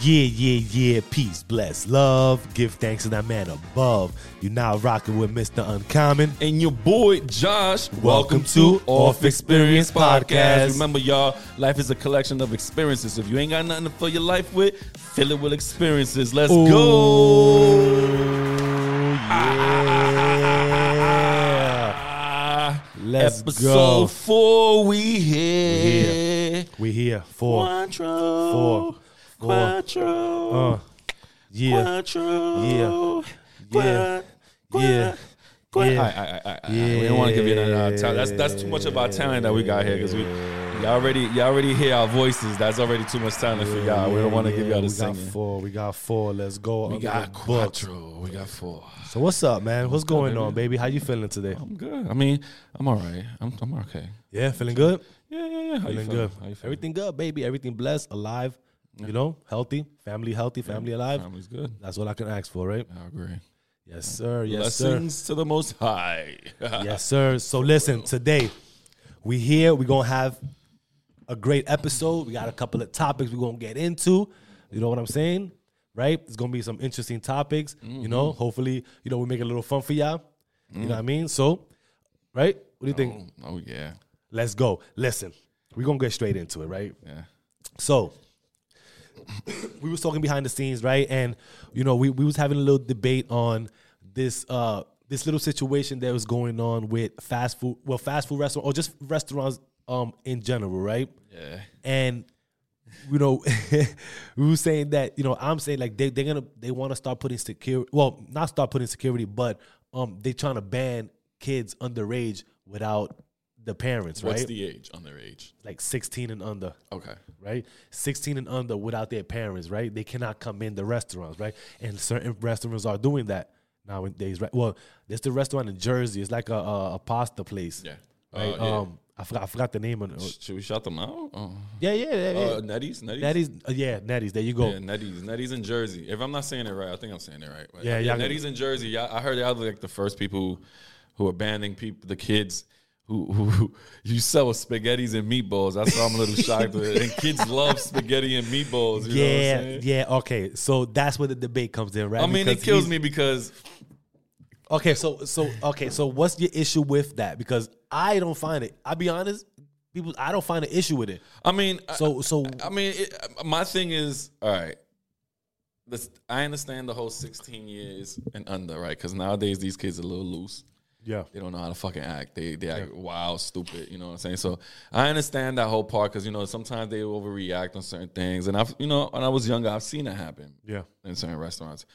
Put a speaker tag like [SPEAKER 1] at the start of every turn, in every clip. [SPEAKER 1] Yeah, yeah, yeah. Peace, bless, love, give thanks in that man above. You're now rocking with Mr. Uncommon.
[SPEAKER 2] and your boy Josh.
[SPEAKER 1] Welcome to Off Experience Podcast.
[SPEAKER 2] Remember, y'all, life is a collection of experiences. If you ain't got nothing to fill your life with, fill it with experiences. Let's go.
[SPEAKER 1] Yeah. Let's
[SPEAKER 2] Episode
[SPEAKER 1] go.
[SPEAKER 2] four, we here.
[SPEAKER 1] We're here for
[SPEAKER 2] Quattro.
[SPEAKER 1] Four. Four.
[SPEAKER 2] Quattro.
[SPEAKER 1] uh, yeah,
[SPEAKER 2] Quattro.
[SPEAKER 1] Yeah.
[SPEAKER 2] Qua-
[SPEAKER 1] yeah,
[SPEAKER 2] Qua-
[SPEAKER 1] Yeah.
[SPEAKER 2] All right, all right, all right, all right. We don't want to give you none of our talent. That's that's too much of our talent that we got here because we y'all already y'all already hear our voices. That's already too much talent for y'all. we don't want to
[SPEAKER 1] yeah,
[SPEAKER 2] give y'all
[SPEAKER 1] We
[SPEAKER 2] the
[SPEAKER 1] got
[SPEAKER 2] singing.
[SPEAKER 1] four. We got four. Let's go.
[SPEAKER 2] We
[SPEAKER 1] Under
[SPEAKER 2] got
[SPEAKER 1] the books.
[SPEAKER 2] quattro. We got four.
[SPEAKER 1] So what's up, man? What's going on, baby? How you feeling today?
[SPEAKER 2] I'm good. I mean, I'm all right. I'm I'm okay.
[SPEAKER 1] Yeah, feeling good.
[SPEAKER 2] Yeah, yeah, yeah. How you
[SPEAKER 1] Feeling
[SPEAKER 2] feeling?
[SPEAKER 1] good.
[SPEAKER 2] How you feeling?
[SPEAKER 1] Everything good, baby. Everything blessed, alive. You know, healthy, family healthy, family alive.
[SPEAKER 2] Family's good.
[SPEAKER 1] That's what I can ask for, right?
[SPEAKER 2] I agree.
[SPEAKER 1] Yes, sir. Yes, sir.
[SPEAKER 2] Blessings to the Most High.
[SPEAKER 1] Yes, sir. So listen, today we here. We're gonna have a great episode. We got a couple of topics we're gonna get into. You know what I'm saying? Right? It's gonna be some interesting topics. You
[SPEAKER 2] Mm-hmm.
[SPEAKER 1] know, hopefully, you know, we make it a little fun for y'all. You know what I mean? So, right? What do you think?
[SPEAKER 2] Mm. oh, oh yeah,
[SPEAKER 1] Let's go. Listen, we're gonna get straight into it, right?
[SPEAKER 2] yeah.
[SPEAKER 1] So we was talking behind the scenes, right? And you know, we, we was having a little debate on this uh this little situation that was going on with fast food, well, fast food restaurant or just restaurants um in general, right?
[SPEAKER 2] Yeah.
[SPEAKER 1] And you know, we were saying that you know I'm saying like they they're gonna they want to start putting security, well, not start putting security, but um they trying to ban kids underage without the parents,
[SPEAKER 2] What's
[SPEAKER 1] right?
[SPEAKER 2] the age? Underage.
[SPEAKER 1] like 16 and under
[SPEAKER 2] Okay.
[SPEAKER 1] right? 16 and under without their parents, right? They cannot come in the restaurants, right? And certain restaurants are doing that nowadays, right? Well, there's the restaurant in Jersey. It's like a, a, a pasta place.
[SPEAKER 2] Yeah.
[SPEAKER 1] Right?
[SPEAKER 2] Uh, yeah.
[SPEAKER 1] Um, I forgot, I forgot the name of it.
[SPEAKER 2] Should we shout them out? Oh.
[SPEAKER 1] Yeah, yeah, yeah. yeah.
[SPEAKER 2] Uh, Netties, Netties,
[SPEAKER 1] Nettie's, uh, yeah, Nettie's. There you go.
[SPEAKER 2] Yeah, Netties, Netties in Jersey. If I'm not saying it right, I think I'm saying it right. But
[SPEAKER 1] Yeah,
[SPEAKER 2] yeah, yeah.
[SPEAKER 1] y'all-
[SPEAKER 2] Netties in Jersey. Y'all, I heard y'all were, like the first people who, who are banning people, the kids who, who, who you sell spaghettis and meatballs. That's why I'm a little shocked. And kids love spaghetti and meatballs. You know what I'm
[SPEAKER 1] Yeah,
[SPEAKER 2] saying?
[SPEAKER 1] yeah. Okay, so that's where the debate comes in, right?
[SPEAKER 2] I mean, it
[SPEAKER 1] Because
[SPEAKER 2] kills
[SPEAKER 1] he's-
[SPEAKER 2] me because
[SPEAKER 1] Okay, so so okay, so what's your issue with that? Because I don't find it. I'll be honest, people. I don't find an issue with it.
[SPEAKER 2] I mean, I-
[SPEAKER 1] So so
[SPEAKER 2] I mean, it, my thing is, all right. This, I understand the whole 16 years and under, right? Because nowadays these kids are a little loose.
[SPEAKER 1] yeah,
[SPEAKER 2] They don't know how to fucking act. They they act wild, stupid. You know what I'm saying? So I understand that whole part because you know sometimes they overreact on certain things, and I've you know when I was younger, I've seen it happen
[SPEAKER 1] yeah.
[SPEAKER 2] in certain restaurants.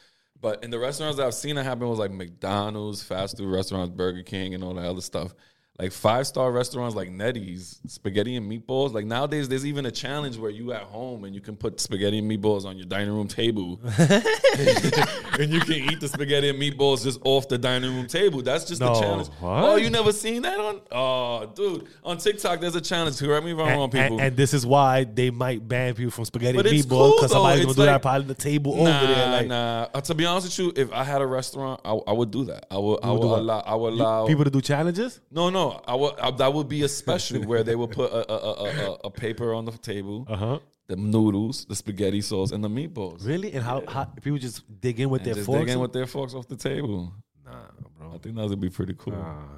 [SPEAKER 2] But in the restaurants that I've seen it happen was like McDonald's, fast food restaurants, Burger King, and all that other stuff. Like five star restaurants like Nettie's, spaghetti and meatballs. Like nowadays, there's even a challenge where you at home and you can put spaghetti and meatballs on your dining room table, and you can eat the spaghetti and meatballs just off the dining room table. That's just
[SPEAKER 1] No,
[SPEAKER 2] the challenge.
[SPEAKER 1] what?
[SPEAKER 2] Oh, you never seen that on? Oh, dude, on TikTok, there's a challenge. Correct me if I'm wrong,
[SPEAKER 1] and,
[SPEAKER 2] people.
[SPEAKER 1] and- and this is why they might ban people from spaghetti
[SPEAKER 2] But
[SPEAKER 1] and
[SPEAKER 2] it's
[SPEAKER 1] meatballs
[SPEAKER 2] cool,
[SPEAKER 1] because somebody's
[SPEAKER 2] though.
[SPEAKER 1] gonna
[SPEAKER 2] It's
[SPEAKER 1] do that
[SPEAKER 2] like-
[SPEAKER 1] probably on the table
[SPEAKER 2] nah,
[SPEAKER 1] over there. Like
[SPEAKER 2] nah. Uh, to be honest with you, if I had a restaurant, I, I would do that. I would. I
[SPEAKER 1] would
[SPEAKER 2] would
[SPEAKER 1] do what?
[SPEAKER 2] allow. I would allow.
[SPEAKER 1] people to do challenges.
[SPEAKER 2] no, no. I would. I, that would be a special where they would put a a, a, a, a paper on the table,
[SPEAKER 1] huh.
[SPEAKER 2] the noodles, the spaghetti sauce, and the meatballs.
[SPEAKER 1] Really? And how, how people just dig in with
[SPEAKER 2] And
[SPEAKER 1] their
[SPEAKER 2] just
[SPEAKER 1] forks?
[SPEAKER 2] dig in with their forks off the table.
[SPEAKER 1] nah,
[SPEAKER 2] I
[SPEAKER 1] bro.
[SPEAKER 2] think that would be pretty cool.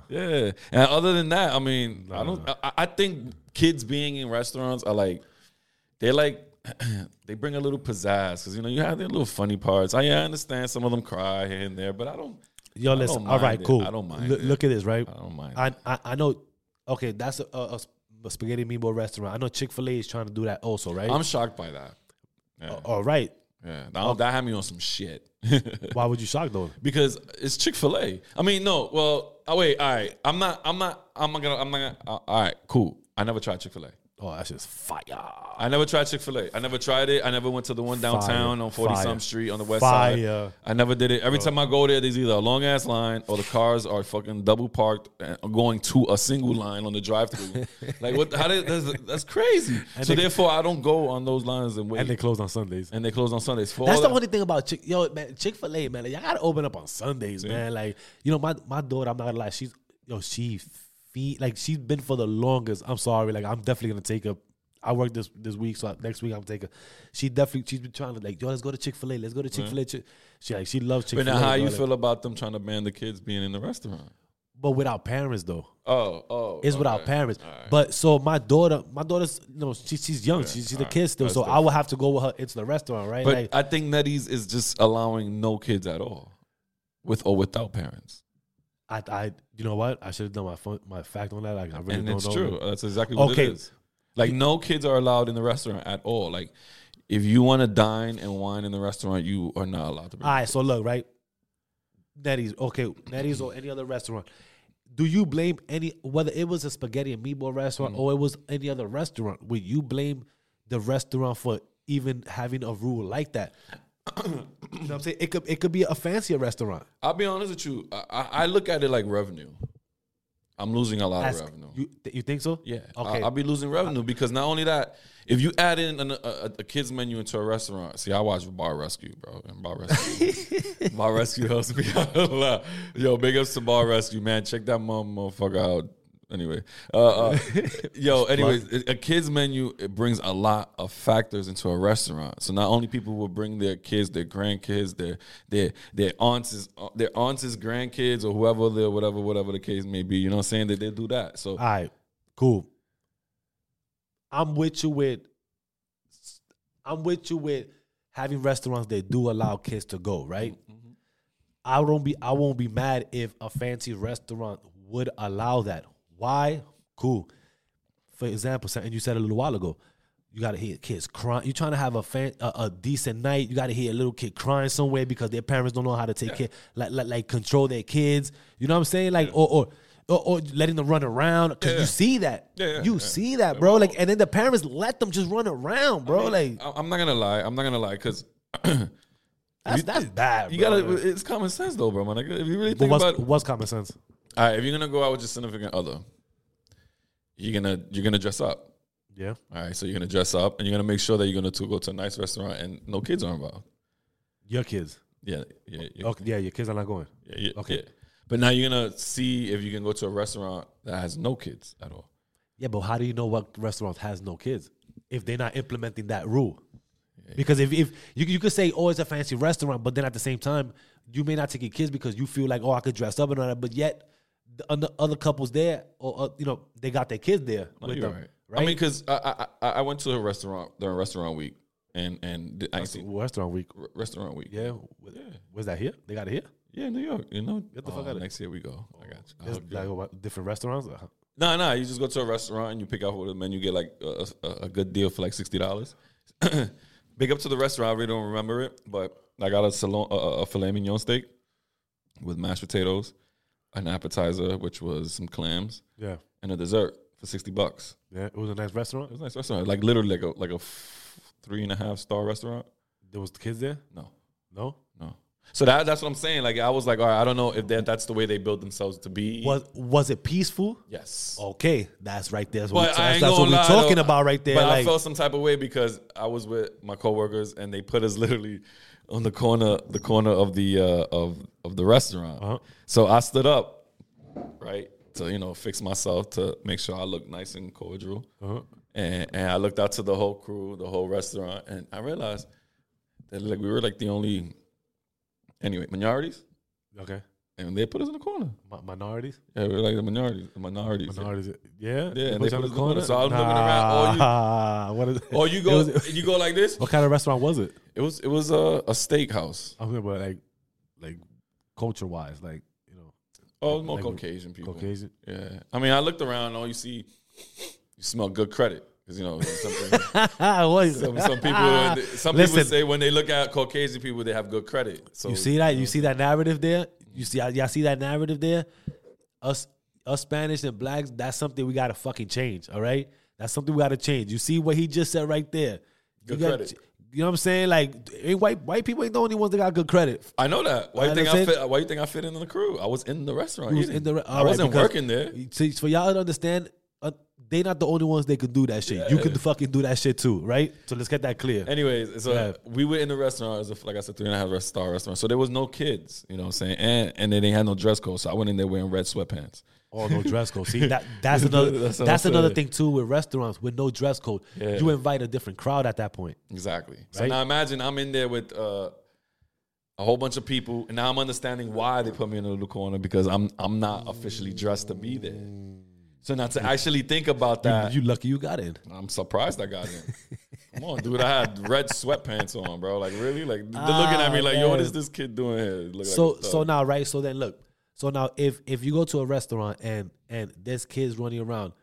[SPEAKER 2] Yeah. And other than that, I mean, I don't. I, I think kids being in restaurants are like, they like, they bring a little pizzazz because you know you have their little funny parts. I, yeah, I understand some of them cry here and there, but I don't.
[SPEAKER 1] Yo, listen.
[SPEAKER 2] don't
[SPEAKER 1] All right,
[SPEAKER 2] mind it.
[SPEAKER 1] cool.
[SPEAKER 2] I don't mind
[SPEAKER 1] Look-
[SPEAKER 2] it.
[SPEAKER 1] look at this, right?
[SPEAKER 2] I don't mind.
[SPEAKER 1] I I, I know. Okay, that's a, a, a spaghetti meatball restaurant. I know Chick Fil A is trying to do that also, right?
[SPEAKER 2] I'm shocked by that. Yeah,
[SPEAKER 1] All right.
[SPEAKER 2] yeah. Now, that had me on some shit
[SPEAKER 1] Why would you shock though?
[SPEAKER 2] because it's Chick Fil A. I mean, no. Well, oh, wait. All right. I'm not. I'm not. I'm not gonna. I'm not gonna. uh, all right. Cool. I never tried Chick Fil A.
[SPEAKER 1] Oh, that's just fire.
[SPEAKER 2] I never tried Chick Fil A. I never tried it. I never went to the one downtown
[SPEAKER 1] Fire.
[SPEAKER 2] on Forty
[SPEAKER 1] Fire.
[SPEAKER 2] some Street on the west
[SPEAKER 1] Fire.
[SPEAKER 2] side. I never did it. Every time I go there, there's either a long ass line or the cars are fucking double parked and going to a single line on the drive through. like what? How did, that's, that's crazy. so
[SPEAKER 1] they-
[SPEAKER 2] therefore, I don't go on those lines and wait.
[SPEAKER 1] And they close on Sundays.
[SPEAKER 2] and they close on Sundays. For
[SPEAKER 1] That's
[SPEAKER 2] all
[SPEAKER 1] the
[SPEAKER 2] that-
[SPEAKER 1] only thing about Chick yo man Chick Fil A man. Like, y'all gotta open up on Sundays, man. Like you know my my daughter, I'm not gonna lie, she's yo she feed like she's been for the longest. I'm sorry, like I'm definitely gonna take her I work this this week, so I, next week I'm taking. She definitely she's been trying to like yo, let's go to Chick Fil A, let's go to Chick Fil A. She like she loves Chick
[SPEAKER 2] But
[SPEAKER 1] Fil A.
[SPEAKER 2] now, how you feel about them trying to ban the kids being in the restaurant?
[SPEAKER 1] But without parents though,
[SPEAKER 2] Oh, oh,
[SPEAKER 1] it's without
[SPEAKER 2] okay.
[SPEAKER 1] parents.
[SPEAKER 2] All right.
[SPEAKER 1] But so my daughter, my daughter's you know she, she's young, she, she's a
[SPEAKER 2] alright,
[SPEAKER 1] kid still,
[SPEAKER 2] that's
[SPEAKER 1] so I would have to go with her into the restaurant, right?
[SPEAKER 2] But
[SPEAKER 1] Like,
[SPEAKER 2] I think Nettie's is just allowing no kids at all, with or without parents.
[SPEAKER 1] I, I you know what I should have done my fun, my fact on that. Like, I really
[SPEAKER 2] and
[SPEAKER 1] don't
[SPEAKER 2] it's
[SPEAKER 1] know.
[SPEAKER 2] true. That's exactly what
[SPEAKER 1] Okay.
[SPEAKER 2] it is. Like no kids are allowed in the restaurant at all. Like if you want to dine and wine in the restaurant, you are not allowed to. Bring
[SPEAKER 1] All right, so look, right? Nettie's, okay, Nettie's or any other restaurant. Do you blame any, whether it was a spaghetti and meatball restaurant
[SPEAKER 2] Mm.
[SPEAKER 1] or it was any other restaurant, would you blame the restaurant for even having a rule like that? you know what I'm saying? It could, it could be a fancier restaurant.
[SPEAKER 2] I'll be honest with you. I, I, I look at it like revenue. I'm losing a lot
[SPEAKER 1] As-
[SPEAKER 2] of revenue.
[SPEAKER 1] you, th- you think so?
[SPEAKER 2] Yeah,
[SPEAKER 1] Okay.
[SPEAKER 2] I, will be losing revenue because not only that, if you add in an, a, a, a kids menu into a restaurant, see, I watch Bar Rescue, bro, and Bar Rescue, Bar Rescue helps me out a lot. Yo, big ups to Bar Rescue, man. Check that mom motherfucker out. Anyway, uh, uh, yo, anyways, a a kids menu it brings a lot of factors into a restaurant. So not only people will bring their kids, their grandkids, their their their aunts, uh, their aunts' grandkids, or whoever the whatever whatever the case may be. You know what I'm saying? That they do that. So
[SPEAKER 1] All right, cool. I'm with you with. I'm with you with having restaurants that do allow kids to go. Right. I don't be. I won't be mad if a fancy restaurant would allow that. Why? Cool. For example, something you said a little while ago. You gotta hear kids crying. You're trying to have a fan, a, a decent night. You gotta hear a little kid crying somewhere because their parents don't know how to take care, like, like like control their kids. You know what I'm saying? Like or, or or or letting them run around because you see that.
[SPEAKER 2] Yeah, yeah,
[SPEAKER 1] you
[SPEAKER 2] yeah.
[SPEAKER 1] see that, bro. Like and then the parents let them just run around, bro. like
[SPEAKER 2] I- I'm not gonna lie. I'm not gonna lie because
[SPEAKER 1] that's,
[SPEAKER 2] you-
[SPEAKER 1] that's bad.
[SPEAKER 2] you
[SPEAKER 1] bro.
[SPEAKER 2] gotta. It's common sense though, bro. Man, if you really
[SPEAKER 1] But
[SPEAKER 2] think
[SPEAKER 1] what's,
[SPEAKER 2] about, all
[SPEAKER 1] what's common sense?
[SPEAKER 2] right, if you're gonna go out with your significant other, you're gonna you're gonna dress up.
[SPEAKER 1] Yeah.
[SPEAKER 2] All right, so you're gonna dress up, and you're gonna make sure that you're gonna to go to a nice restaurant and no kids are involved.
[SPEAKER 1] Your kids.
[SPEAKER 2] Yeah, yeah, yeah,
[SPEAKER 1] Okay, yeah, your kids are not going.
[SPEAKER 2] yeah, yeah,
[SPEAKER 1] Oh, okay.
[SPEAKER 2] yeah. But now you're gonna see if you can go to a restaurant that has no kids at all.
[SPEAKER 1] Yeah, but how do you know what restaurant has no kids if they're not implementing that rule? Because if, if you you could say, oh, it's a fancy restaurant, but then at the same time, you may not take your kids because you feel like, oh, I could dress up and all that, but yet the other- other couples there, or uh, you know, they got their kids there
[SPEAKER 2] No,
[SPEAKER 1] with
[SPEAKER 2] you're
[SPEAKER 1] them, right?
[SPEAKER 2] right. I mean, because I, I I I went to a restaurant during restaurant week, and and I
[SPEAKER 1] It's a
[SPEAKER 2] see
[SPEAKER 1] restaurant week.
[SPEAKER 2] restaurant week.
[SPEAKER 1] Yeah. was that here? They got it here.
[SPEAKER 2] Yeah, New York. You know, get
[SPEAKER 1] the fuck outta-
[SPEAKER 2] Next year we go. I got you.
[SPEAKER 1] It's
[SPEAKER 2] I'll-
[SPEAKER 1] like what, different restaurants. Uh-huh.
[SPEAKER 2] No, no, you just go to a restaurant and you pick out what the menu. You get like a, a, a good deal for like sixty dollars. Big up to the restaurant. I really don't remember it, but I got a salon, a, a a filet mignon steak with mashed potatoes, an appetizer which was some clams,
[SPEAKER 1] Yeah,
[SPEAKER 2] and a dessert for sixty bucks.
[SPEAKER 1] yeah. It was a nice
[SPEAKER 2] It
[SPEAKER 1] restaurant.
[SPEAKER 2] was a nice restaurant, like literally like a like a f- three and a half star restaurant.
[SPEAKER 1] There was the kids there.
[SPEAKER 2] No,
[SPEAKER 1] No.
[SPEAKER 2] no. So that that's what I'm saying. Like I was like, all right, I don't know if that that's the way they build themselves to be.
[SPEAKER 1] Was was it peaceful?
[SPEAKER 2] yes.
[SPEAKER 1] Okay, that's right there. That's what,
[SPEAKER 2] But
[SPEAKER 1] we,
[SPEAKER 2] I
[SPEAKER 1] that's,
[SPEAKER 2] ain't
[SPEAKER 1] that's what
[SPEAKER 2] gonna
[SPEAKER 1] we're
[SPEAKER 2] lie,
[SPEAKER 1] talking
[SPEAKER 2] though.
[SPEAKER 1] about right there.
[SPEAKER 2] But
[SPEAKER 1] like,
[SPEAKER 2] I felt some type of way because I was with my coworkers and they put us literally on the corner, the corner of the uh, of of the restaurant.
[SPEAKER 1] Uh-huh.
[SPEAKER 2] So I stood up, right, to you know fix myself to make sure I look nice and cordial.
[SPEAKER 1] uh-huh.
[SPEAKER 2] And, and I looked out to the whole crew, the whole restaurant, and I realized that like we were like the only, anyway, minorities,
[SPEAKER 1] okay.
[SPEAKER 2] and they put us in the corner.
[SPEAKER 1] Mi- minorities.
[SPEAKER 2] Yeah, we were like the minorities, the minorities.
[SPEAKER 1] Minorities. Yeah.
[SPEAKER 2] Yeah,
[SPEAKER 1] They
[SPEAKER 2] and
[SPEAKER 1] put
[SPEAKER 2] they
[SPEAKER 1] you on
[SPEAKER 2] put us in
[SPEAKER 1] the
[SPEAKER 2] the corner, so I was looking around,
[SPEAKER 1] Nah. What is?
[SPEAKER 2] Or Oh, you
[SPEAKER 1] It
[SPEAKER 2] go,
[SPEAKER 1] was-
[SPEAKER 2] you go like this.
[SPEAKER 1] what kind of restaurant was it?
[SPEAKER 2] It was it was a, a steakhouse.
[SPEAKER 1] I'm talking about like, like culture wise, like you know,
[SPEAKER 2] Oh, it was more
[SPEAKER 1] Like with
[SPEAKER 2] Caucasian people.
[SPEAKER 1] Caucasian.
[SPEAKER 2] Yeah. I mean, I looked around. All you see, you smell good credit because you know something,
[SPEAKER 1] what is
[SPEAKER 2] some, some people. Some
[SPEAKER 1] Listen.
[SPEAKER 2] people say when they look at Caucasian people, they have good credit. So
[SPEAKER 1] You see that? You see that narrative there? You see? Y'all see that narrative there? Us, us Spanish and blacks. That's something we gotta fucking change. All right, that's something we gotta change. You see what he just said right there?
[SPEAKER 2] Good
[SPEAKER 1] you gotta
[SPEAKER 2] credit.
[SPEAKER 1] ch- You know what I'm saying? Like, ain't white white people ain't the only ones that got good credit.
[SPEAKER 2] I know that. Why
[SPEAKER 1] I
[SPEAKER 2] you think I
[SPEAKER 1] understand.
[SPEAKER 2] fit? Why you think I fit in the crew? I was in the restaurant.
[SPEAKER 1] Who's
[SPEAKER 2] eating.
[SPEAKER 1] in the re-
[SPEAKER 2] I
[SPEAKER 1] all right,
[SPEAKER 2] wasn't
[SPEAKER 1] because-
[SPEAKER 2] working there.
[SPEAKER 1] See, for y'all to understand, uh, they not the only ones that can do that shit. You can fucking do that shit too, right? So let's get that clear.
[SPEAKER 2] Anyways, so
[SPEAKER 1] Yeah.
[SPEAKER 2] we were in the restaurant. It was a, like I said, three and a half rest- star restaurant. So there was no kids. You know what I'm saying? And and they didn't have no dress code. So I went in there wearing red sweatpants.
[SPEAKER 1] Oh, no dress code. See that that's another that's,
[SPEAKER 2] That's what I'm
[SPEAKER 1] another
[SPEAKER 2] saying.
[SPEAKER 1] thing too with restaurants with no dress code. You invite a different crowd at that point.
[SPEAKER 2] Exactly. So
[SPEAKER 1] Right?
[SPEAKER 2] now imagine I'm in there with uh, a whole bunch of people, and now I'm understanding why they put me in the little corner because I'm I'm not officially dressed to be there. So now to actually think about that,
[SPEAKER 1] you lucky you got in.
[SPEAKER 2] I'm surprised I got in. Come on, dude! I had red sweatpants on, bro. Like really? Like they're looking at me like, yo, what is this kid doing here? Look like
[SPEAKER 1] Ah, So
[SPEAKER 2] a
[SPEAKER 1] so
[SPEAKER 2] thug.
[SPEAKER 1] now right. So then look. So now if if you go to a restaurant and and there's kids running around,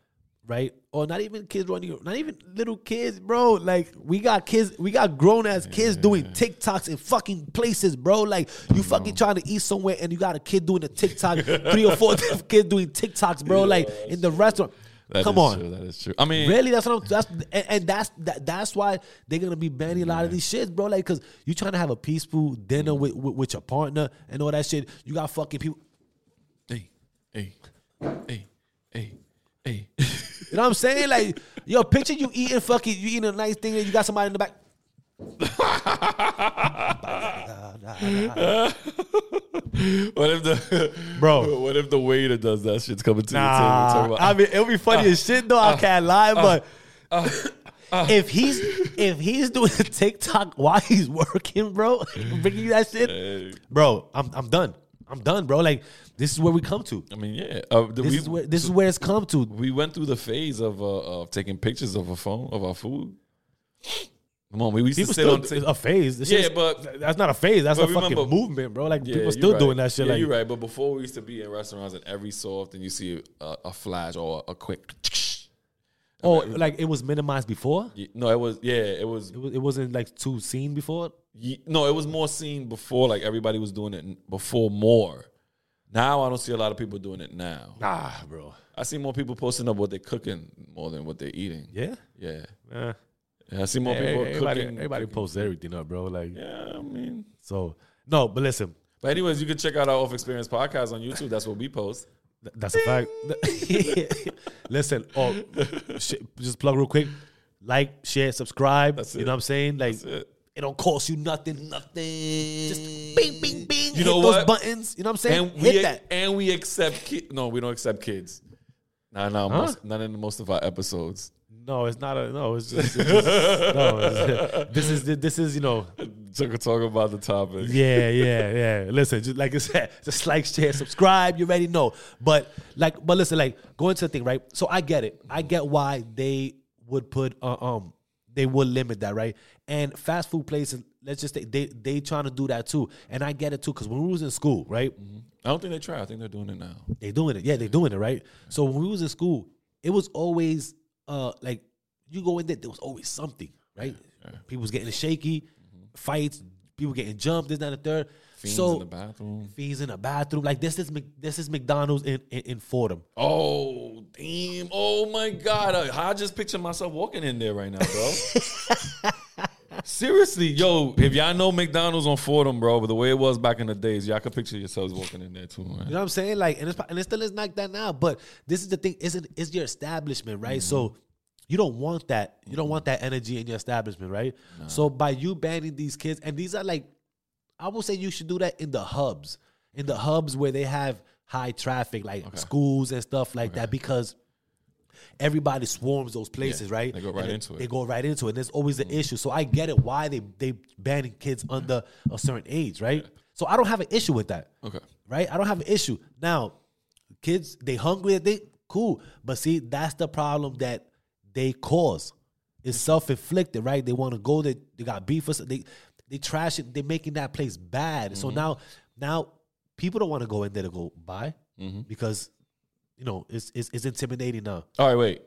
[SPEAKER 1] right? Or not even kids running, not even little kids, bro. Like we got kids, we got grown ass kids doing TikToks in fucking places, bro. Like you fucking trying to eat somewhere and you got a kid doing a TikTok, three or four different kids doing TikToks, bro. like in the restaurant.
[SPEAKER 2] That
[SPEAKER 1] Come
[SPEAKER 2] is
[SPEAKER 1] on.
[SPEAKER 2] true, that is true. I mean,
[SPEAKER 1] Really, that's what I'm. That's and, and that's that, that's why they're gonna be banning a lot of these shits, bro. Like, cause you trying to have a peaceful dinner with, with with your partner and all that shit. You got fucking people.
[SPEAKER 2] hey, hey, hey, hey, hey.
[SPEAKER 1] You know what I'm saying? Like, yo, picture you eating fucking, you eating a nice thing, and you got somebody in the back.
[SPEAKER 2] what if the
[SPEAKER 1] Bro.
[SPEAKER 2] What if the waiter does that? Shit's coming to the table.
[SPEAKER 1] Nah,
[SPEAKER 2] Talk
[SPEAKER 1] Ah, I
[SPEAKER 2] about,
[SPEAKER 1] mean, it'll be funny as shit though. I can't lie, but. if he's if he's doing a TikTok while he's working, bro, bringing you that shit,
[SPEAKER 2] Hey.
[SPEAKER 1] bro, I'm I'm done. I'm done, bro. Like this is where we come to.
[SPEAKER 2] I mean, yeah. Uh, the,
[SPEAKER 1] This
[SPEAKER 2] we,
[SPEAKER 1] is where this is where it's come to.
[SPEAKER 2] we went through the phase of uh, of taking pictures of a phone of our food. Come on, we, we used to
[SPEAKER 1] People
[SPEAKER 2] sit
[SPEAKER 1] still
[SPEAKER 2] on. T-
[SPEAKER 1] it's a phase. This
[SPEAKER 2] Yeah,
[SPEAKER 1] shit's-
[SPEAKER 2] but-
[SPEAKER 1] that's not a phase. That's a
[SPEAKER 2] but
[SPEAKER 1] fucking
[SPEAKER 2] remember-
[SPEAKER 1] movement, bro. Like
[SPEAKER 2] yeah,
[SPEAKER 1] people
[SPEAKER 2] you're
[SPEAKER 1] still
[SPEAKER 2] right.
[SPEAKER 1] doing that shit.
[SPEAKER 2] Yeah,
[SPEAKER 1] like
[SPEAKER 2] you're right. But before we used to be in restaurants and every so often you see a, a flash or a quick.
[SPEAKER 1] oh, like it was minimized before.
[SPEAKER 2] No, it was yeah, it was
[SPEAKER 1] It, was, it wasn't like too seen before.
[SPEAKER 2] Ye- no, it was more seen before. Like everybody was doing it before more. Now I don't see a lot of people doing it now.
[SPEAKER 1] Nah, bro.
[SPEAKER 2] I see more people posting up what they're cooking more than what they're eating. Yeah,
[SPEAKER 1] Yeah.
[SPEAKER 2] yeah.
[SPEAKER 1] Eh.
[SPEAKER 2] And I see more
[SPEAKER 1] Hey,
[SPEAKER 2] people
[SPEAKER 1] everybody,
[SPEAKER 2] cooking.
[SPEAKER 1] everybody posts everything up, bro. Like
[SPEAKER 2] Yeah, I mean.
[SPEAKER 1] so. No, but listen,
[SPEAKER 2] But anyways, you can check out our Off Experience podcast on YouTube. That's what we post.
[SPEAKER 1] th- that's a fact. listen, oh, sh- just plug real quick. Like, share, subscribe. you know what I'm saying? Like,
[SPEAKER 2] it.
[SPEAKER 1] don't cost you nothing, nothing. Just bing, bing, bing. You hit
[SPEAKER 2] know
[SPEAKER 1] those
[SPEAKER 2] what?
[SPEAKER 1] buttons. You know what I'm saying?
[SPEAKER 2] And
[SPEAKER 1] hit
[SPEAKER 2] we
[SPEAKER 1] that.
[SPEAKER 2] and we accept kids. No, we don't accept kids. Nah, nah, most, not in most of our episodes.
[SPEAKER 1] No, it's not a no. It's just, it's just no. it's- this is this is you know.
[SPEAKER 2] So we can talk about the topic.
[SPEAKER 1] Yeah, yeah, yeah. Listen, just like I said, just like share, subscribe. You already know. But like, but listen, like going to the thing, right? So I get it. I get why they would put uh, um they would limit that, right? And fast food places, let's just say they they trying to do that too. And I get it too, because when we was in school, right?
[SPEAKER 2] I don't think they try. I think they're doing it now.
[SPEAKER 1] They doing it. Yeah, they doing it, right? So when we was in school, it was always uh like you go in there, there was always something, right? People was getting shaky, fights, people getting jumped, this, that, and the third.
[SPEAKER 2] Mm-hmm. Fiends
[SPEAKER 1] so
[SPEAKER 2] in the bathroom.
[SPEAKER 1] fiends in a bathroom. Like this is Mc- this is McDonald's in, in, in Fordham.
[SPEAKER 2] Oh, damn. Oh, my God. I, I just picture myself walking in there right now, bro. Seriously, yo, if y'all know McDonald's on Fordham, bro, but the way it was back in the days, y'all could picture yourselves walking in there too, man.
[SPEAKER 1] You know what I'm saying? Like, and it's pro- and it still is like that now. But this is the thing. Is it is your establishment right?
[SPEAKER 2] Mm-hmm.
[SPEAKER 1] So you don't want that. You don't want that energy in your establishment, right? So by you banning these kids, and these are like, I would say you should do that in the hubs, in the hubs where they have high traffic, like schools and stuff like that, because. Everybody swarms those places, right?
[SPEAKER 2] they go
[SPEAKER 1] And
[SPEAKER 2] right
[SPEAKER 1] then
[SPEAKER 2] into it. Mm-hmm.
[SPEAKER 1] They go right into it. And there's always an issue. So I get it why they they banning kids under a certain age, right? So I don't have an issue with that
[SPEAKER 2] Okay.
[SPEAKER 1] right? I don't have an issue. Now, kids, they hungry, they cool. But see, that's the problem that they cause. It's self inflicted, right? They want to go, they, they got beef or so- they they trash it, they're making that place bad. So
[SPEAKER 2] Mm-hmm.
[SPEAKER 1] now now people don't want to go in there to go buy
[SPEAKER 2] Mm-hmm.
[SPEAKER 1] because you know it's, it's it's intimidating now.
[SPEAKER 2] All right, wait.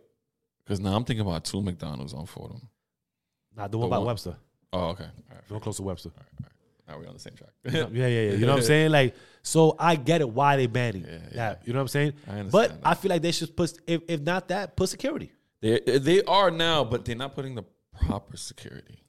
[SPEAKER 2] Because now I'm thinking about two McDonald's on Fordham.
[SPEAKER 1] Not the
[SPEAKER 2] The
[SPEAKER 1] one by
[SPEAKER 2] one-
[SPEAKER 1] Webster.
[SPEAKER 2] Oh, okay. All right.
[SPEAKER 1] The one close to Webster.
[SPEAKER 2] Now we're on the same track.
[SPEAKER 1] Yeah, yeah, yeah. You know what I'm saying? Like, so I get it why they banning that. You know what I'm saying?
[SPEAKER 2] understand
[SPEAKER 1] but
[SPEAKER 2] that.
[SPEAKER 1] I feel like they should put if, if not that, put security.
[SPEAKER 2] they, they are now, but they're not putting the proper security.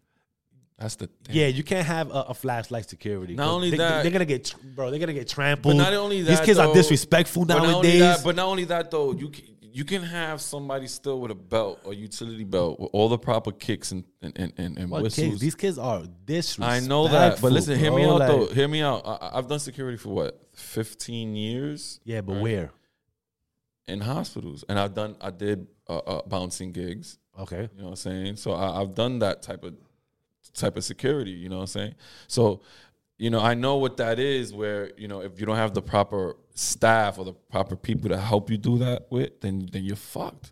[SPEAKER 2] That's the thing.
[SPEAKER 1] Yeah, you can't have a, a flashlight security.
[SPEAKER 2] Not
[SPEAKER 1] 'cause
[SPEAKER 2] only
[SPEAKER 1] they,
[SPEAKER 2] that-
[SPEAKER 1] they're gonna get tr- bro, they're gonna get trampled.
[SPEAKER 2] But not only that,
[SPEAKER 1] these kids
[SPEAKER 2] though-
[SPEAKER 1] are disrespectful
[SPEAKER 2] But not
[SPEAKER 1] nowadays.
[SPEAKER 2] only that, but not only that though, you can, you can have somebody still with a belt or utility belt with all the proper kicks and and and, and, and
[SPEAKER 1] But
[SPEAKER 2] whistles.
[SPEAKER 1] kids, these kids are disrespectful.
[SPEAKER 2] I know that, but listen, hear me
[SPEAKER 1] bro,
[SPEAKER 2] out
[SPEAKER 1] like-
[SPEAKER 2] though. Hear me out. I, I- I've done security for what fifteen years.
[SPEAKER 1] Yeah, but where?
[SPEAKER 2] in hospitals, and I've done I did uh, uh, bouncing gigs.
[SPEAKER 1] Okay.
[SPEAKER 2] You know what I'm saying? So I, I've done that type of type of security. You know what I'm saying? So you know I know what that is. Where you know if you don't have the proper staff or the proper people to help you do that with, then then you're fucked.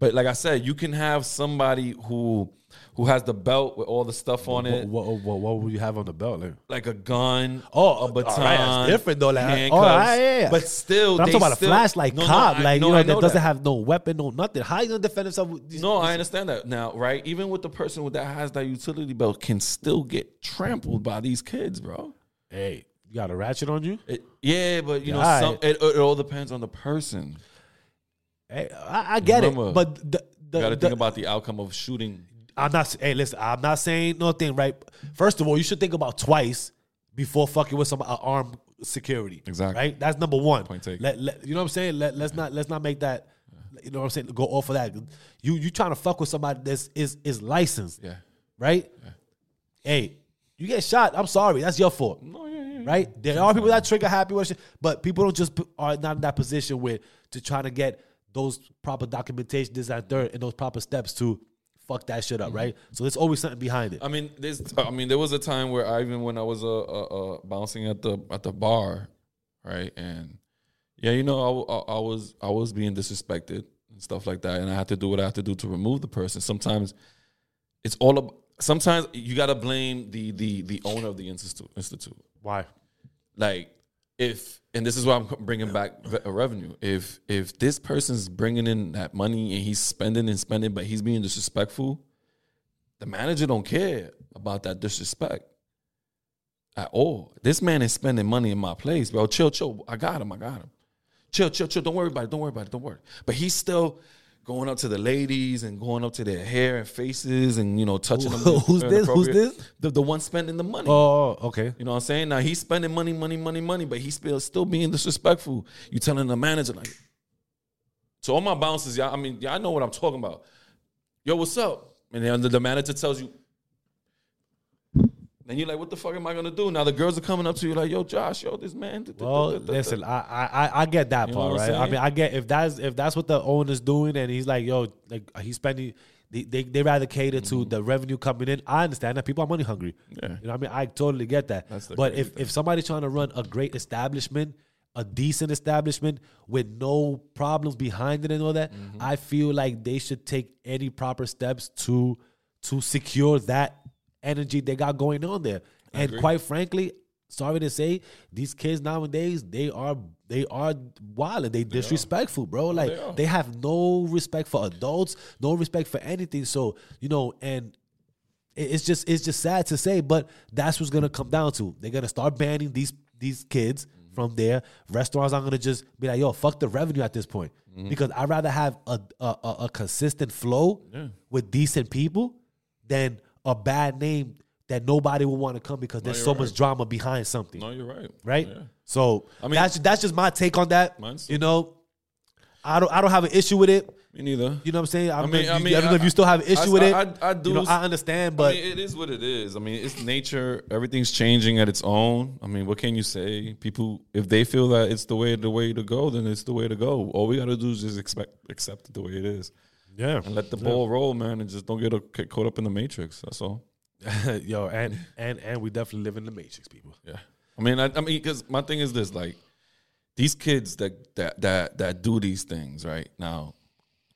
[SPEAKER 2] But like I said, you can have somebody who who has the belt with all the stuff on
[SPEAKER 1] What,
[SPEAKER 2] it,
[SPEAKER 1] what, what, what would you have on the belt? Like?
[SPEAKER 2] like a gun.
[SPEAKER 1] Oh,
[SPEAKER 2] a baton.
[SPEAKER 1] alright, that's different though. Like,
[SPEAKER 2] handcuffs.
[SPEAKER 1] alright, yeah, yeah.
[SPEAKER 2] But still,
[SPEAKER 1] But I'm
[SPEAKER 2] they
[SPEAKER 1] talking about
[SPEAKER 2] still-
[SPEAKER 1] a flashlight
[SPEAKER 2] No, no,
[SPEAKER 1] cop,
[SPEAKER 2] I-
[SPEAKER 1] like
[SPEAKER 2] no,
[SPEAKER 1] you
[SPEAKER 2] I
[SPEAKER 1] know, that doesn't
[SPEAKER 2] that.
[SPEAKER 1] have no weapon, no nothing. How you gonna defend himself? With these,
[SPEAKER 2] No, I understand that now, right? Even with the person with that has that utility belt can still get trampled by these kids, bro.
[SPEAKER 1] hey, you got a ratchet on you?
[SPEAKER 2] It, yeah, but you know,
[SPEAKER 1] Yeah,
[SPEAKER 2] some, it, it all depends on the person.
[SPEAKER 1] Hey, I, I get
[SPEAKER 2] Remember,
[SPEAKER 1] it, but the, the,
[SPEAKER 2] You got to
[SPEAKER 1] the-
[SPEAKER 2] think about the outcome of shooting.
[SPEAKER 1] I'm not. Hey, listen, I'm not saying nothing. Right. First of all, you should think about twice before fucking with some uh, armed security.
[SPEAKER 2] Exactly.
[SPEAKER 1] Right. That's number one.
[SPEAKER 2] Point taken.
[SPEAKER 1] Let, let- you know what I'm saying? Let, let's not let's not make that. You know what I'm saying? Go off of that. You you trying to fuck with somebody that's is is licensed,
[SPEAKER 2] Yeah.
[SPEAKER 1] right? Hey, you get shot. I'm sorry. That's your fault
[SPEAKER 2] No, yeah, yeah.
[SPEAKER 1] Mm-hmm. right? There are people that trigger happy with shit, but people don't just p- are not in that position with to try to get those proper documentation, this, that, third, and those proper steps to fuck that shit up,
[SPEAKER 2] Mm-hmm.
[SPEAKER 1] right? So there's always something behind it.
[SPEAKER 2] I mean, there's. I mean, there was a time where I even when I was uh, uh, uh bouncing at the at the bar, right, and yeah, you know, I, w- I- I was I was being disrespected and stuff like that, and I had to do what I had to do to remove the person. Sometimes it's all about. Sometimes you gotta blame the the the owner of the institute institute.
[SPEAKER 1] Why?
[SPEAKER 2] Like if and this is why I'm bringing back ve- revenue. If if this person's bringing in that money and he's spending and spending, but he's being disrespectful, the manager don't care about that disrespect at all. This man is spending money in my place, bro. Chill, chill. I got him. I got him. Chill, chill, chill. Don't worry about it. Don't worry about it. Don't worry. But he's still going up to the ladies and going up to their hair and faces and you know touching them.
[SPEAKER 1] Who's this? Who's this?
[SPEAKER 2] The, the one spending the money.
[SPEAKER 1] Oh, okay.
[SPEAKER 2] You know what I'm saying? Now he's spending money, money, money, money, but he's still still being disrespectful. You telling the manager like, so all my bouncers, y'all. I mean, y'all know what I'm talking about. Yo, what's up? And then the, the manager tells you, and you're like, what the fuck am I gonna do? Now the girls are coming up to you like, yo, Josh, yo, this man. da- da-
[SPEAKER 1] Well,
[SPEAKER 2] da- da- da-
[SPEAKER 1] listen, I I I- I get that
[SPEAKER 2] You know
[SPEAKER 1] part,
[SPEAKER 2] what I'm
[SPEAKER 1] right? I
[SPEAKER 2] saying?
[SPEAKER 1] mean, I get if that's if that's what the owner's doing, and he's like, yo, like he's spending. They, they, they rather cater to the revenue coming in. I understand that people are money hungry.
[SPEAKER 2] Mm-hmm. Yeah.
[SPEAKER 1] You know what I mean? I totally get that.
[SPEAKER 2] That's the
[SPEAKER 1] but
[SPEAKER 2] crazy
[SPEAKER 1] if, if somebody's trying to run a great establishment, a decent establishment with no problems behind it and all that, I feel like they should take any proper steps to to secure that energy they got going on there. And quite frankly, sorry to say, these kids nowadays, they are they are wild and they disrespectful, bro. Like
[SPEAKER 2] they are.
[SPEAKER 1] they have no respect for adults, no respect for anything. So, you know, and it- it's just it's just sad to say, but that's what's gonna come down to. They're gonna start banning these these kids from their restaurants. I'm gonna just be like, yo, fuck the revenue at this point,
[SPEAKER 2] Mm-hmm.
[SPEAKER 1] because I'd rather have a a, a, a consistent flow with decent people than a bad name that nobody will want to come because there's
[SPEAKER 2] you're
[SPEAKER 1] so
[SPEAKER 2] right.
[SPEAKER 1] much drama behind something,
[SPEAKER 2] no, you're right.
[SPEAKER 1] right?
[SPEAKER 2] Yeah.
[SPEAKER 1] So I
[SPEAKER 2] I
[SPEAKER 1] mean,
[SPEAKER 2] mean-
[SPEAKER 1] that's that's just my take on that.
[SPEAKER 2] Mine's-
[SPEAKER 1] You know, I don't I don't have an issue with it.
[SPEAKER 2] Me neither.
[SPEAKER 1] You know what I'm saying? I,
[SPEAKER 2] mean-
[SPEAKER 1] mean,
[SPEAKER 2] I
[SPEAKER 1] you-
[SPEAKER 2] mean,
[SPEAKER 1] I don't know if you still have an
[SPEAKER 2] I-
[SPEAKER 1] issue with
[SPEAKER 2] I-
[SPEAKER 1] it.
[SPEAKER 2] I- I do
[SPEAKER 1] You know,
[SPEAKER 2] s-
[SPEAKER 1] I understand,
[SPEAKER 2] I
[SPEAKER 1] but
[SPEAKER 2] mean, it is what it is. I mean, it's nature. Everything's changing at its own. I mean, what can you say? People, if they feel that it's the way the way to go, then it's the way to go. All we gotta do is just expect accept it the way it is
[SPEAKER 1] yeah,
[SPEAKER 2] and let the ball roll, man, and just don't get, a, get caught up in the matrix. That's all.
[SPEAKER 1] yo, and and and we definitely live in the matrix, people.
[SPEAKER 2] Yeah. I mean, I, I mean, because my thing is this: like these kids that that that that do these things right now,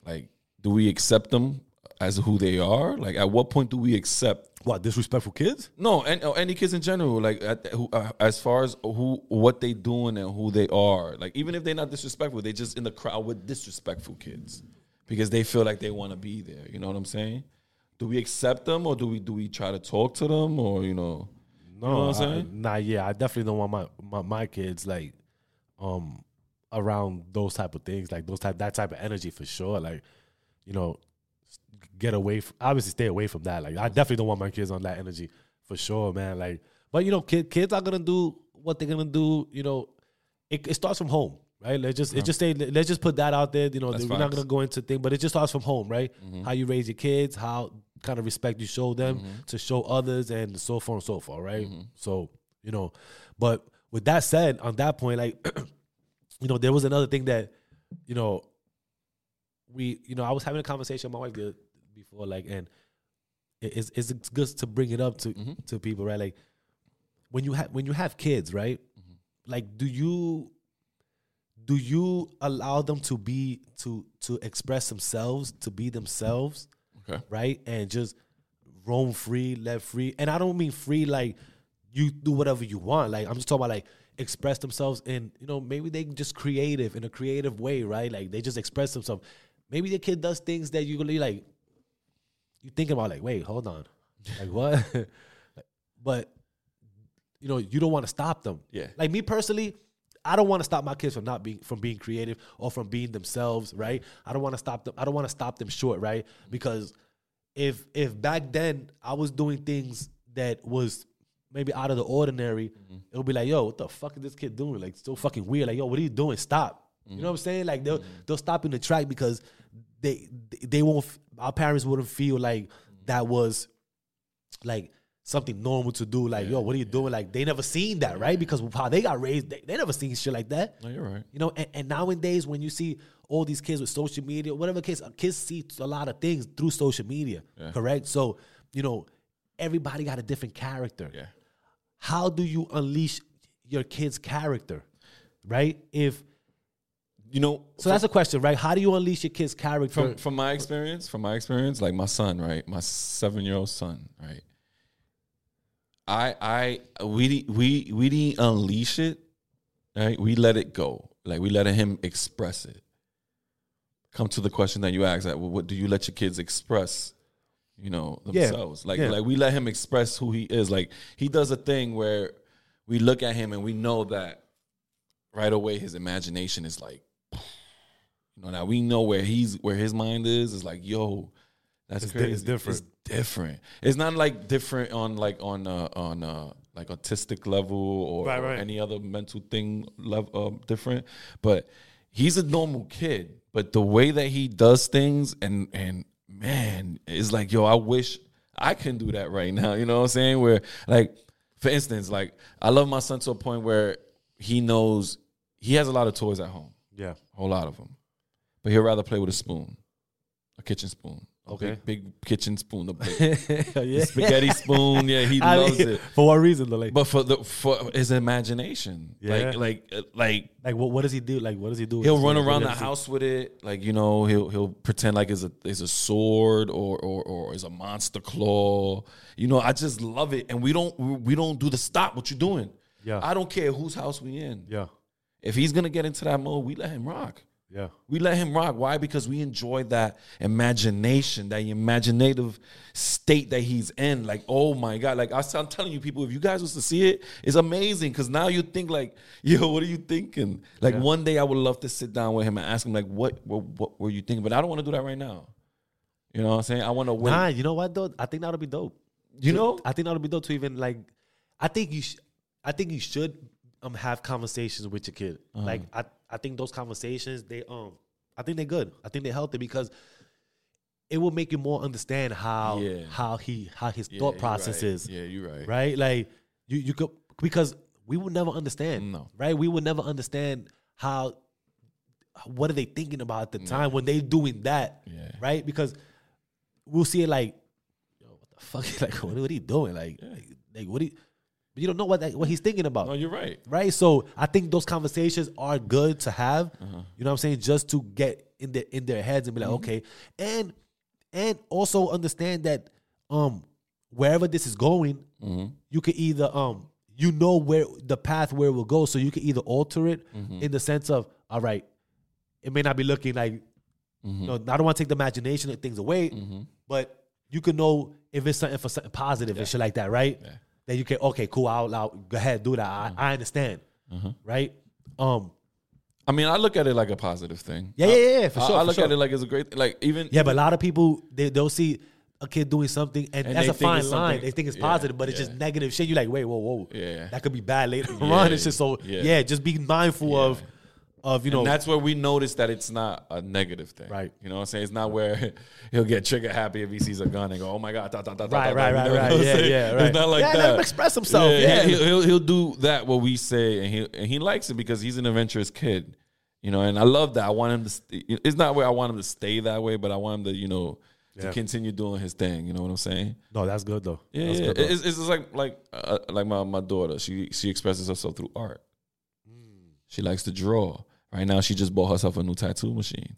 [SPEAKER 2] like, do we accept them as who they are? Like, at what point do we accept?
[SPEAKER 1] What disrespectful kids?
[SPEAKER 2] No, and or any kids in general, like at, who, uh, as far as who what they doing and who they are, like even if they're not disrespectful, they just in the crowd with disrespectful kids because they feel like they want to be there. You know what I'm saying? Do we accept them or do we do we try to talk to them or you know?
[SPEAKER 1] No,
[SPEAKER 2] you know what I'm
[SPEAKER 1] I-
[SPEAKER 2] saying?
[SPEAKER 1] nah, yeah, I definitely don't want my, my my kids like, um, around those type of things, like those type that type of energy for sure. Like, you know, s- get away. From, obviously, stay away from that. Like, I definitely don't want my kids on that energy for sure, man. Like, but you know, kid, kids are gonna do what they're gonna do. You know, it, it starts from home, right? Let's just it just say let's just put that out there. You know,
[SPEAKER 2] That's
[SPEAKER 1] we're not
[SPEAKER 2] facts. Mm-hmm.
[SPEAKER 1] gonna go into thing, but it just starts from home, right? How you raise your kids, how kind of respect you show them to show others, and so forth and so forth, right?
[SPEAKER 2] Mm-hmm.
[SPEAKER 1] So you know, but with that said, on that point, like you know, there was another thing that you know, we, you know, I was having a conversation with my wife the- before, like, and it- it's it's it's good to bring it up to to people, right? Like, when you have when you have kids, right? Like, do you do you allow them to be to to express themselves, to be themselves?
[SPEAKER 2] Okay.
[SPEAKER 1] right? And just roam free, let free. And I don't mean free like you do whatever you want. Like I'm just talking about like express themselves in, you know, maybe they just creative in a creative way, right? Like they just express themselves. Maybe the kid does things that you really like you thinking about like, wait, hold on. Like what? but you know, you don't want to stop them.
[SPEAKER 2] Yeah.
[SPEAKER 1] Like me personally, I don't want to stop my kids from not being from being creative or from being themselves, right? I don't want to stop them. I don't want to stop them short, right? Because if if back then I was doing things that was maybe out of the ordinary, it'll be like, yo, what the fuck is this kid doing? Like so fucking weird. Like, yo, what are you doing? Stop. You know what I'm saying? Like they'll they'll stop in the track because they they- they won't f- our parents wouldn't feel like that was like something normal to do. Like, yo, what are you doing? Like they never seen that, right? Because of how they got raised, they, they never seen shit like that.
[SPEAKER 2] No, you're right.
[SPEAKER 1] You know, and, and nowadays when you see all these kids with social media, whatever case, uh, kids see a lot of things through social media, correct? So, you know, everybody got a different character.
[SPEAKER 2] Yeah.
[SPEAKER 1] How do you unleash your kid's character, right? If
[SPEAKER 2] You know,
[SPEAKER 1] so, that's a question, right? How do you unleash your kid's character?
[SPEAKER 2] from from my experience, from my experience, like my son, right, my seven year old son, right. I I we di- we we didn't unleash it, right? We let it go, like we let him express it. Come to the question that you asked, like, well, what do you let your kids express? You know
[SPEAKER 1] Yeah,
[SPEAKER 2] themselves, like
[SPEAKER 1] yeah.
[SPEAKER 2] like we let him express who he is. Like he does a thing where we look at him and we know that right away his imagination is like you know now we know where he's where his mind is it's like yo that's
[SPEAKER 1] It's di-
[SPEAKER 2] crazy
[SPEAKER 1] it's different.
[SPEAKER 2] it's different it's not like different on like on uh on uh like autistic level or,
[SPEAKER 1] Right,
[SPEAKER 2] or
[SPEAKER 1] right.
[SPEAKER 2] any other mental thing level uh, different but he's a normal kid but the way that he does things and and man it's like yo i wish i can do that right now you know what i'm saying where like for instance like i love my son to a point where he knows he has a lot of toys at home
[SPEAKER 1] yeah,
[SPEAKER 2] a whole lot of them. But he'll rather play with a spoon, a kitchen spoon. A
[SPEAKER 1] Okay.
[SPEAKER 2] Big, big kitchen spoon, the big
[SPEAKER 1] yeah.
[SPEAKER 2] spaghetti spoon. Yeah, he
[SPEAKER 1] I
[SPEAKER 2] loves
[SPEAKER 1] mean,
[SPEAKER 2] it.
[SPEAKER 1] For what reason, though? Like,
[SPEAKER 2] But for the for his imagination,
[SPEAKER 1] Yeah.
[SPEAKER 2] like like uh, like
[SPEAKER 1] like what, what does he do? Like, what does he do? with
[SPEAKER 2] he'll
[SPEAKER 1] his
[SPEAKER 2] run
[SPEAKER 1] hands?
[SPEAKER 2] around
[SPEAKER 1] What
[SPEAKER 2] the
[SPEAKER 1] does he-
[SPEAKER 2] house with it, like you know he'll he'll pretend like it's a it's a sword or or or is a monster claw. You know, I just love it, and we don't we don't do the stop. What you doing?
[SPEAKER 1] Yeah.
[SPEAKER 2] I don't care whose house we in.
[SPEAKER 1] Yeah,
[SPEAKER 2] If he's gonna get into that mode, we let him rock.
[SPEAKER 1] yeah.
[SPEAKER 2] We let him rock. Why? Because we enjoy that imagination, that imaginative state that he's in. Like, oh my God. Like, I s- I'm telling you, people, if you guys was to see it, it's amazing. Because now you think, like, yo, what are you thinking? Like, one day I would love to sit down with him and ask him, like, what, what, what were you thinking? But I don't want to do that right now. You know what I'm saying? I want to wait.
[SPEAKER 1] Nah, Ah, you know what though? I think that'll be dope.
[SPEAKER 2] you know?
[SPEAKER 1] I think that'll be dope to even like. I think you, sh- I think you should um have conversations with your kid.
[SPEAKER 2] Uh-huh.
[SPEAKER 1] Like I, I think those conversations they um, I think they're good. I think they're healthy because it will make you more understand how
[SPEAKER 2] Yeah.
[SPEAKER 1] how he how his
[SPEAKER 2] Yeah,
[SPEAKER 1] thought
[SPEAKER 2] you're
[SPEAKER 1] process
[SPEAKER 2] right.
[SPEAKER 1] is.
[SPEAKER 2] Yeah, you're right.
[SPEAKER 1] Right? Like you you could because we would never understand.
[SPEAKER 2] No.
[SPEAKER 1] Right? We would never understand how what are they thinking about at the time when they doing that.
[SPEAKER 2] Yeah.
[SPEAKER 1] Right? Because we'll see it like, yo, what the fuck? Like what, what he doing? Like, like, like, what he but you don't know what that, what he's thinking about.
[SPEAKER 2] No, you're right.
[SPEAKER 1] Right? So I think those conversations are good to have.
[SPEAKER 2] Uh-huh.
[SPEAKER 1] You know what I'm saying? Just to get in their in their heads and
[SPEAKER 2] Mm-hmm.
[SPEAKER 1] be like, okay. And and also understand that um wherever this is going,
[SPEAKER 2] Mm-hmm.
[SPEAKER 1] you could either um you know where the path where it will go. So you can either alter it
[SPEAKER 2] Mm-hmm.
[SPEAKER 1] in the sense of, all right, it may not be looking like you know, I don't want to take the imagination of things away,
[SPEAKER 2] Mm-hmm.
[SPEAKER 1] but you can know if it's something for something positive and shit like that, right?
[SPEAKER 2] Yeah. Mm-hmm.
[SPEAKER 1] Then you can okay, cool, I'll, I'll go ahead do that. I, I understand, right? Um,
[SPEAKER 2] I mean, I look at it like a positive thing.
[SPEAKER 1] yeah, yeah, yeah, yeah, for
[SPEAKER 2] Uh, I,
[SPEAKER 1] sure.
[SPEAKER 2] I
[SPEAKER 1] for
[SPEAKER 2] look
[SPEAKER 1] sure.
[SPEAKER 2] at it like it's a great Like, even.
[SPEAKER 1] yeah, but a lot of people they they'll see a kid doing something and,
[SPEAKER 2] And
[SPEAKER 1] that's
[SPEAKER 2] they
[SPEAKER 1] a
[SPEAKER 2] think
[SPEAKER 1] fine
[SPEAKER 2] it's
[SPEAKER 1] line.
[SPEAKER 2] something-
[SPEAKER 1] They think it's
[SPEAKER 2] yeah,
[SPEAKER 1] positive, but it's just
[SPEAKER 2] yeah.
[SPEAKER 1] negative shit. You're like, wait, whoa, whoa,
[SPEAKER 2] Yeah.
[SPEAKER 1] that could be bad later on. It's just so yeah.
[SPEAKER 2] yeah.
[SPEAKER 1] just be mindful of of you know
[SPEAKER 2] And that's where we notice that it's not a negative thing.
[SPEAKER 1] Right.
[SPEAKER 2] You know what I'm saying? It's not where he'll get trigger happy if he sees a gun and go, oh my God, dot, dot, dot,
[SPEAKER 1] Right,
[SPEAKER 2] dot, dot,"
[SPEAKER 1] right,
[SPEAKER 2] you
[SPEAKER 1] right,
[SPEAKER 2] know what
[SPEAKER 1] right.
[SPEAKER 2] I'm
[SPEAKER 1] Yeah,
[SPEAKER 2] saying?
[SPEAKER 1] yeah, right.
[SPEAKER 2] It's not like
[SPEAKER 1] Yeah,
[SPEAKER 2] that.
[SPEAKER 1] let him express himself. Yeah.
[SPEAKER 2] He'll, he'll, he'll do that, what we say, and he'll, and he likes it because he's an adventurous kid. You know, and I love that. I want him to. St- it's not where I want him to stay that way, but I want him to, you know,
[SPEAKER 1] Yeah.
[SPEAKER 2] to continue doing his thing. You know what I'm saying?
[SPEAKER 1] No, that's good though.
[SPEAKER 2] Yeah,
[SPEAKER 1] that's
[SPEAKER 2] yeah.
[SPEAKER 1] good.
[SPEAKER 2] It-
[SPEAKER 1] though.
[SPEAKER 2] It's, it's just like like uh, like my, my daughter. She she expresses herself through art.
[SPEAKER 1] Hmm.
[SPEAKER 2] She likes to draw. Right now, she just bought herself a new tattoo machine.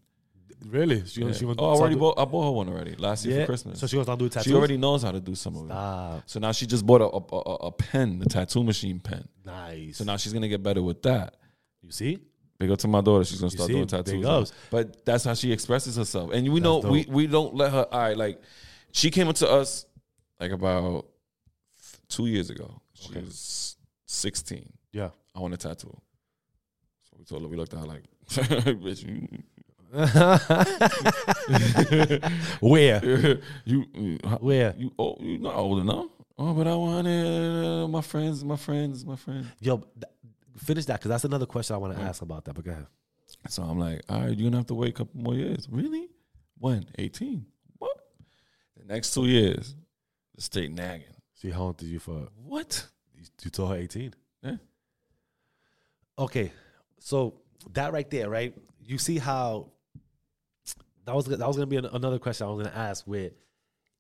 [SPEAKER 1] really? She,
[SPEAKER 2] Yeah.
[SPEAKER 1] she wants
[SPEAKER 2] oh, I already
[SPEAKER 1] so-
[SPEAKER 2] bought. I bought her one already last year
[SPEAKER 1] Yeah.
[SPEAKER 2] for Christmas.
[SPEAKER 1] So she wants to do tattoos.
[SPEAKER 2] she already knows how to do some of it.
[SPEAKER 1] ah,
[SPEAKER 2] So now she just bought a a, a a pen, the tattoo machine pen.
[SPEAKER 1] nice.
[SPEAKER 2] So now she's gonna get better with that.
[SPEAKER 1] you see,
[SPEAKER 2] Big up to my daughter. She's gonna start
[SPEAKER 1] see,
[SPEAKER 2] doing
[SPEAKER 1] big
[SPEAKER 2] tattoos.
[SPEAKER 1] ups.
[SPEAKER 2] But that's how she expresses herself. And we know
[SPEAKER 1] dope.
[SPEAKER 2] we we don't let her. All right, like she came up to us like about two years ago. She
[SPEAKER 1] Okay.
[SPEAKER 2] was sixteen.
[SPEAKER 1] yeah.
[SPEAKER 2] I want a tattoo. So we told her. We looked at her like, bitch, you,
[SPEAKER 1] Where?
[SPEAKER 2] you, you,
[SPEAKER 1] Where?
[SPEAKER 2] you, oh, you not old enough. Oh, but I want it. My friends, my friends, my friends.
[SPEAKER 1] Yo, th- finish that because that's another question I want to ask about that. But go ahead.
[SPEAKER 2] So I'm like, all right, you're gonna have to wait a couple more years. Really? When? 18. What? The next two years, the state nagging.
[SPEAKER 1] She haunted you for
[SPEAKER 2] What?
[SPEAKER 1] you told her eighteen.
[SPEAKER 2] Yeah.
[SPEAKER 1] Okay, so that right there, right? You see how that was that was gonna be an, another question I was gonna ask. Where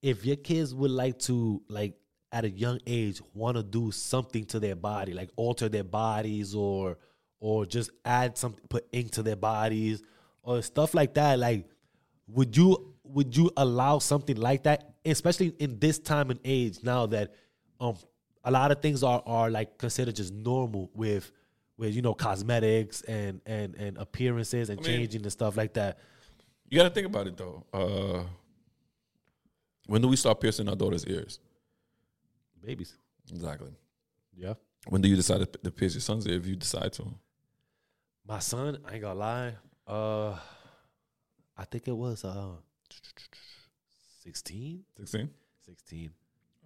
[SPEAKER 1] if your kids would like to like at a young age want to do something to their body, like alter their bodies or or just add something, put ink to their bodies or stuff like that, like would you would you allow something like that, especially in this time and age now that um a lot of things are are like considered just normal with with you know cosmetics and and and appearances and
[SPEAKER 2] mean-
[SPEAKER 1] changing and stuff like that.
[SPEAKER 2] You gotta think about it though. Uh when do we start piercing our daughter's ears?
[SPEAKER 1] Babies,
[SPEAKER 2] Exactly.
[SPEAKER 1] yeah.
[SPEAKER 2] When do you decide to, to pierce your son's ear if you decide to?
[SPEAKER 1] My son, I ain't gonna lie. Uh, I think it was uh, 16,
[SPEAKER 2] 16?
[SPEAKER 1] 16,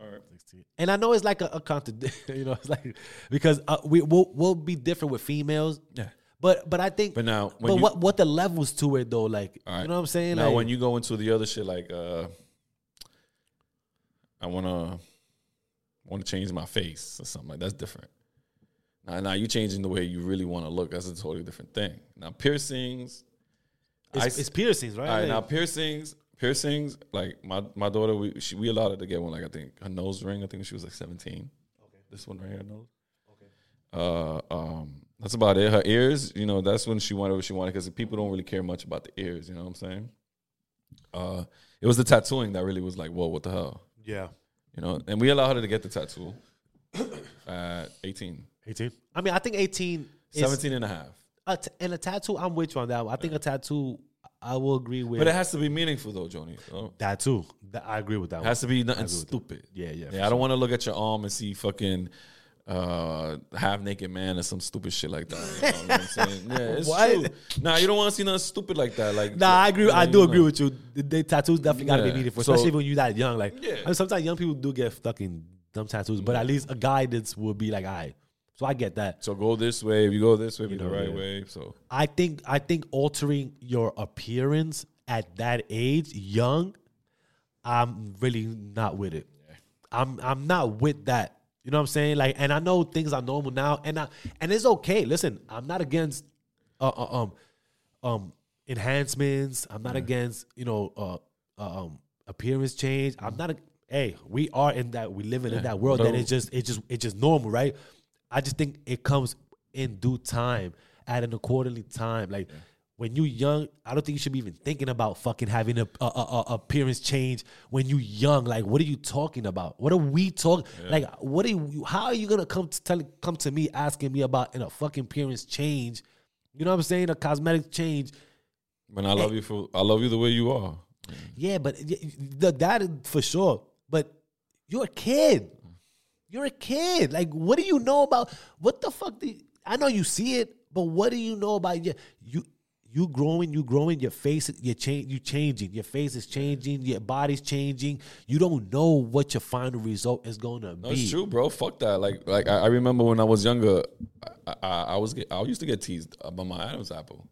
[SPEAKER 2] All right.
[SPEAKER 1] 16. And I know it's like a, a contradiction, you know, it's like because uh, we we'll, we'll be different with females,
[SPEAKER 2] Yeah.
[SPEAKER 1] but but I think,
[SPEAKER 2] But
[SPEAKER 1] but,
[SPEAKER 2] now when you,
[SPEAKER 1] what what the levels to it though? Like,
[SPEAKER 2] All right.
[SPEAKER 1] you know what I'm saying?
[SPEAKER 2] Now,
[SPEAKER 1] like,
[SPEAKER 2] when you go into the other shit, like uh, I wanna want to change my face or something like that's different. Now, now you changing the way you really want to look. That's a totally different thing. Now piercings, I
[SPEAKER 1] it's,
[SPEAKER 2] s-
[SPEAKER 1] it's piercings, right?
[SPEAKER 2] all right. Now
[SPEAKER 1] Like,
[SPEAKER 2] piercings, piercings. Like my my daughter, we she, we allowed her to get one. Like I think her nose ring. I think she was like seventeen. Okay. This one right here, her nose. Okay. Uh, um, that's about it. Her ears, you know, that's when she wanted what she wanted because people don't really care much about the ears. You know what I'm saying? Uh, it was the tattooing that really was like, whoa, what the hell?
[SPEAKER 1] yeah,
[SPEAKER 2] You know, and we allowed her to get the tattoo at 18,
[SPEAKER 1] 18. I mean, I think 18, is
[SPEAKER 2] 17 and a half.
[SPEAKER 1] a t- and a tattoo. I'm with you on that. one. I think a tattoo. I will agree with
[SPEAKER 2] But it has to be meaningful though, Joni. you know?
[SPEAKER 1] that too. That, I agree with that.
[SPEAKER 2] It
[SPEAKER 1] One.
[SPEAKER 2] has to be nothing stupid.
[SPEAKER 1] yeah, yeah.
[SPEAKER 2] Yeah, I don't want to look at your arm and see fucking uh, half naked man or some stupid shit like that. You know what I'm saying? Yeah, it's
[SPEAKER 1] What?
[SPEAKER 2] true. Nah, you don't want to see nothing stupid like that. Like,
[SPEAKER 1] Nah, I agree. I
[SPEAKER 2] Yeah,
[SPEAKER 1] do
[SPEAKER 2] you
[SPEAKER 1] agree
[SPEAKER 2] know.
[SPEAKER 1] with you. The, the tattoos definitely gotta
[SPEAKER 2] Yeah.
[SPEAKER 1] be needed for,
[SPEAKER 2] So-
[SPEAKER 1] especially when you that young. Like,
[SPEAKER 2] Yeah. Mm.
[SPEAKER 1] I mean, sometimes young people do get fucking dumb tattoos, but at least a guidance would be like, all right. So I get that.
[SPEAKER 2] So go this way. If you go this way, be the
[SPEAKER 1] know,
[SPEAKER 2] right
[SPEAKER 1] yeah.
[SPEAKER 2] way. So
[SPEAKER 1] I think I think altering your appearance at that age, young, I'm really not with it. I'm I'm not with that. You know what I'm saying? Like, and I know things are normal now, and I and it's okay. Listen, I'm not against uh, uh, um um enhancements. I'm not against you know uh, uh, um appearance change. I'm not. A, hey, we are in that we living in that world that
[SPEAKER 2] No.
[SPEAKER 1] it's just it's just it's just normal, right? I just think it comes in due time at an accordingly time, like. When you young, I don't think you should be even thinking about fucking having a, a, a, a appearance change when you young. Like, what are you talking about? What are we talking? Like, what are you? How are you gonna come to tell, come to me asking me about in a fucking appearance change? You know what I'm saying? A cosmetic change.
[SPEAKER 2] man, I love you for I love you the way you are.
[SPEAKER 1] Yeah, but y- y- the, that is for sure. But you're a kid. You're a kid. Like, what do you know about what the fuck? Do you- I know you see it, but what do you know about you? You you growing, you growing. Your face, you change, you changing. Your face is changing. Your body's changing. You don't know what your final result is going to
[SPEAKER 2] No,
[SPEAKER 1] be.
[SPEAKER 2] it's true, bro. Fuck that. Like, like I, I remember when I was younger, I, I, I was get, I used to get teased about my Adam's apple.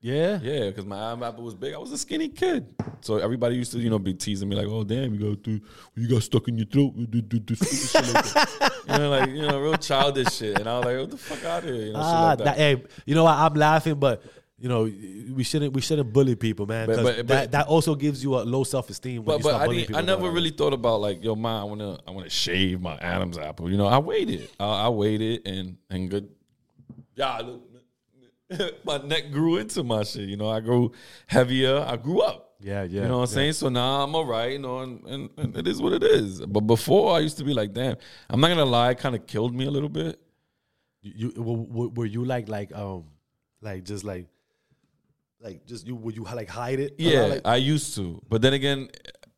[SPEAKER 1] Yeah.
[SPEAKER 2] Yeah, because my Adam's apple was big. I was a skinny kid, so everybody used to you know be teasing me like, "Oh damn, you got through, you got stuck in your throat." with the- the- the stupid shit like that. You know, like you know, real childish shit. And I was like, "What the fuck out of here?" You know, shit
[SPEAKER 1] Ah,
[SPEAKER 2] like that.
[SPEAKER 1] that- hey, you know what? I'm laughing, but you know, we shouldn't we shouldn't bully people, man.
[SPEAKER 2] But-
[SPEAKER 1] 'cause
[SPEAKER 2] but-
[SPEAKER 1] that
[SPEAKER 2] but-
[SPEAKER 1] that also gives you a low self esteem.
[SPEAKER 2] But,
[SPEAKER 1] you
[SPEAKER 2] but
[SPEAKER 1] start
[SPEAKER 2] I,
[SPEAKER 1] bullying
[SPEAKER 2] didn't, I
[SPEAKER 1] people,
[SPEAKER 2] never
[SPEAKER 1] dog.
[SPEAKER 2] really thought about like yo ma I wanna I wanna shave my Adam's apple you know I waited I, I waited and and good yeah look, my neck grew into my shit you know I grew heavier I grew up
[SPEAKER 1] Yeah, yeah.
[SPEAKER 2] you know what I'm saying so now I'm alright you know and, and, and it is what it is but before I used to be like damn I'm not gonna lie it kind of killed me a little bit
[SPEAKER 1] You, you were- were, were you like like um like just like like just you would you like hide it? a lot,
[SPEAKER 2] yeah
[SPEAKER 1] like-
[SPEAKER 2] I used to but then again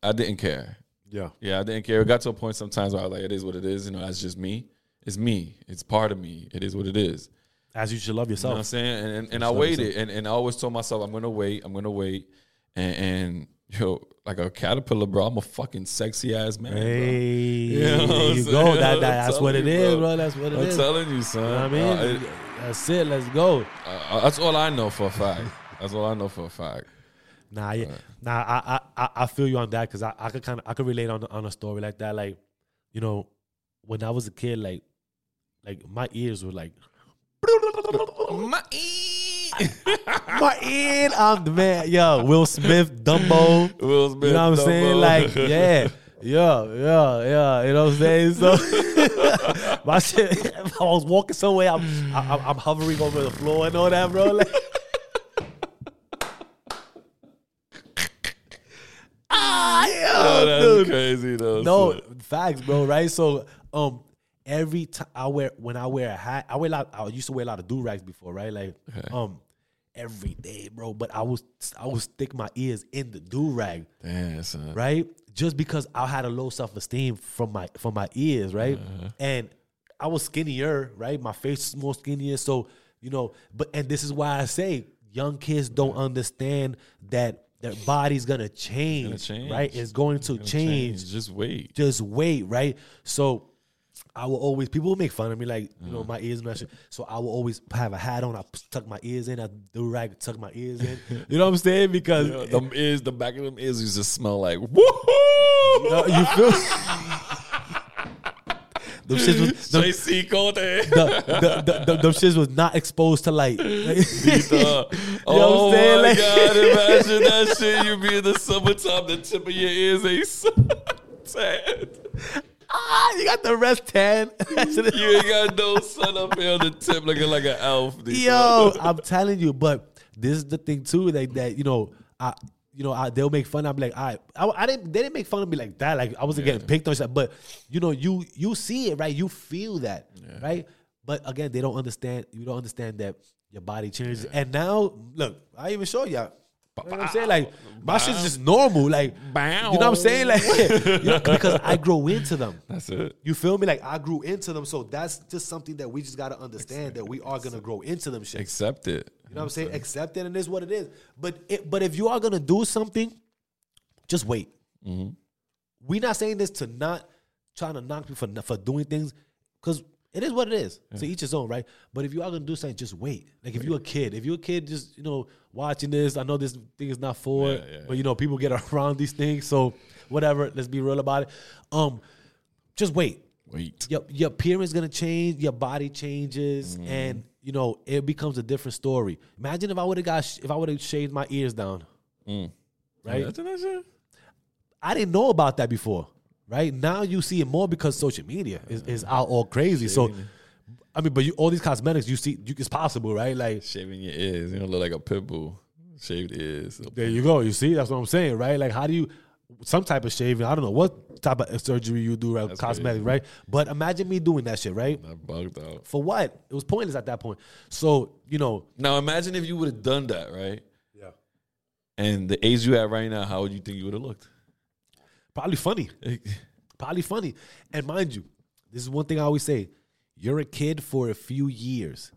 [SPEAKER 2] I didn't care
[SPEAKER 1] yeah.
[SPEAKER 2] Yeah, I didn't care. It got to a point sometimes where I was like, it is what it is. You know, that's just me. It's me. It's part of me. It is what it is.
[SPEAKER 1] As you should love
[SPEAKER 2] You know what I'm
[SPEAKER 1] yourself.
[SPEAKER 2] saying? And and, and I waited. And, and I always told myself, I'm gonna wait, I'm gonna wait. And, and yo, like a caterpillar, bro, I'm a fucking sexy ass man. bro.
[SPEAKER 1] Hey,
[SPEAKER 2] know what
[SPEAKER 1] there
[SPEAKER 2] I'm
[SPEAKER 1] you go.
[SPEAKER 2] saying?
[SPEAKER 1] That, that
[SPEAKER 2] I'm
[SPEAKER 1] that's what it
[SPEAKER 2] telling you,
[SPEAKER 1] is, bro.
[SPEAKER 2] bro.
[SPEAKER 1] That's what it
[SPEAKER 2] I'm
[SPEAKER 1] is.
[SPEAKER 2] telling you, son.
[SPEAKER 1] You know what I mean,
[SPEAKER 2] Uh,
[SPEAKER 1] that's it. Let's go.
[SPEAKER 2] I- I- Uh, that's all I know for a fact. That's all I know for a fact.
[SPEAKER 1] Nah, yeah. nah. I, I I I feel you on that because I, I could kind of I could relate on on a story like that. Like, you know, when I was a kid, like, like my ears were like my ear. I'm the man, yo. Will Smith, Dumbo.
[SPEAKER 2] Will Smith,
[SPEAKER 1] you know what I'm
[SPEAKER 2] Dumbo.
[SPEAKER 1] saying? Like, yeah, yeah, yeah, yeah. You know what I'm saying? So my shit. if I was walking somewhere. I'm I, I'm- I'm hovering over the floor and all that, bro. Like. Ah, yo,
[SPEAKER 2] Oh, that's
[SPEAKER 1] dude.
[SPEAKER 2] crazy though.
[SPEAKER 1] No,
[SPEAKER 2] son.
[SPEAKER 1] facts, bro. Right. So, um, every time I wear when I wear a hat, I wear a lot. I used to wear a lot of do rags before, right? Like, um, every day, bro. But I was I would stick my ears in the do rag,
[SPEAKER 2] Damn, son.
[SPEAKER 1] right? Just because I had a low self esteem from my from my ears, right? And I was skinnier, right? My face was more skinnier, so you know. But and this is why I say young kids don't understand that. Their body's gonna change,
[SPEAKER 2] change.
[SPEAKER 1] right? It's going to change
[SPEAKER 2] Change. Just wait.
[SPEAKER 1] just wait, right? So I will always people will make fun of me, like you know my ears and that shit. So I will always have a hat on. I tuck my ears in. I do rag tuck my ears in. You know what I'm saying? Because
[SPEAKER 2] Yeah, them ears, the back of them ears used to smell like woohoo.
[SPEAKER 1] uh, you feel them shits was them,
[SPEAKER 2] JC Cote.
[SPEAKER 1] the, the, the, the, them shits was not exposed to light.
[SPEAKER 2] Uh,
[SPEAKER 1] know what
[SPEAKER 2] oh
[SPEAKER 1] I'm saying?
[SPEAKER 2] my
[SPEAKER 1] Like-
[SPEAKER 2] god! Imagine that shit. You be in the summertime, the tip of your ears ain't so tan.
[SPEAKER 1] ah, you got the rest tan.
[SPEAKER 2] You ain't got no sun up here on the tip, looking like an elf.
[SPEAKER 1] Yo, I'm telling you, but this is the thing too, like that, you know, I you know, I, they'll make fun. I'm like, I, I, I didn't. They didn't make fun of me like that. Like I wasn't getting picked on, stuff, but you know, you you see it, right? You feel that, right? But again, they don't understand. You don't understand that your body changes. And now, look, I even show y'all. You know what I'm saying? Like my shit's just normal. Like you know what I'm saying? Like you know, because I grow into them.
[SPEAKER 2] That's it.
[SPEAKER 1] You feel me? Like I grew into them, so that's just something that we just gotta understand that we are gonna grow into them shit.
[SPEAKER 2] Accept it.
[SPEAKER 1] You know what I'm saying? Accept it and it's what it is. But it, but if you are gonna do something, just wait.
[SPEAKER 2] Mm-hmm.
[SPEAKER 1] We're not saying this to not trying to knock people for for doing things, because it is what it is. To each his own, right? But if you are gonna do something, just wait. Like if you're a kid, if you're a kid, just you know watching this. I know this thing is not for it,
[SPEAKER 2] yeah,
[SPEAKER 1] but you know people get around these things, so whatever. Let's be real about it. Um, just wait
[SPEAKER 2] Wait.
[SPEAKER 1] your your appearance gonna change, your body changes, and you know it becomes a different story. Imagine if I would have got sh- if I would have shaved my ears down, right?
[SPEAKER 2] Imagine that shit.
[SPEAKER 1] I didn't know about that before, right? Now you see it more because social media is, is out all crazy. So, I mean, but you all these cosmetics you see, you, it's possible, right? Like
[SPEAKER 2] Shaving your ears. You don't look like a pit bull. Shaved ears.
[SPEAKER 1] there you go. You see, that's what I'm saying, right? Like how do you some type of shaving? I don't know what type of surgery you do, right? cosmetic, right? But imagine me doing that shit, right?
[SPEAKER 2] I bugged out.
[SPEAKER 1] For what? It was pointless at that point. So you know.
[SPEAKER 2] Now imagine if you would have done that, right?
[SPEAKER 1] Yeah.
[SPEAKER 2] And the age you at right now, how would you think you would have looked?
[SPEAKER 1] Probably funny. Probably funny. And mind you, this is one thing I always say you're a kid for a few years,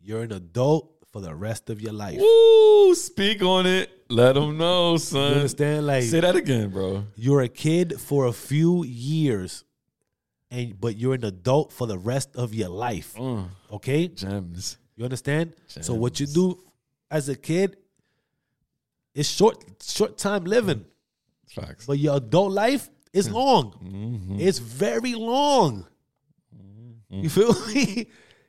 [SPEAKER 1] you're an adult for the rest of your life.
[SPEAKER 2] Ooh, speak on it. Let them know,
[SPEAKER 1] You
[SPEAKER 2] son.
[SPEAKER 1] understand? Like,
[SPEAKER 2] Say that again, bro.
[SPEAKER 1] you're a kid for a few years. And, but you're an adult for the rest of your life.
[SPEAKER 2] Mm,
[SPEAKER 1] Okay?
[SPEAKER 2] gems.
[SPEAKER 1] You understand? So what you do as a kid is short short time living.
[SPEAKER 2] Facts.
[SPEAKER 1] But your adult life is
[SPEAKER 2] Hmm.
[SPEAKER 1] long.
[SPEAKER 2] Mm-hmm.
[SPEAKER 1] It's very long. You feel me?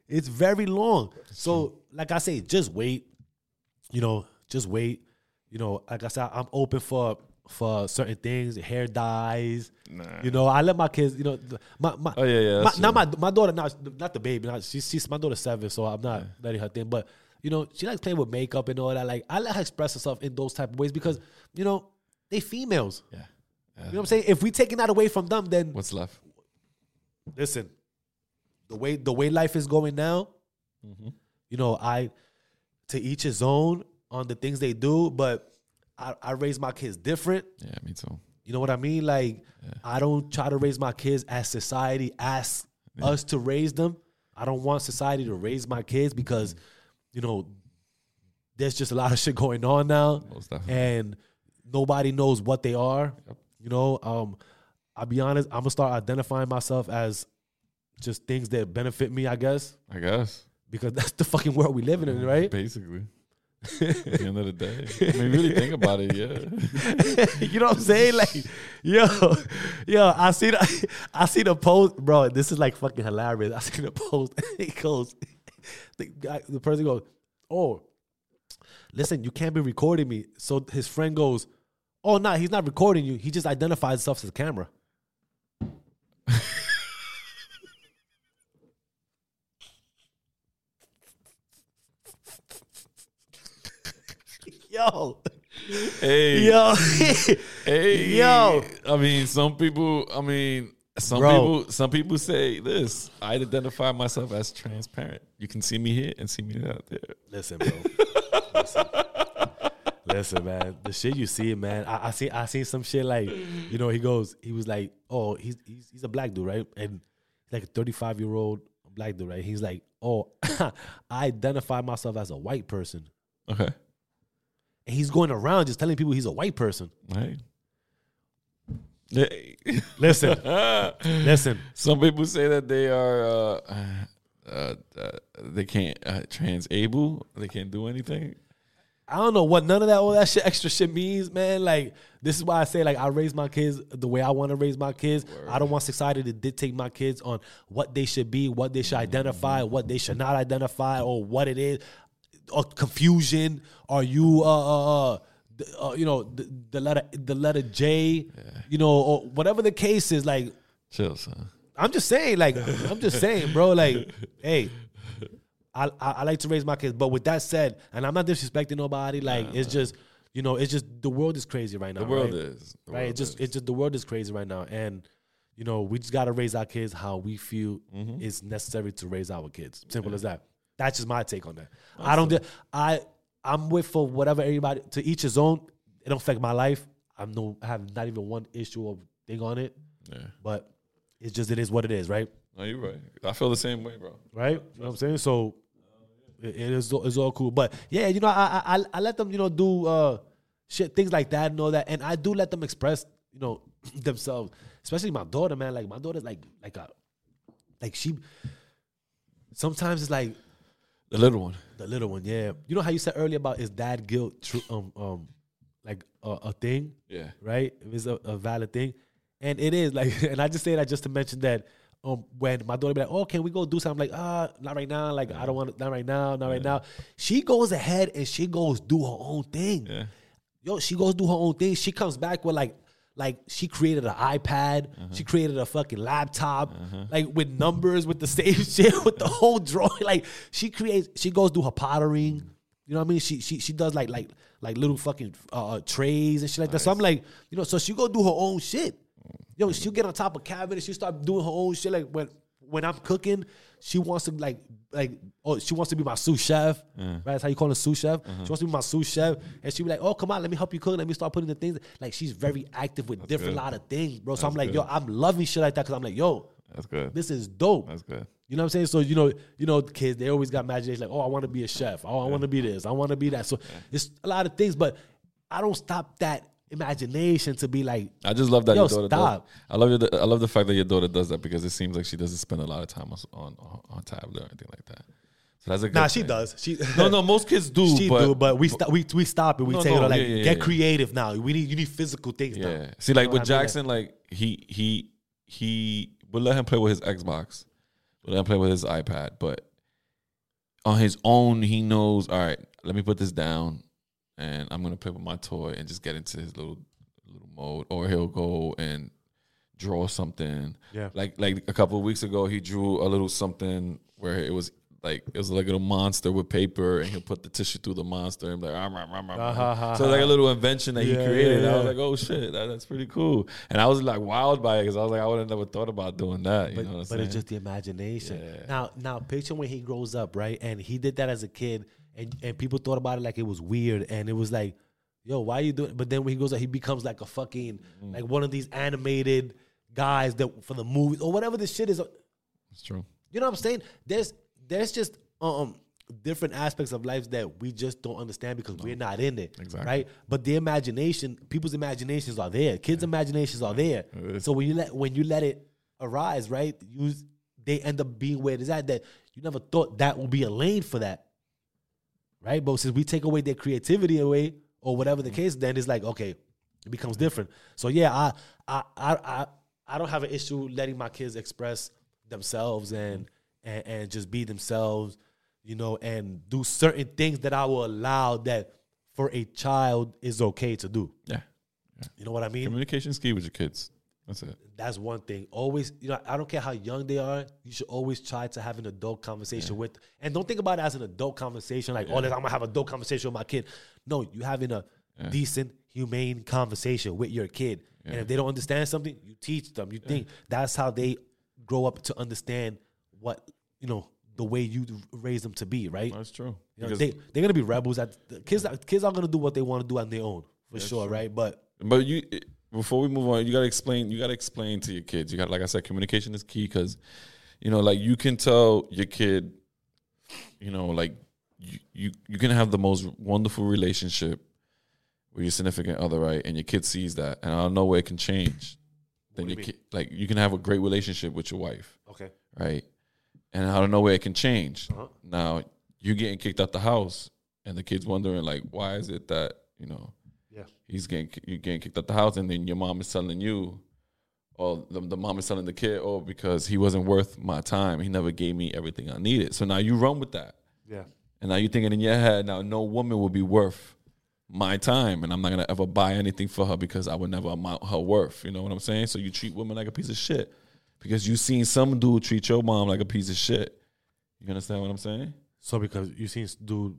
[SPEAKER 1] It's very long. So, like I say, just wait. you know, just wait. You know, like I said, I'm open for for certain things, hair dyes. You know, I let my kids. You know, th- my my
[SPEAKER 2] Oh, yeah, yeah,
[SPEAKER 1] My,
[SPEAKER 2] that's
[SPEAKER 1] not my my daughter, not not the baby. Not, she's she's my daughter's seven, so I'm not letting her think. But you know, she likes playing with makeup and all that. Like I let her express herself in those type of ways because you know they females.
[SPEAKER 2] Yeah.
[SPEAKER 1] You know what I'm saying? If we taking that away from them, then
[SPEAKER 2] What's left?
[SPEAKER 1] listen, the way the way life is going now, you know, I to each his own on the things they do, but I, I raise my kids different.
[SPEAKER 2] Yeah, me too.
[SPEAKER 1] You know what I mean? Like I don't try to raise my kids as society asks us to raise them. I don't want society to raise my kids because, you know, there's just a lot of shit going on now.
[SPEAKER 2] Most definitely.
[SPEAKER 1] And nobody knows what they are. You know, um, I'll be honest, I'm gonna start identifying myself as just things that benefit me, I guess,
[SPEAKER 2] I guess.
[SPEAKER 1] because that's the fucking world we living
[SPEAKER 2] Mm-hmm.
[SPEAKER 1] in, right?
[SPEAKER 2] Basically. At the end of the day. I mean, really think about it, yeah.
[SPEAKER 1] you know what I'm saying? Like, yo, yo, I see the, I see the post, bro. This is like fucking hilarious. I see the post. it goes, the guy, the person goes, oh, listen, you can't be recording me. So his friend goes, oh, nah, he's not recording you. He just identifies himself as a camera. Yo,
[SPEAKER 2] Hey.
[SPEAKER 1] yo,
[SPEAKER 2] Hey.
[SPEAKER 1] Yo.
[SPEAKER 2] I mean, some people, I mean, some
[SPEAKER 1] Bro.
[SPEAKER 2] people some people say this. I identify myself as transparent. You can see me here and see me out there.
[SPEAKER 1] Listen, bro. Listen. Listen, man. The shit you see, man. I, I see. I seen some shit like, you know, he goes. He was like, oh, he's he's, he's a black dude, right? And he's like a thirty five year old black dude, right? He's like, oh, I identify myself as a white person,
[SPEAKER 2] Okay.
[SPEAKER 1] and he's going around just telling people he's a white person.
[SPEAKER 2] Right. Hey.
[SPEAKER 1] Listen, listen.
[SPEAKER 2] Some people say that they are uh, uh, uh, they can't uh, trans able. They can't do anything.
[SPEAKER 1] I don't know what none of that all that shit extra shit means, man. Like this is why I say like I raise my kids the way I want to raise my kids. I don't want society to dictate my kids on what they should be, what they should identify, what they should not identify, or what it is, or confusion. Are you uh, uh, uh, th- uh you know the, the letter the letter J, you know, or whatever the case is. Like
[SPEAKER 2] Chill, son.
[SPEAKER 1] I'm just saying, like, I'm just saying, bro. Like, hey, I, I I like to raise my kids, but with that said, and I'm not disrespecting nobody. Like, it's just, you know, it's just the world is crazy right now.
[SPEAKER 2] The world
[SPEAKER 1] right?
[SPEAKER 2] is the
[SPEAKER 1] right.
[SPEAKER 2] world
[SPEAKER 1] It's just,
[SPEAKER 2] is.
[SPEAKER 1] it's just the world is crazy right now, and you know, we just gotta raise our kids how we feel
[SPEAKER 2] Mm-hmm.
[SPEAKER 1] is necessary to raise our kids. Simple as that. That's just my take on that. I don't. di- I I'm with for whatever everybody to each his own. It don't affect my life. I'm no. I have not even one issue or thing on it.
[SPEAKER 2] yeah.
[SPEAKER 1] But it's just it is what it is, right?
[SPEAKER 2] No, you're right. I feel the same way, bro.
[SPEAKER 1] Right? You know what I'm saying? So it it is it's all cool. But yeah, you know, I I I- I let them, you know, do uh shit things like that and all that. And I do let them express, you know, themselves. Especially my daughter, man. Like my daughter's like like a like she sometimes it's like
[SPEAKER 2] The little one.
[SPEAKER 1] the little one, yeah. You know how you said earlier about is dad guilt true um um like a, a thing?
[SPEAKER 2] Yeah.
[SPEAKER 1] right? If it's a, a valid thing, and it is like, and I just say that just to mention that um, when my daughter be like, "Oh, can we go do something?" I'm like, "Ah, not right now. Like, I don't want to. Not right now. Not right now." She goes ahead and she goes do her own thing.
[SPEAKER 2] Yeah.
[SPEAKER 1] Yo, she goes do her own thing. She comes back with like. Like she created an iPad, she created a fucking laptop, like with numbers, with the same shit, with the whole drawing. Like she creates, she goes do her pottering. You know what I mean? She she she does like like like little fucking uh, uh, trays and shit like that. So I'm like, you know, so she go do her own shit. Yo, she'll get on top of cabinets. She start doing her own shit. Like when when I'm cooking, she wants to like like oh she wants to be my sous chef. Right, that's how you call it sous chef.
[SPEAKER 2] Uh-huh.
[SPEAKER 1] She wants to be my sous chef, and she be like, oh come on, let me help you cook. Let me start putting the things. Like she's very active with different
[SPEAKER 2] good.
[SPEAKER 1] lot of things, bro. So I'm like, yo, I'm loving shit like that because I'm like, yo,
[SPEAKER 2] That's good.
[SPEAKER 1] this is dope.
[SPEAKER 2] That's good.
[SPEAKER 1] You know what I'm saying? So you know, you know, kids they always got imagination. Like, oh, I want to be a chef. Oh, I want to be this. I want to be that. So it's a lot of things, but I don't stop that imagination to be like,
[SPEAKER 2] I just love that
[SPEAKER 1] Yo,
[SPEAKER 2] your daughter.
[SPEAKER 1] stop.
[SPEAKER 2] Does, I love your, I love the fact that your daughter does that because it seems like she doesn't spend a lot of time on on, on tablet or anything like that. So that's a good
[SPEAKER 1] nah, she
[SPEAKER 2] thing.
[SPEAKER 1] does. She
[SPEAKER 2] No, no, most kids do.
[SPEAKER 1] she
[SPEAKER 2] but,
[SPEAKER 1] do, but we stop. We we stop it. We
[SPEAKER 2] No,
[SPEAKER 1] take
[SPEAKER 2] no,
[SPEAKER 1] it like
[SPEAKER 2] yeah, yeah,
[SPEAKER 1] get
[SPEAKER 2] yeah.
[SPEAKER 1] creative now. We need you need physical things
[SPEAKER 2] Yeah.
[SPEAKER 1] now.
[SPEAKER 2] See, like
[SPEAKER 1] what I
[SPEAKER 2] with
[SPEAKER 1] mean? Like-
[SPEAKER 2] Jackson, like he he he would let him play with his Xbox, would let him play with his iPad, but on his own, he knows. All right, let me put this down and I'm gonna play with my toy and just get into his little little mode. Or he'll go and draw something.
[SPEAKER 1] Yeah.
[SPEAKER 2] Like like a couple of weeks ago he drew a little something where it was like it was like a little monster with paper and he'll put the tissue through the monster and be like "Ah, rah, rah, rah, rah." so like a little invention that he
[SPEAKER 1] Yeah,
[SPEAKER 2] created.
[SPEAKER 1] yeah,
[SPEAKER 2] I was
[SPEAKER 1] yeah.
[SPEAKER 2] like, oh shit, that, that's pretty cool. And I was like wild by it because I was like, I would have never thought about doing that. You
[SPEAKER 1] But,
[SPEAKER 2] know what I'm
[SPEAKER 1] but
[SPEAKER 2] saying?
[SPEAKER 1] it's just the imagination.
[SPEAKER 2] Yeah.
[SPEAKER 1] Now, now picture when he grows up, right? And he did that as a kid, and, and people thought about it like it was weird, and it was like, yo, why you doing? But then when he grows up, he becomes like a fucking
[SPEAKER 2] Mm.
[SPEAKER 1] like one of these animated guys that for the movies or whatever this shit is.
[SPEAKER 2] it's true.
[SPEAKER 1] You know what I'm saying? There's there's just um different aspects of life that we just don't understand because we're not in it.
[SPEAKER 2] Exactly.
[SPEAKER 1] Right? But the imagination, people's imaginations are there. Kids' imaginations are there. So when you let when you let it arise, right, you they end up being where it is at that you never thought that would be a lane for that. Right? But since we take away their creativity away or whatever the case, then it's like, okay, it becomes different. So yeah, I I I I, I don't have an issue letting my kids express themselves and, and and just be themselves, you know, and do certain things that I will allow that for a child is okay to do.
[SPEAKER 2] Yeah.
[SPEAKER 1] You know what I mean?
[SPEAKER 2] Communication key with your kids. That's it.
[SPEAKER 1] That's one thing. Always, you know, I don't care how young they are, you should always try to have an adult conversation with and don't think about it as an adult conversation, like, oh, I'm gonna have an adult conversation with my kid. No, you having a decent, humane conversation with your kid. And if they don't understand something, you teach them. You think that's how they grow up to understand what, you know, the way you raise them to be, right?
[SPEAKER 2] That's true.
[SPEAKER 1] You know,
[SPEAKER 2] Because-
[SPEAKER 1] they they're gonna be rebels. At the kids, are- kids are gonna do what they want to do on their own for sure, right? But
[SPEAKER 2] But you, before we move on, you gotta explain. You gotta explain to your kids. You got, like I said, communication is key because, you know, like you can tell your kid, you know, like you, you you can have the most wonderful relationship with your significant other, right? And your kid sees that, and I don't know where it can change. Then your kid, like you can have a great relationship with your wife,
[SPEAKER 1] okay,
[SPEAKER 2] right? And I don't know where it can change. Now you getting kicked out the house, and the kids wondering like, why is it that you know?
[SPEAKER 1] yeah,
[SPEAKER 2] he's getting you're getting kicked out the house, and then your mom is telling you, or the, the mom is telling the kid, oh, because he wasn't worth my time. He never gave me everything I needed. So now you run with that,
[SPEAKER 1] yeah,
[SPEAKER 2] and now you're thinking in your head, now no woman will be worth my time, and I'm not gonna ever buy anything for her because I would never amount her worth. You know what I'm saying? So you treat women like a piece of shit because you seen some dude treat your mom like a piece of shit. You understand what I'm saying?
[SPEAKER 1] So because you seen s- dude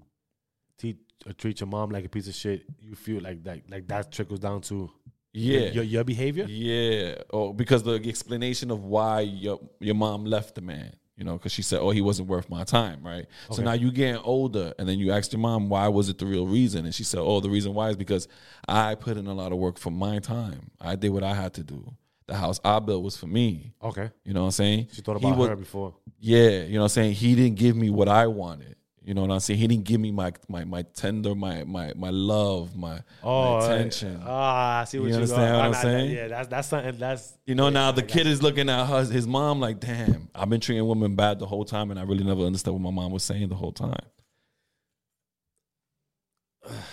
[SPEAKER 1] teach or treat your mom like a piece of shit, you feel like that like that trickles down to
[SPEAKER 2] Yeah.
[SPEAKER 1] your your behavior.
[SPEAKER 2] Yeah, or because the explanation of why your your mom left the man, you know, because she said, "Oh, he wasn't worth my time," right? So now you getting older, and then you ask your mom, "Why was it the real reason?" And she said, "Oh, the reason why is because I put in a lot of work for my time. I did what I had to do. The house I built was for me."
[SPEAKER 1] Okay,
[SPEAKER 2] You know what I'm saying?
[SPEAKER 1] she thought
[SPEAKER 2] He
[SPEAKER 1] about
[SPEAKER 2] was-
[SPEAKER 1] her before.
[SPEAKER 2] yeah, you know what I'm saying? He didn't give me what I wanted. You know what I'm saying? He didn't give me my my my tender, my my my love, my,
[SPEAKER 1] Oh,
[SPEAKER 2] my
[SPEAKER 1] I-
[SPEAKER 2] attention.
[SPEAKER 1] Ah, I see what you,
[SPEAKER 2] understand
[SPEAKER 1] going-
[SPEAKER 2] what I'm
[SPEAKER 1] I- I-
[SPEAKER 2] saying?
[SPEAKER 1] Yeah, that's that's something that's
[SPEAKER 2] You know, now the kid is looking at her, his mom like, damn, I've been treating women bad the whole time, and I really never understood what my mom was saying the whole time.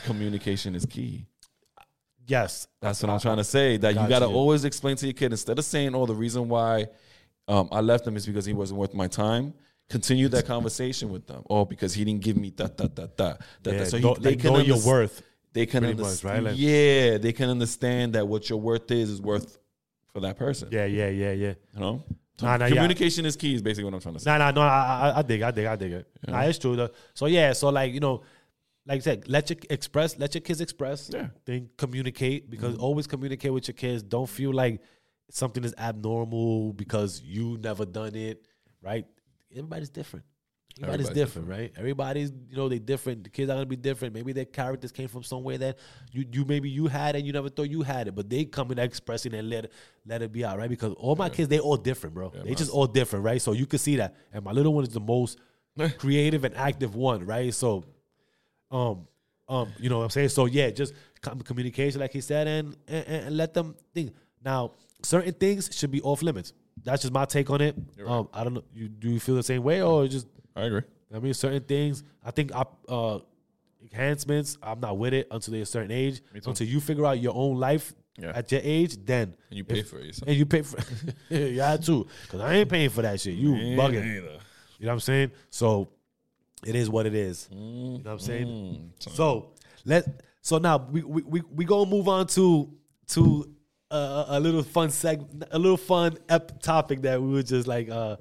[SPEAKER 2] Communication is key.
[SPEAKER 1] yes.
[SPEAKER 2] That's what I'm trying to say. That you
[SPEAKER 1] Got
[SPEAKER 2] got to
[SPEAKER 1] you.
[SPEAKER 2] always explain to your kid instead of saying, "Oh, the reason why um, I left him is because he wasn't worth my time." Continue that conversation with them. Oh, because he didn't give me that, that, that, that, that.
[SPEAKER 1] Yeah,
[SPEAKER 2] that. So he,
[SPEAKER 1] know-
[SPEAKER 2] they
[SPEAKER 1] like
[SPEAKER 2] can
[SPEAKER 1] know your
[SPEAKER 2] underst-
[SPEAKER 1] worth.
[SPEAKER 2] They can
[SPEAKER 1] pretty much, right?
[SPEAKER 2] understand.
[SPEAKER 1] Like-
[SPEAKER 2] yeah, they can understand that what your worth is is worth for that person.
[SPEAKER 1] Yeah, yeah, yeah, yeah.
[SPEAKER 2] You know?
[SPEAKER 1] Nah, nah, yeah.
[SPEAKER 2] Communication is key is basically what I'm trying to say.
[SPEAKER 1] No, no, no. I, I, I dig, I dig, I dig it. Nah, it's true. Though. So yeah, so like you know, like I said, let your express, let your kids express.
[SPEAKER 2] Yeah.
[SPEAKER 1] Then communicate because always communicate with your kids. Don't feel like something is abnormal because you never done it. Right? Everybody's different. Everybody's,
[SPEAKER 2] Everybody's
[SPEAKER 1] different, right? Everybody's you know they different. The kids are gonna be different. Maybe their characters came from somewhere that you you maybe you had and you never thought you had it, but they come and express it and let let it be out, right? Because all my kids they all different, bro. they just all different, right? So you could see that, and my little one is the most creative and active one, right? So, um, um, you know what I'm saying? So yeah, just com- communication, like he said, and, and and let them think. Now, certain things should be off limits. That's just my take on it. Um, I don't know. You do you feel the same way or just
[SPEAKER 2] I agree.
[SPEAKER 1] I mean, certain things. I think I, uh, enhancements. I'm not with it until they're a certain age. Until you figure out your own life
[SPEAKER 2] Yeah.
[SPEAKER 1] at your age, then
[SPEAKER 2] And you pay for it yourself.
[SPEAKER 1] and you pay for. yeah, I too, because I ain't paying for that shit. You bugging. You know what I'm saying? So It is what it is. You know what I'm
[SPEAKER 2] Mm-hmm.
[SPEAKER 1] saying? So let so now we we we, we gonna move on to to uh, a little fun segment, a little fun ep- topic that we were just like uh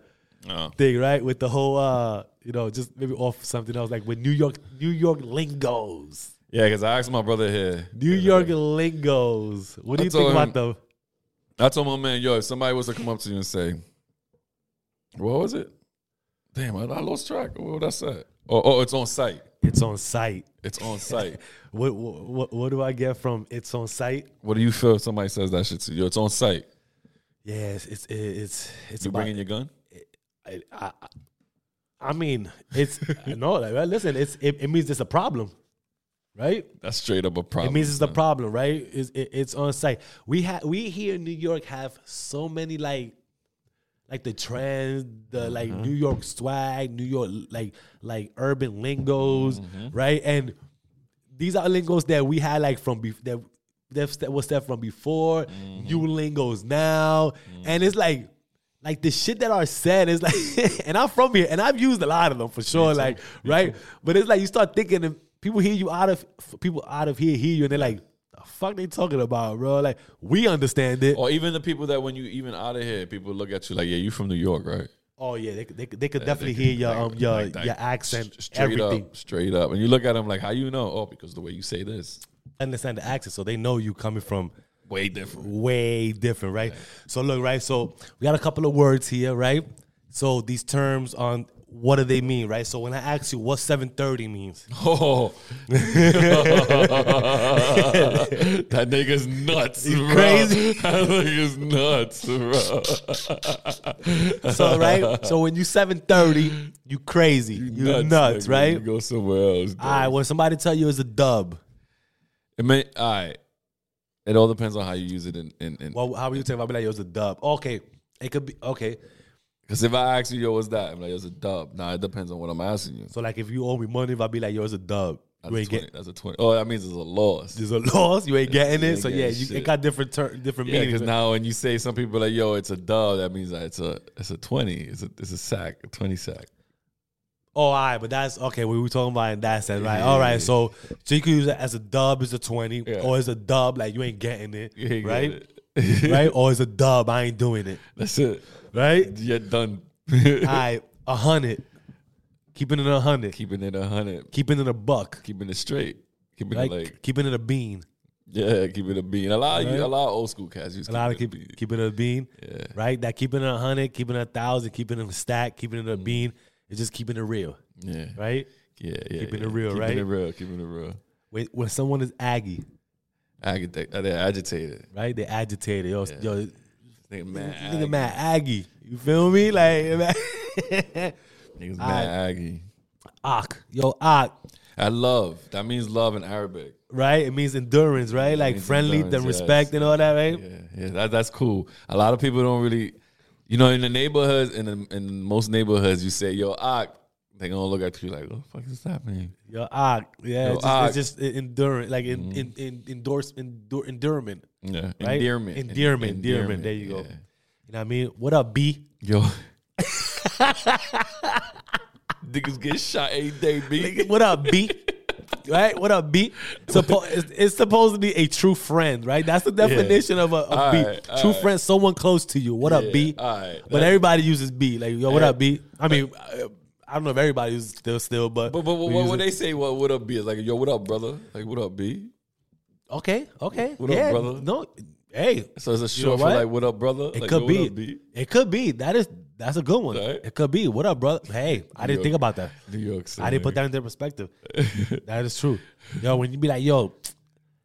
[SPEAKER 2] Uh,
[SPEAKER 1] thing, right? With the whole uh you know just maybe off something else like with New York New York lingos,
[SPEAKER 2] yeah, because I asked my brother here.
[SPEAKER 1] New York lingos. What do
[SPEAKER 2] I
[SPEAKER 1] you think
[SPEAKER 2] told
[SPEAKER 1] about
[SPEAKER 2] him-
[SPEAKER 1] them?
[SPEAKER 2] I told my man, yo, if somebody was to come up to you and say, what was it? Damn, I, I lost track. What I said? Oh, oh, it's on site.
[SPEAKER 1] It's on site.
[SPEAKER 2] It's on site.
[SPEAKER 1] What what what- what do I get from it's on site?
[SPEAKER 2] what do you feel if somebody says that shit to you? It's on site.
[SPEAKER 1] Yes, it's it's it's
[SPEAKER 2] You
[SPEAKER 1] about
[SPEAKER 2] bringing your gun?
[SPEAKER 1] I, I, I- I mean, it's no. Like, right, listen, it's it, it means it's a problem, right?
[SPEAKER 2] That's straight up a
[SPEAKER 1] It
[SPEAKER 2] problem.
[SPEAKER 1] means it's a problem, right? It's, it, it's on site. We have we here in New York have so many like, like the trends, the like New York swag, New York like like urban lingos, right? And these are lingos that we had like from bef- that that that was there from before, new lingos now, and it's like like the shit that are said is like, and I'm from here, and I've used a lot of them for sure, like right, but it's like you start thinking and people hear you out of people out of here hear you, and they're like, the fuck they talking about, bro? Like we understand it. Oh,
[SPEAKER 2] Or even the people that when you even out of here, people look at you like, yeah, you from New York, right?
[SPEAKER 1] Oh, yeah, they, could- they, could- they could definitely hear your um your
[SPEAKER 2] that
[SPEAKER 1] your accent,
[SPEAKER 2] s- straight
[SPEAKER 1] everything.
[SPEAKER 2] up, straight up. And you look at them like, how you know? Oh, because the way you say this,
[SPEAKER 1] Understand the accent, so they know you coming from
[SPEAKER 2] way different.
[SPEAKER 1] way different, right? So look, right. So we got a couple of words here, right? So these terms on what do they mean, right? So when I ask you what 730 means,
[SPEAKER 2] Oh, that nigga's nuts, bro.
[SPEAKER 1] crazy.
[SPEAKER 2] That nigga's nuts, bro.
[SPEAKER 1] so right. so when you 730, you crazy, you nuts,
[SPEAKER 2] nigga.
[SPEAKER 1] right?
[SPEAKER 2] You go somewhere else.
[SPEAKER 1] All right. When somebody tell you it's a dub,
[SPEAKER 2] It may, all right. It all depends on how you use it. In, in, in.
[SPEAKER 1] well, how are you telling? I'll be like, yo, it's a dub. Okay, it could be okay.
[SPEAKER 2] Because if I ask you, yo, what's that? I'm like, it's a dub. Nah, it depends on what I'm asking you.
[SPEAKER 1] So like, if you owe me money, if I be like, yo, it's a dub.
[SPEAKER 2] That's,
[SPEAKER 1] You
[SPEAKER 2] a
[SPEAKER 1] ain't
[SPEAKER 2] 20,
[SPEAKER 1] get
[SPEAKER 2] that's a 20. Oh, that means it's a loss.
[SPEAKER 1] there's a loss. You ain't getting
[SPEAKER 2] you
[SPEAKER 1] it.
[SPEAKER 2] ain't
[SPEAKER 1] So yeah,
[SPEAKER 2] getting
[SPEAKER 1] you, it
[SPEAKER 2] shit.
[SPEAKER 1] got different ter- different
[SPEAKER 2] yeah,
[SPEAKER 1] meanings.
[SPEAKER 2] because now when you say some people are like, yo, it's a dub, that means that it's a it's a 20. It's a, it's a sack, a 20 sack.
[SPEAKER 1] Oh, all right, but that's okay. We were talking about in that sense, right? All right, so so you could use it as a dub as a twenty,
[SPEAKER 2] Yeah.
[SPEAKER 1] or as a dub like you ain't getting it,
[SPEAKER 2] You ain't
[SPEAKER 1] right?
[SPEAKER 2] getting it.
[SPEAKER 1] right? Or as a dub, I ain't doing it,
[SPEAKER 2] That's it.
[SPEAKER 1] right?
[SPEAKER 2] You're done.
[SPEAKER 1] all right, a hundred, keeping it a hundred,
[SPEAKER 2] keeping it 100.
[SPEAKER 1] keeping it a buck,
[SPEAKER 2] Keeping it straight. Keeping
[SPEAKER 1] right?
[SPEAKER 2] it like,
[SPEAKER 1] keeping it a bean.
[SPEAKER 2] yeah, keeping it a bean. A lot, of
[SPEAKER 1] Right.
[SPEAKER 2] you, a lot of old school cats use
[SPEAKER 1] A lot of
[SPEAKER 2] keep
[SPEAKER 1] keep,
[SPEAKER 2] it a bean.
[SPEAKER 1] keeping it a bean,
[SPEAKER 2] Yeah.
[SPEAKER 1] right? That keeping it a hundred, keeping it a thousand, keeping it a stack, keeping it a
[SPEAKER 2] Mm.
[SPEAKER 1] bean. It's just keeping it real,
[SPEAKER 2] Yeah.
[SPEAKER 1] right?
[SPEAKER 2] Yeah, yeah.
[SPEAKER 1] Keeping it
[SPEAKER 2] yeah.
[SPEAKER 1] real,
[SPEAKER 2] keeping
[SPEAKER 1] right?
[SPEAKER 2] Keeping it real, keeping it real.
[SPEAKER 1] When, when someone is aggy,
[SPEAKER 2] Agita- uh, they're agitated.
[SPEAKER 1] right? They're agitated. Yo, yo
[SPEAKER 2] Nigga mad
[SPEAKER 1] Nigga
[SPEAKER 2] aggy.
[SPEAKER 1] mad Aggie. You feel me? Like
[SPEAKER 2] Niggas
[SPEAKER 1] Ah.
[SPEAKER 2] mad aggy.
[SPEAKER 1] Ak. Yo, Ak,
[SPEAKER 2] I love. That means love in Arabic.
[SPEAKER 1] right? It means endurance, right? Like
[SPEAKER 2] means
[SPEAKER 1] friendly, then
[SPEAKER 2] endurance, yes,
[SPEAKER 1] respect and all that, right?
[SPEAKER 2] Yeah, yeah, that, that's cool. A lot of people don't really, you know, in the neighborhoods, in the, in most neighborhoods, you say yo ak, they gonna look at you like, what the fuck is that man?
[SPEAKER 1] Yo, Ak. Yeah,
[SPEAKER 2] Yo, Mm-hmm. Ak.
[SPEAKER 1] it's, just, it's just en- endurance, like in, in, in, endorse, endure, endurement,
[SPEAKER 2] Yeah,
[SPEAKER 1] right?
[SPEAKER 2] endearment,
[SPEAKER 1] Endearment, endearment.
[SPEAKER 2] En-
[SPEAKER 1] There you go.
[SPEAKER 2] yeah.
[SPEAKER 1] You know what I mean? What up, B?
[SPEAKER 2] Yo, niggas get shot every day, b.
[SPEAKER 1] What up, B? Right, what up, B? Suppo- it's, it's supposed to be a true friend, right? That's the definition of a, a
[SPEAKER 2] All
[SPEAKER 1] B.
[SPEAKER 2] right, all
[SPEAKER 1] true
[SPEAKER 2] right.
[SPEAKER 1] friend, someone close to you. What up, B?
[SPEAKER 2] Yeah, all right.
[SPEAKER 1] But everybody uses B. Like, yo,
[SPEAKER 2] uh,
[SPEAKER 1] what up, B? I mean, I I don't know if everybody uses still, still, but
[SPEAKER 2] But, but
[SPEAKER 1] we
[SPEAKER 2] what,
[SPEAKER 1] use
[SPEAKER 2] what,
[SPEAKER 1] it.
[SPEAKER 2] they say? What what up, b? Is like yo, what up, brother? Like what up, b?
[SPEAKER 1] okay, okay,
[SPEAKER 2] What up,
[SPEAKER 1] yeah,
[SPEAKER 2] brother?
[SPEAKER 1] no, hey,
[SPEAKER 2] So it's a
[SPEAKER 1] know
[SPEAKER 2] short for
[SPEAKER 1] what?
[SPEAKER 2] like what up, brother?
[SPEAKER 1] it
[SPEAKER 2] like,
[SPEAKER 1] could
[SPEAKER 2] yo,
[SPEAKER 1] be,
[SPEAKER 2] What up, b?
[SPEAKER 1] it could be. That is, that's a good one.
[SPEAKER 2] Right.
[SPEAKER 1] It could be. What up, brother? Hey, I didn't
[SPEAKER 2] Yo.
[SPEAKER 1] think about that.
[SPEAKER 2] New York City.
[SPEAKER 1] I didn't put that into perspective. that is true. Yo, when you be like, yo,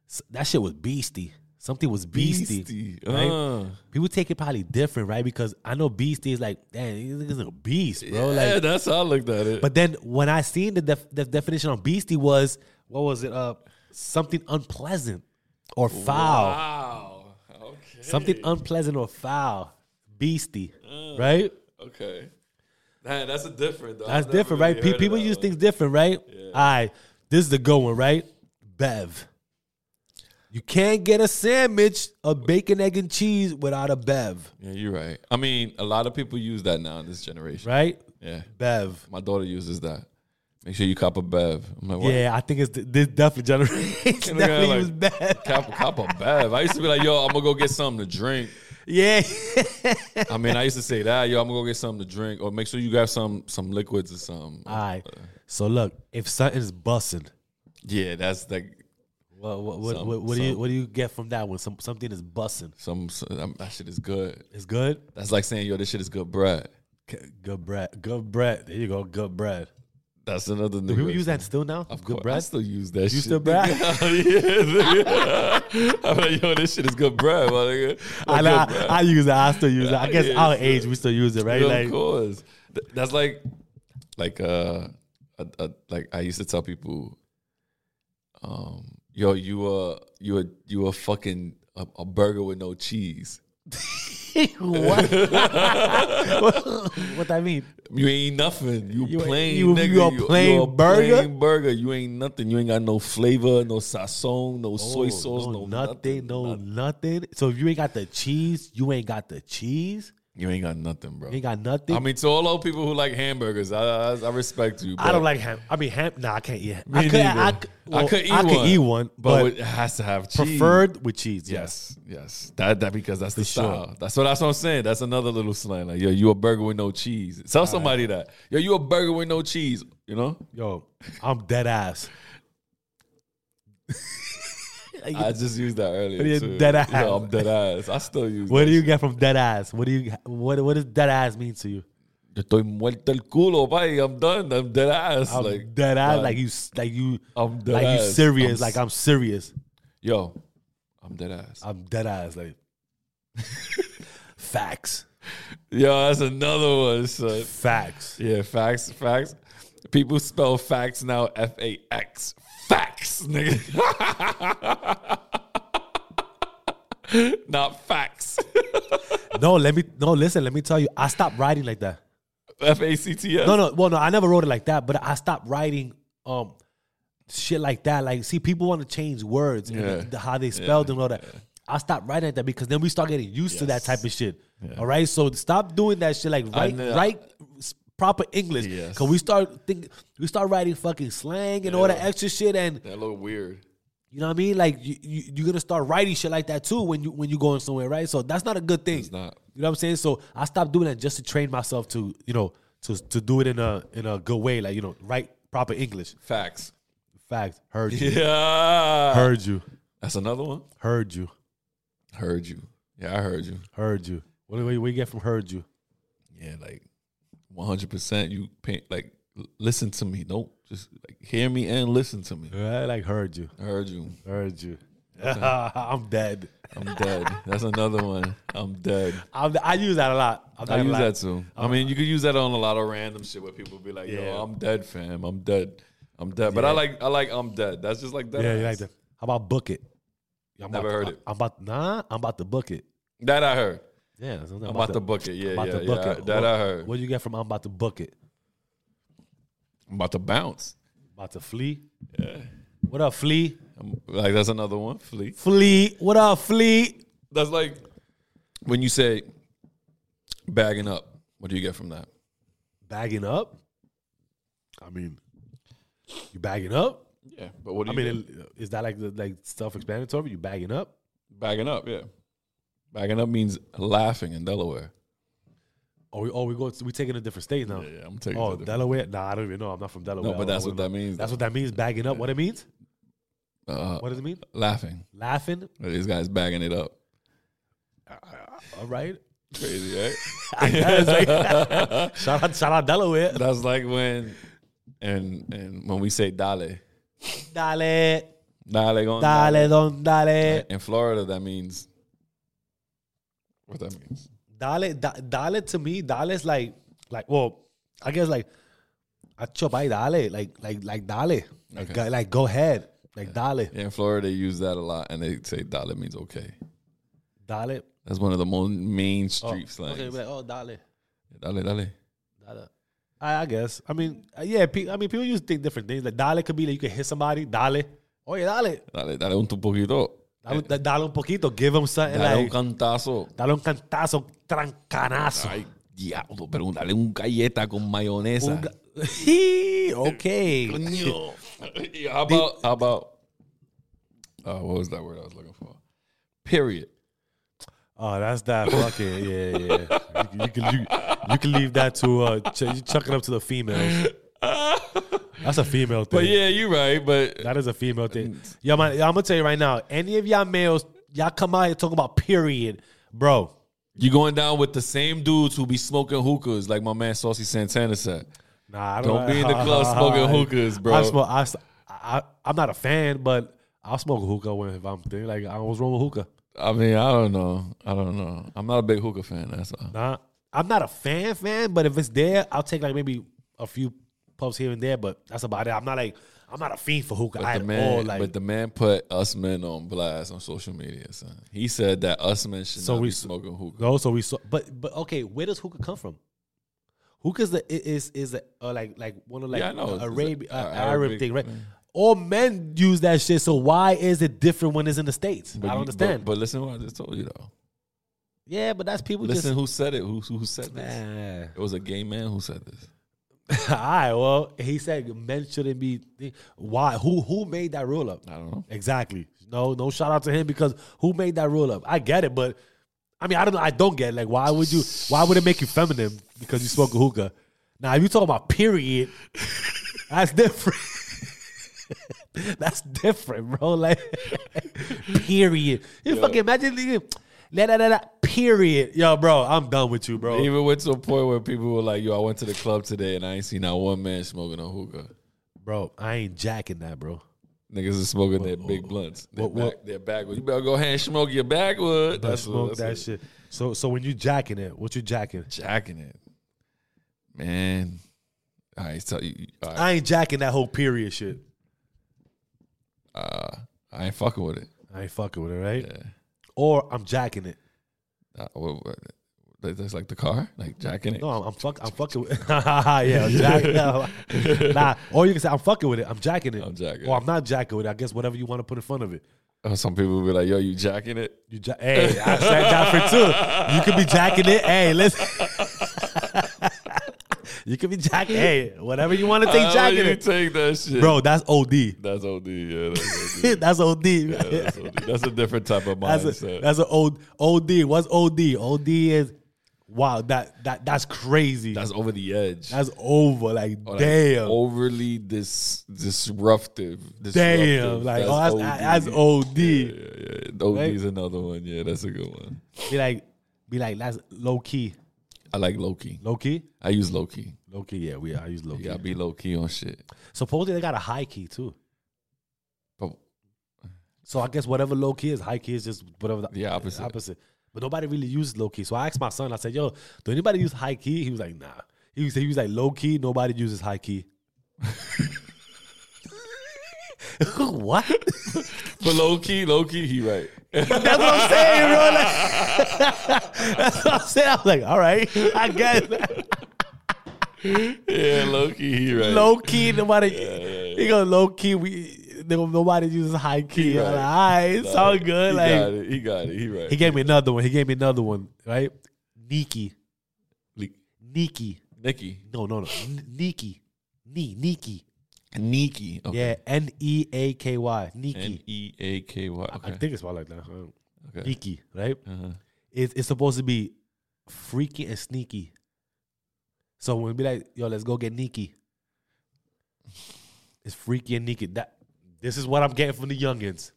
[SPEAKER 1] s- that shit was beasty. Something was beasty.
[SPEAKER 2] Beastie.
[SPEAKER 1] right?
[SPEAKER 2] Uh.
[SPEAKER 1] People take it probably different, right? Because I know beastie is like, damn, this is a beast, bro. like,
[SPEAKER 2] yeah, that's how I looked at it.
[SPEAKER 1] But then when I seen the def- the definition on beastie was what was it? Uh, something unpleasant or foul.
[SPEAKER 2] wow. Okay.
[SPEAKER 1] Something unpleasant or foul. Beastie,
[SPEAKER 2] Uh,
[SPEAKER 1] right?
[SPEAKER 2] Okay. Man, that's a different. Though.
[SPEAKER 1] That's different, right? Pe- people use things different, right? All right, this is the good one, right? Bev. You can't get a sandwich of bacon, egg, and cheese without a bev,
[SPEAKER 2] Yeah, you're right. I mean, a lot of people use that now in this generation.
[SPEAKER 1] right?
[SPEAKER 2] Yeah,
[SPEAKER 1] Bev.
[SPEAKER 2] my daughter uses that. Make sure you cop a bev. I'm like, what?
[SPEAKER 1] Yeah, I think it's th- this definitely generation. definitely
[SPEAKER 2] like-
[SPEAKER 1] was bad.
[SPEAKER 2] Cop, cop a bev. I used to be like, yo, I'm gonna go get something to drink.
[SPEAKER 1] Yeah,
[SPEAKER 2] I mean, I used to say that, yo, I'm gonna go get something to drink, or make sure you got some some liquids or something.
[SPEAKER 1] All right.
[SPEAKER 2] Uh,
[SPEAKER 1] So look, if something's busted,
[SPEAKER 2] yeah, that's like
[SPEAKER 1] what what what,
[SPEAKER 2] Some-
[SPEAKER 1] what, what do you
[SPEAKER 2] some.
[SPEAKER 1] what do you get from that one? Some something is busting.
[SPEAKER 2] some, some um, that shit is good.
[SPEAKER 1] It's good.
[SPEAKER 2] That's like saying, yo, this shit is good bread.
[SPEAKER 1] K- Good bread. Good bread. There you go. Good bread.
[SPEAKER 2] That's another.
[SPEAKER 1] Do people use that still now? Of good
[SPEAKER 2] I
[SPEAKER 1] bread.
[SPEAKER 2] still use that.
[SPEAKER 1] You
[SPEAKER 2] shit.
[SPEAKER 1] still bread?
[SPEAKER 2] yeah, nigga. I'm like, yo, this shit is good bread, my nigga.
[SPEAKER 1] I,
[SPEAKER 2] Good
[SPEAKER 1] I,
[SPEAKER 2] bread.
[SPEAKER 1] I use it. I still use it. I
[SPEAKER 2] Yeah,
[SPEAKER 1] guess
[SPEAKER 2] yeah,
[SPEAKER 1] our
[SPEAKER 2] sure.
[SPEAKER 1] age, we still use it, right?
[SPEAKER 2] Yeah,
[SPEAKER 1] Like,
[SPEAKER 2] of course. Th- that's like, like uh, a, a, like I used to tell people, um, yo, you a you a you a fucking a, a burger with no cheese.
[SPEAKER 1] what? what that mean?
[SPEAKER 2] You ain't nothing. You,
[SPEAKER 1] You-
[SPEAKER 2] plain
[SPEAKER 1] you-
[SPEAKER 2] nigga.
[SPEAKER 1] you a plain burger?
[SPEAKER 2] plain burger. You ain't nothing. You ain't got no flavor, no sazon, no soy
[SPEAKER 1] Oh,
[SPEAKER 2] sauce, no,
[SPEAKER 1] nothing, no nothing. So if you ain't got the cheese, you ain't got the cheese.
[SPEAKER 2] You ain't got nothing, bro.
[SPEAKER 1] You ain't got nothing.
[SPEAKER 2] I mean, to all those people who like hamburgers, I, I, I respect you.
[SPEAKER 1] I don't
[SPEAKER 2] but-
[SPEAKER 1] like ham. I mean ham. Nah, I can't eat. Ham.
[SPEAKER 2] Me
[SPEAKER 1] I could.
[SPEAKER 2] neither.
[SPEAKER 1] I, I, could-
[SPEAKER 2] I
[SPEAKER 1] well,
[SPEAKER 2] could eat
[SPEAKER 1] I could
[SPEAKER 2] one,
[SPEAKER 1] eat one, but,
[SPEAKER 2] it has to have cheese.
[SPEAKER 1] preferred with cheese.
[SPEAKER 2] Yes, yes. That that because that's the
[SPEAKER 1] sure.
[SPEAKER 2] style. That's what that's what I'm saying. That's another little slang. Like, yo, you a burger with no cheese. Tell somebody that. Yo, you a burger with no cheese. You know?
[SPEAKER 1] Yo, I'm dead ass.
[SPEAKER 2] I just used that earlier.
[SPEAKER 1] Yeah,
[SPEAKER 2] too.
[SPEAKER 1] dead
[SPEAKER 2] Yeah,
[SPEAKER 1] ass.
[SPEAKER 2] I'm dead ass. I still use
[SPEAKER 1] What
[SPEAKER 2] that
[SPEAKER 1] do you
[SPEAKER 2] shit.
[SPEAKER 1] get from dead ass? What do you what what does dead ass mean to you?
[SPEAKER 2] Yo Estoy muerto el culo, bye. I'm done. I'm dead ass.
[SPEAKER 1] I'm
[SPEAKER 2] like
[SPEAKER 1] dead ass,
[SPEAKER 2] done.
[SPEAKER 1] like you s- like you
[SPEAKER 2] I'm dead
[SPEAKER 1] like you
[SPEAKER 2] ass. I'm
[SPEAKER 1] serious,
[SPEAKER 2] s-
[SPEAKER 1] like I'm serious.
[SPEAKER 2] yo, I'm dead ass.
[SPEAKER 1] I'm dead ass, like facts,
[SPEAKER 2] Yo, that's another one, son.
[SPEAKER 1] facts.
[SPEAKER 2] Yeah, facts, facts. People spell facts now F A X. Facts, nigga. Not facts.
[SPEAKER 1] No, let me no listen. Let me tell you, I stopped writing like that.
[SPEAKER 2] F A C T S.
[SPEAKER 1] No, no. Well, no, I never wrote it like that, but I stopped writing um shit like that. Like, see, people want to change words
[SPEAKER 2] Yeah.
[SPEAKER 1] and the- how they spell them and all that. I stopped writing like that because then we start getting used to
[SPEAKER 2] Yes.
[SPEAKER 1] that type of shit. All right, so stop doing that shit. Like, write,
[SPEAKER 2] know.
[SPEAKER 1] write s- proper English.
[SPEAKER 2] Yes.
[SPEAKER 1] Cause we start think we start writing fucking slang and all that extra shit, and
[SPEAKER 2] That look weird.
[SPEAKER 1] you know what I mean. Like, you, you, you're gonna start writing shit like that too when you when you're going somewhere, right? So that's not a good thing.
[SPEAKER 2] It's not.
[SPEAKER 1] You know what I'm saying? So I stopped doing that just to train myself to, you know, to to do it in a in a good way, like you know, write proper English.
[SPEAKER 2] Facts.
[SPEAKER 1] Facts. Heard you.
[SPEAKER 2] Yeah.
[SPEAKER 1] Heard you.
[SPEAKER 2] That's another one.
[SPEAKER 1] Heard you.
[SPEAKER 2] Heard you. Yeah, I heard you.
[SPEAKER 1] Heard you. What do we, we get from heard you?
[SPEAKER 2] Yeah, like 100% you paint, like, l- listen to me. Don't just like hear me and listen to me.
[SPEAKER 1] Right? Like heard you.
[SPEAKER 2] Heard you.
[SPEAKER 1] Heard you. I'm dead.
[SPEAKER 2] I'm dead. That's another one. I'm dead.
[SPEAKER 1] I'm, I use that a lot. I'm
[SPEAKER 2] I
[SPEAKER 1] not
[SPEAKER 2] use
[SPEAKER 1] gonna lie.
[SPEAKER 2] that too. I mean, you could use that on a lot of random shit where people be like,
[SPEAKER 1] Yeah.
[SPEAKER 2] "Yo, I'm dead, fam. I'm dead. I'm dead." But I like, I like, I'm dead. That's just like that.
[SPEAKER 1] Yeah, you like that. How about book it? I'm
[SPEAKER 2] Never
[SPEAKER 1] about,
[SPEAKER 2] heard it.
[SPEAKER 1] I'm about nah. I'm about to book it.
[SPEAKER 2] That I heard.
[SPEAKER 1] Yeah, that's what
[SPEAKER 2] I'm about to book it. Yeah,
[SPEAKER 1] about
[SPEAKER 2] yeah,
[SPEAKER 1] to book
[SPEAKER 2] yeah.
[SPEAKER 1] it.
[SPEAKER 2] That
[SPEAKER 1] what,
[SPEAKER 2] I heard.
[SPEAKER 1] What do you get from I'm about to book it?
[SPEAKER 2] I'm about to bounce.
[SPEAKER 1] About to flee. Yeah. What up, flea?
[SPEAKER 2] I'm- like that's another one. Flee.
[SPEAKER 1] Fleet. What up, Fleet?
[SPEAKER 2] That's like when you say bagging up. What do you get from that?
[SPEAKER 1] Bagging up. I mean, you bagging up.
[SPEAKER 2] Yeah, but what do
[SPEAKER 1] I
[SPEAKER 2] you?
[SPEAKER 1] mean, is that like the, like self-explanatory? You bagging up.
[SPEAKER 2] bagging up. Yeah, bagging up means laughing in Delaware.
[SPEAKER 1] Or we, oh, we go. We taking a different state now.
[SPEAKER 2] Yeah, yeah. I'm taking.
[SPEAKER 1] Oh,
[SPEAKER 2] to the-
[SPEAKER 1] Delaware? Nah, I don't even know. I'm not from Delaware.
[SPEAKER 2] no, but that's
[SPEAKER 1] I
[SPEAKER 2] what
[SPEAKER 1] wouldn't know.
[SPEAKER 2] that means.
[SPEAKER 1] That's what that means. Bagging up. What it means?
[SPEAKER 2] uh,
[SPEAKER 1] What does it mean?
[SPEAKER 2] laughing.
[SPEAKER 1] Laughing.
[SPEAKER 2] This guy's bagging it up.
[SPEAKER 1] All right.
[SPEAKER 2] Crazy, right?
[SPEAKER 1] Shout out, shout out Delaware.
[SPEAKER 2] That's like when and and when we say dale,
[SPEAKER 1] Dale,
[SPEAKER 2] dale going
[SPEAKER 1] dale, don, dale,
[SPEAKER 2] In Florida, that means what that means.
[SPEAKER 1] dale, da- dale. To me, dale is like, like, well, I guess like, acho pai, dale, like, like, like, dale, like,
[SPEAKER 2] Okay.
[SPEAKER 1] go- like, go ahead, like, dale,
[SPEAKER 2] Yeah, in Florida, they use that a lot, and they say dale means okay.
[SPEAKER 1] dale.
[SPEAKER 2] That's one of the most main
[SPEAKER 1] Oh,
[SPEAKER 2] street slangs.
[SPEAKER 1] okay, we're like, oh, dale,
[SPEAKER 2] Dale, dale.
[SPEAKER 1] dale. I, I guess. I mean, uh, yeah. Pe- I mean, people use think different things. Like, dale could be like you can hit somebody, dale. Oye, dale.
[SPEAKER 2] Dale, dale un tu poquito.
[SPEAKER 1] Dale, dale un poquito. Give him something
[SPEAKER 2] Dale un
[SPEAKER 1] like.
[SPEAKER 2] cantazo.
[SPEAKER 1] Dale un cantazo, trancanazo.
[SPEAKER 2] Ay, diablo, pero dale un galleta con mayonesa.
[SPEAKER 1] Un ga- Really? Okay.
[SPEAKER 2] Yeah, how about how about uh, what was that word I was looking for? Period.
[SPEAKER 1] Oh, that's that fucking yeah, yeah. You, you can you, you can leave that to uh, ch- you chuck it up to the females. That's a female thing.
[SPEAKER 2] But yeah, Mm. you're right. But
[SPEAKER 1] That is a female thing. Yo, man, I'm gonna tell you right now. Any of y'all males, y'all come out here talking about period, bro.
[SPEAKER 2] you going down with the same dudes who be smoking hookahs, like my man Saucy Santana said.
[SPEAKER 1] Nah, I
[SPEAKER 2] Don't be in the club smoking hookahs, bro.
[SPEAKER 1] I smoke. I, s- I, am not a fan, but I'll smoke a hookah when if I'm thinking like I was wrong with hookah.
[SPEAKER 2] I mean, I don't know. I don't know. I'm not a big hookah fan. That's all.
[SPEAKER 1] Nah, I'm not a fan fan, but if it's there, I'll take like maybe a few puffs here and there. But that's about it. I'm not like I'm not a fiend for hookah
[SPEAKER 2] But
[SPEAKER 1] at
[SPEAKER 2] the man,
[SPEAKER 1] all. Like
[SPEAKER 2] but the man put us men on blast on social media. Son, he said that us men should
[SPEAKER 1] So
[SPEAKER 2] not
[SPEAKER 1] we
[SPEAKER 2] be
[SPEAKER 1] s-
[SPEAKER 2] smoking hookah.
[SPEAKER 1] no, so we saw. But but okay, where does hookah come from? Hookah's the i- is is a, uh, like like one of like
[SPEAKER 2] Yeah, I know. It's a-
[SPEAKER 1] Arabian
[SPEAKER 2] a-
[SPEAKER 1] uh,
[SPEAKER 2] Arabic
[SPEAKER 1] Arab thing, right?
[SPEAKER 2] thing.
[SPEAKER 1] All men use that shit. So why is it different when it's in the states? I
[SPEAKER 2] you-
[SPEAKER 1] don't understand.
[SPEAKER 2] But, listen, to what I just told you though.
[SPEAKER 1] yeah, but that's people
[SPEAKER 2] Listen,
[SPEAKER 1] just.
[SPEAKER 2] who said it? Who who said this?
[SPEAKER 1] Man.
[SPEAKER 2] It was a gay man who said this.
[SPEAKER 1] All right. Well, he said men shouldn't be. Why? Who who made that rule up?
[SPEAKER 2] I don't know.
[SPEAKER 1] Exactly. No, no shout out to him because who made that rule up? I get it, but I mean, I don't know. I don't get it. Like, why would you? Why would it make you feminine because you smoke a hookah? Now, if you talking about period, that's different. that's different, bro. Like, period. You fucking imagine. you- La, la, la, la, period. Yo, bro, I'm done with you, bro.
[SPEAKER 2] Even went to a point where people were like, "Yo, I went to the club today and I ain't seen not one man smoking a hookah.
[SPEAKER 1] Bro, I ain't jacking that, bro.
[SPEAKER 2] Niggas is smoking their big blunts. They're,
[SPEAKER 1] what- what-
[SPEAKER 2] back, they're backwood. You better go ahead and smoke your backwood.
[SPEAKER 1] I
[SPEAKER 2] That's
[SPEAKER 1] smoke
[SPEAKER 2] what,
[SPEAKER 1] that
[SPEAKER 2] that's
[SPEAKER 1] shit. So, so when you jacking it, what you jacking?
[SPEAKER 2] what- Jacking it, man. All right, so you, all right,
[SPEAKER 1] I ain't jacking that whole period shit.
[SPEAKER 2] uh, I ain't fucking with it.
[SPEAKER 1] I ain't fucking with it, right?
[SPEAKER 2] Yeah.
[SPEAKER 1] Or I'm jacking it.
[SPEAKER 2] Uh, what, what, that- that's like the car, like jacking it.
[SPEAKER 1] No, I'm, I'm fuck. I'm fucking with. yeah, I'm jacking. it. nah, or you can say I'm fucking with it. I'm jacking it.
[SPEAKER 2] I'm jacking
[SPEAKER 1] Or
[SPEAKER 2] it.
[SPEAKER 1] I'm not jacking with it. I guess whatever you want to put in front of it.
[SPEAKER 2] Uh, Some people be like, "Yo, you jacking it?"
[SPEAKER 1] You ja- hey, I said that for two. You could be jacking it. Hey, listen. you could be jacking. Hey, whatever you want to
[SPEAKER 2] I
[SPEAKER 1] think,
[SPEAKER 2] want
[SPEAKER 1] jacking
[SPEAKER 2] Oh, you to
[SPEAKER 1] it,
[SPEAKER 2] Take that shit,
[SPEAKER 1] bro. That's OD.
[SPEAKER 2] That's OD. Yeah, that's OD.
[SPEAKER 1] that's OD.
[SPEAKER 2] Yeah, that's, OD. That's a different type of mindset.
[SPEAKER 1] That's a, that's an old OD. What's OD? OD is wow. That that that's crazy.
[SPEAKER 2] That's over the edge.
[SPEAKER 1] That's over. Like,
[SPEAKER 2] Or, Oh, like,
[SPEAKER 1] damn.
[SPEAKER 2] overly dis disruptive.
[SPEAKER 1] damn.
[SPEAKER 2] disruptive.
[SPEAKER 1] Like, oh, that's, that's
[SPEAKER 2] OD.
[SPEAKER 1] OD.
[SPEAKER 2] Yeah, yeah, yeah. OD is another one. Yeah, that's a good one.
[SPEAKER 1] Be like, be like, that's low key.
[SPEAKER 2] I like low key.
[SPEAKER 1] Low key?
[SPEAKER 2] I use low key.
[SPEAKER 1] Low key, yeah. We I use low
[SPEAKER 2] You
[SPEAKER 1] key.
[SPEAKER 2] gotta be low key on shit.
[SPEAKER 1] Supposedly they got a high key too.
[SPEAKER 2] But
[SPEAKER 1] So I guess whatever low key is, high key is just whatever the
[SPEAKER 2] Yeah, opposite.
[SPEAKER 1] opposite. But nobody really uses low key. So I asked my son, I said, yo, do anybody use high key? He was like, nah. He was, he was like, low key, nobody uses high key. what?
[SPEAKER 2] but low key, low key, he right.
[SPEAKER 1] That's what I'm saying, bro. Like, that's what I'm saying. I was like, all right, I get it.
[SPEAKER 2] yeah, low key, he right.
[SPEAKER 1] Low key, nobody. You go low key. We no- nobody uses high key.
[SPEAKER 2] He
[SPEAKER 1] I'm
[SPEAKER 2] right.
[SPEAKER 1] like, all right, it's all good.
[SPEAKER 2] He got
[SPEAKER 1] Like
[SPEAKER 2] it. He got it. He right.
[SPEAKER 1] he gave me another one. He gave me another one. Right, Nikki,
[SPEAKER 2] Le-
[SPEAKER 1] Nikki.
[SPEAKER 2] Nikki.
[SPEAKER 1] No, no, no, N- Nikki, Nee, Nikki.
[SPEAKER 2] Nikki. Okay.
[SPEAKER 1] Yeah, N E A K Y,
[SPEAKER 2] N
[SPEAKER 1] Nikki.
[SPEAKER 2] e a k y.
[SPEAKER 1] I
[SPEAKER 2] Okay.
[SPEAKER 1] think it's spelled like that. I don't-
[SPEAKER 2] Okay.
[SPEAKER 1] Nikki, right?
[SPEAKER 2] Uh-huh.
[SPEAKER 1] it's, it's supposed to be freaky and sneaky. So when we be like, yo, let's go get Nikki. It's freaky and sneaky. That this is what I'm getting from the youngins.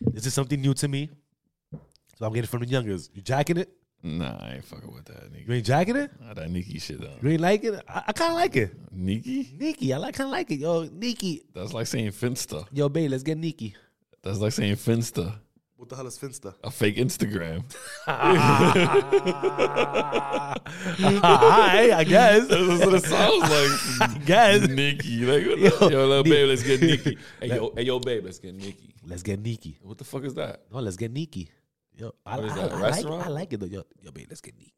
[SPEAKER 1] This is something new to me. So I'm getting from the youngins. You jacking it?
[SPEAKER 2] Nah, I ain't fucking with that. Nikki.
[SPEAKER 1] You ain't jacking it?
[SPEAKER 2] Nah, that Nikki shit though.
[SPEAKER 1] You ain't like it? I, I kinda like it.
[SPEAKER 2] Nikki?
[SPEAKER 1] Nikki, I like kinda like it. Yo, Nikki.
[SPEAKER 2] That's like saying Finsta.
[SPEAKER 1] Yo, babe, let's get Nikki.
[SPEAKER 2] That's like saying Finsta.
[SPEAKER 1] What the hell is Finsta?
[SPEAKER 2] A fake Instagram.
[SPEAKER 1] Hi, I guess.
[SPEAKER 2] That's what it sounds
[SPEAKER 1] I
[SPEAKER 2] like.
[SPEAKER 1] guess.
[SPEAKER 2] Nikki. Like, yo, yo little
[SPEAKER 1] Ni-
[SPEAKER 2] babe, let's get Nikki. Hey, yo, hey, yo, babe, let's get Nikki.
[SPEAKER 1] Let's get Nikki.
[SPEAKER 2] What the fuck is that?
[SPEAKER 1] No, let's get Nikki. Yo, I,
[SPEAKER 2] What is
[SPEAKER 1] I-
[SPEAKER 2] that, a
[SPEAKER 1] I
[SPEAKER 2] restaurant?
[SPEAKER 1] Like, I like it though. Yo, yo, babe, let's get Nikki.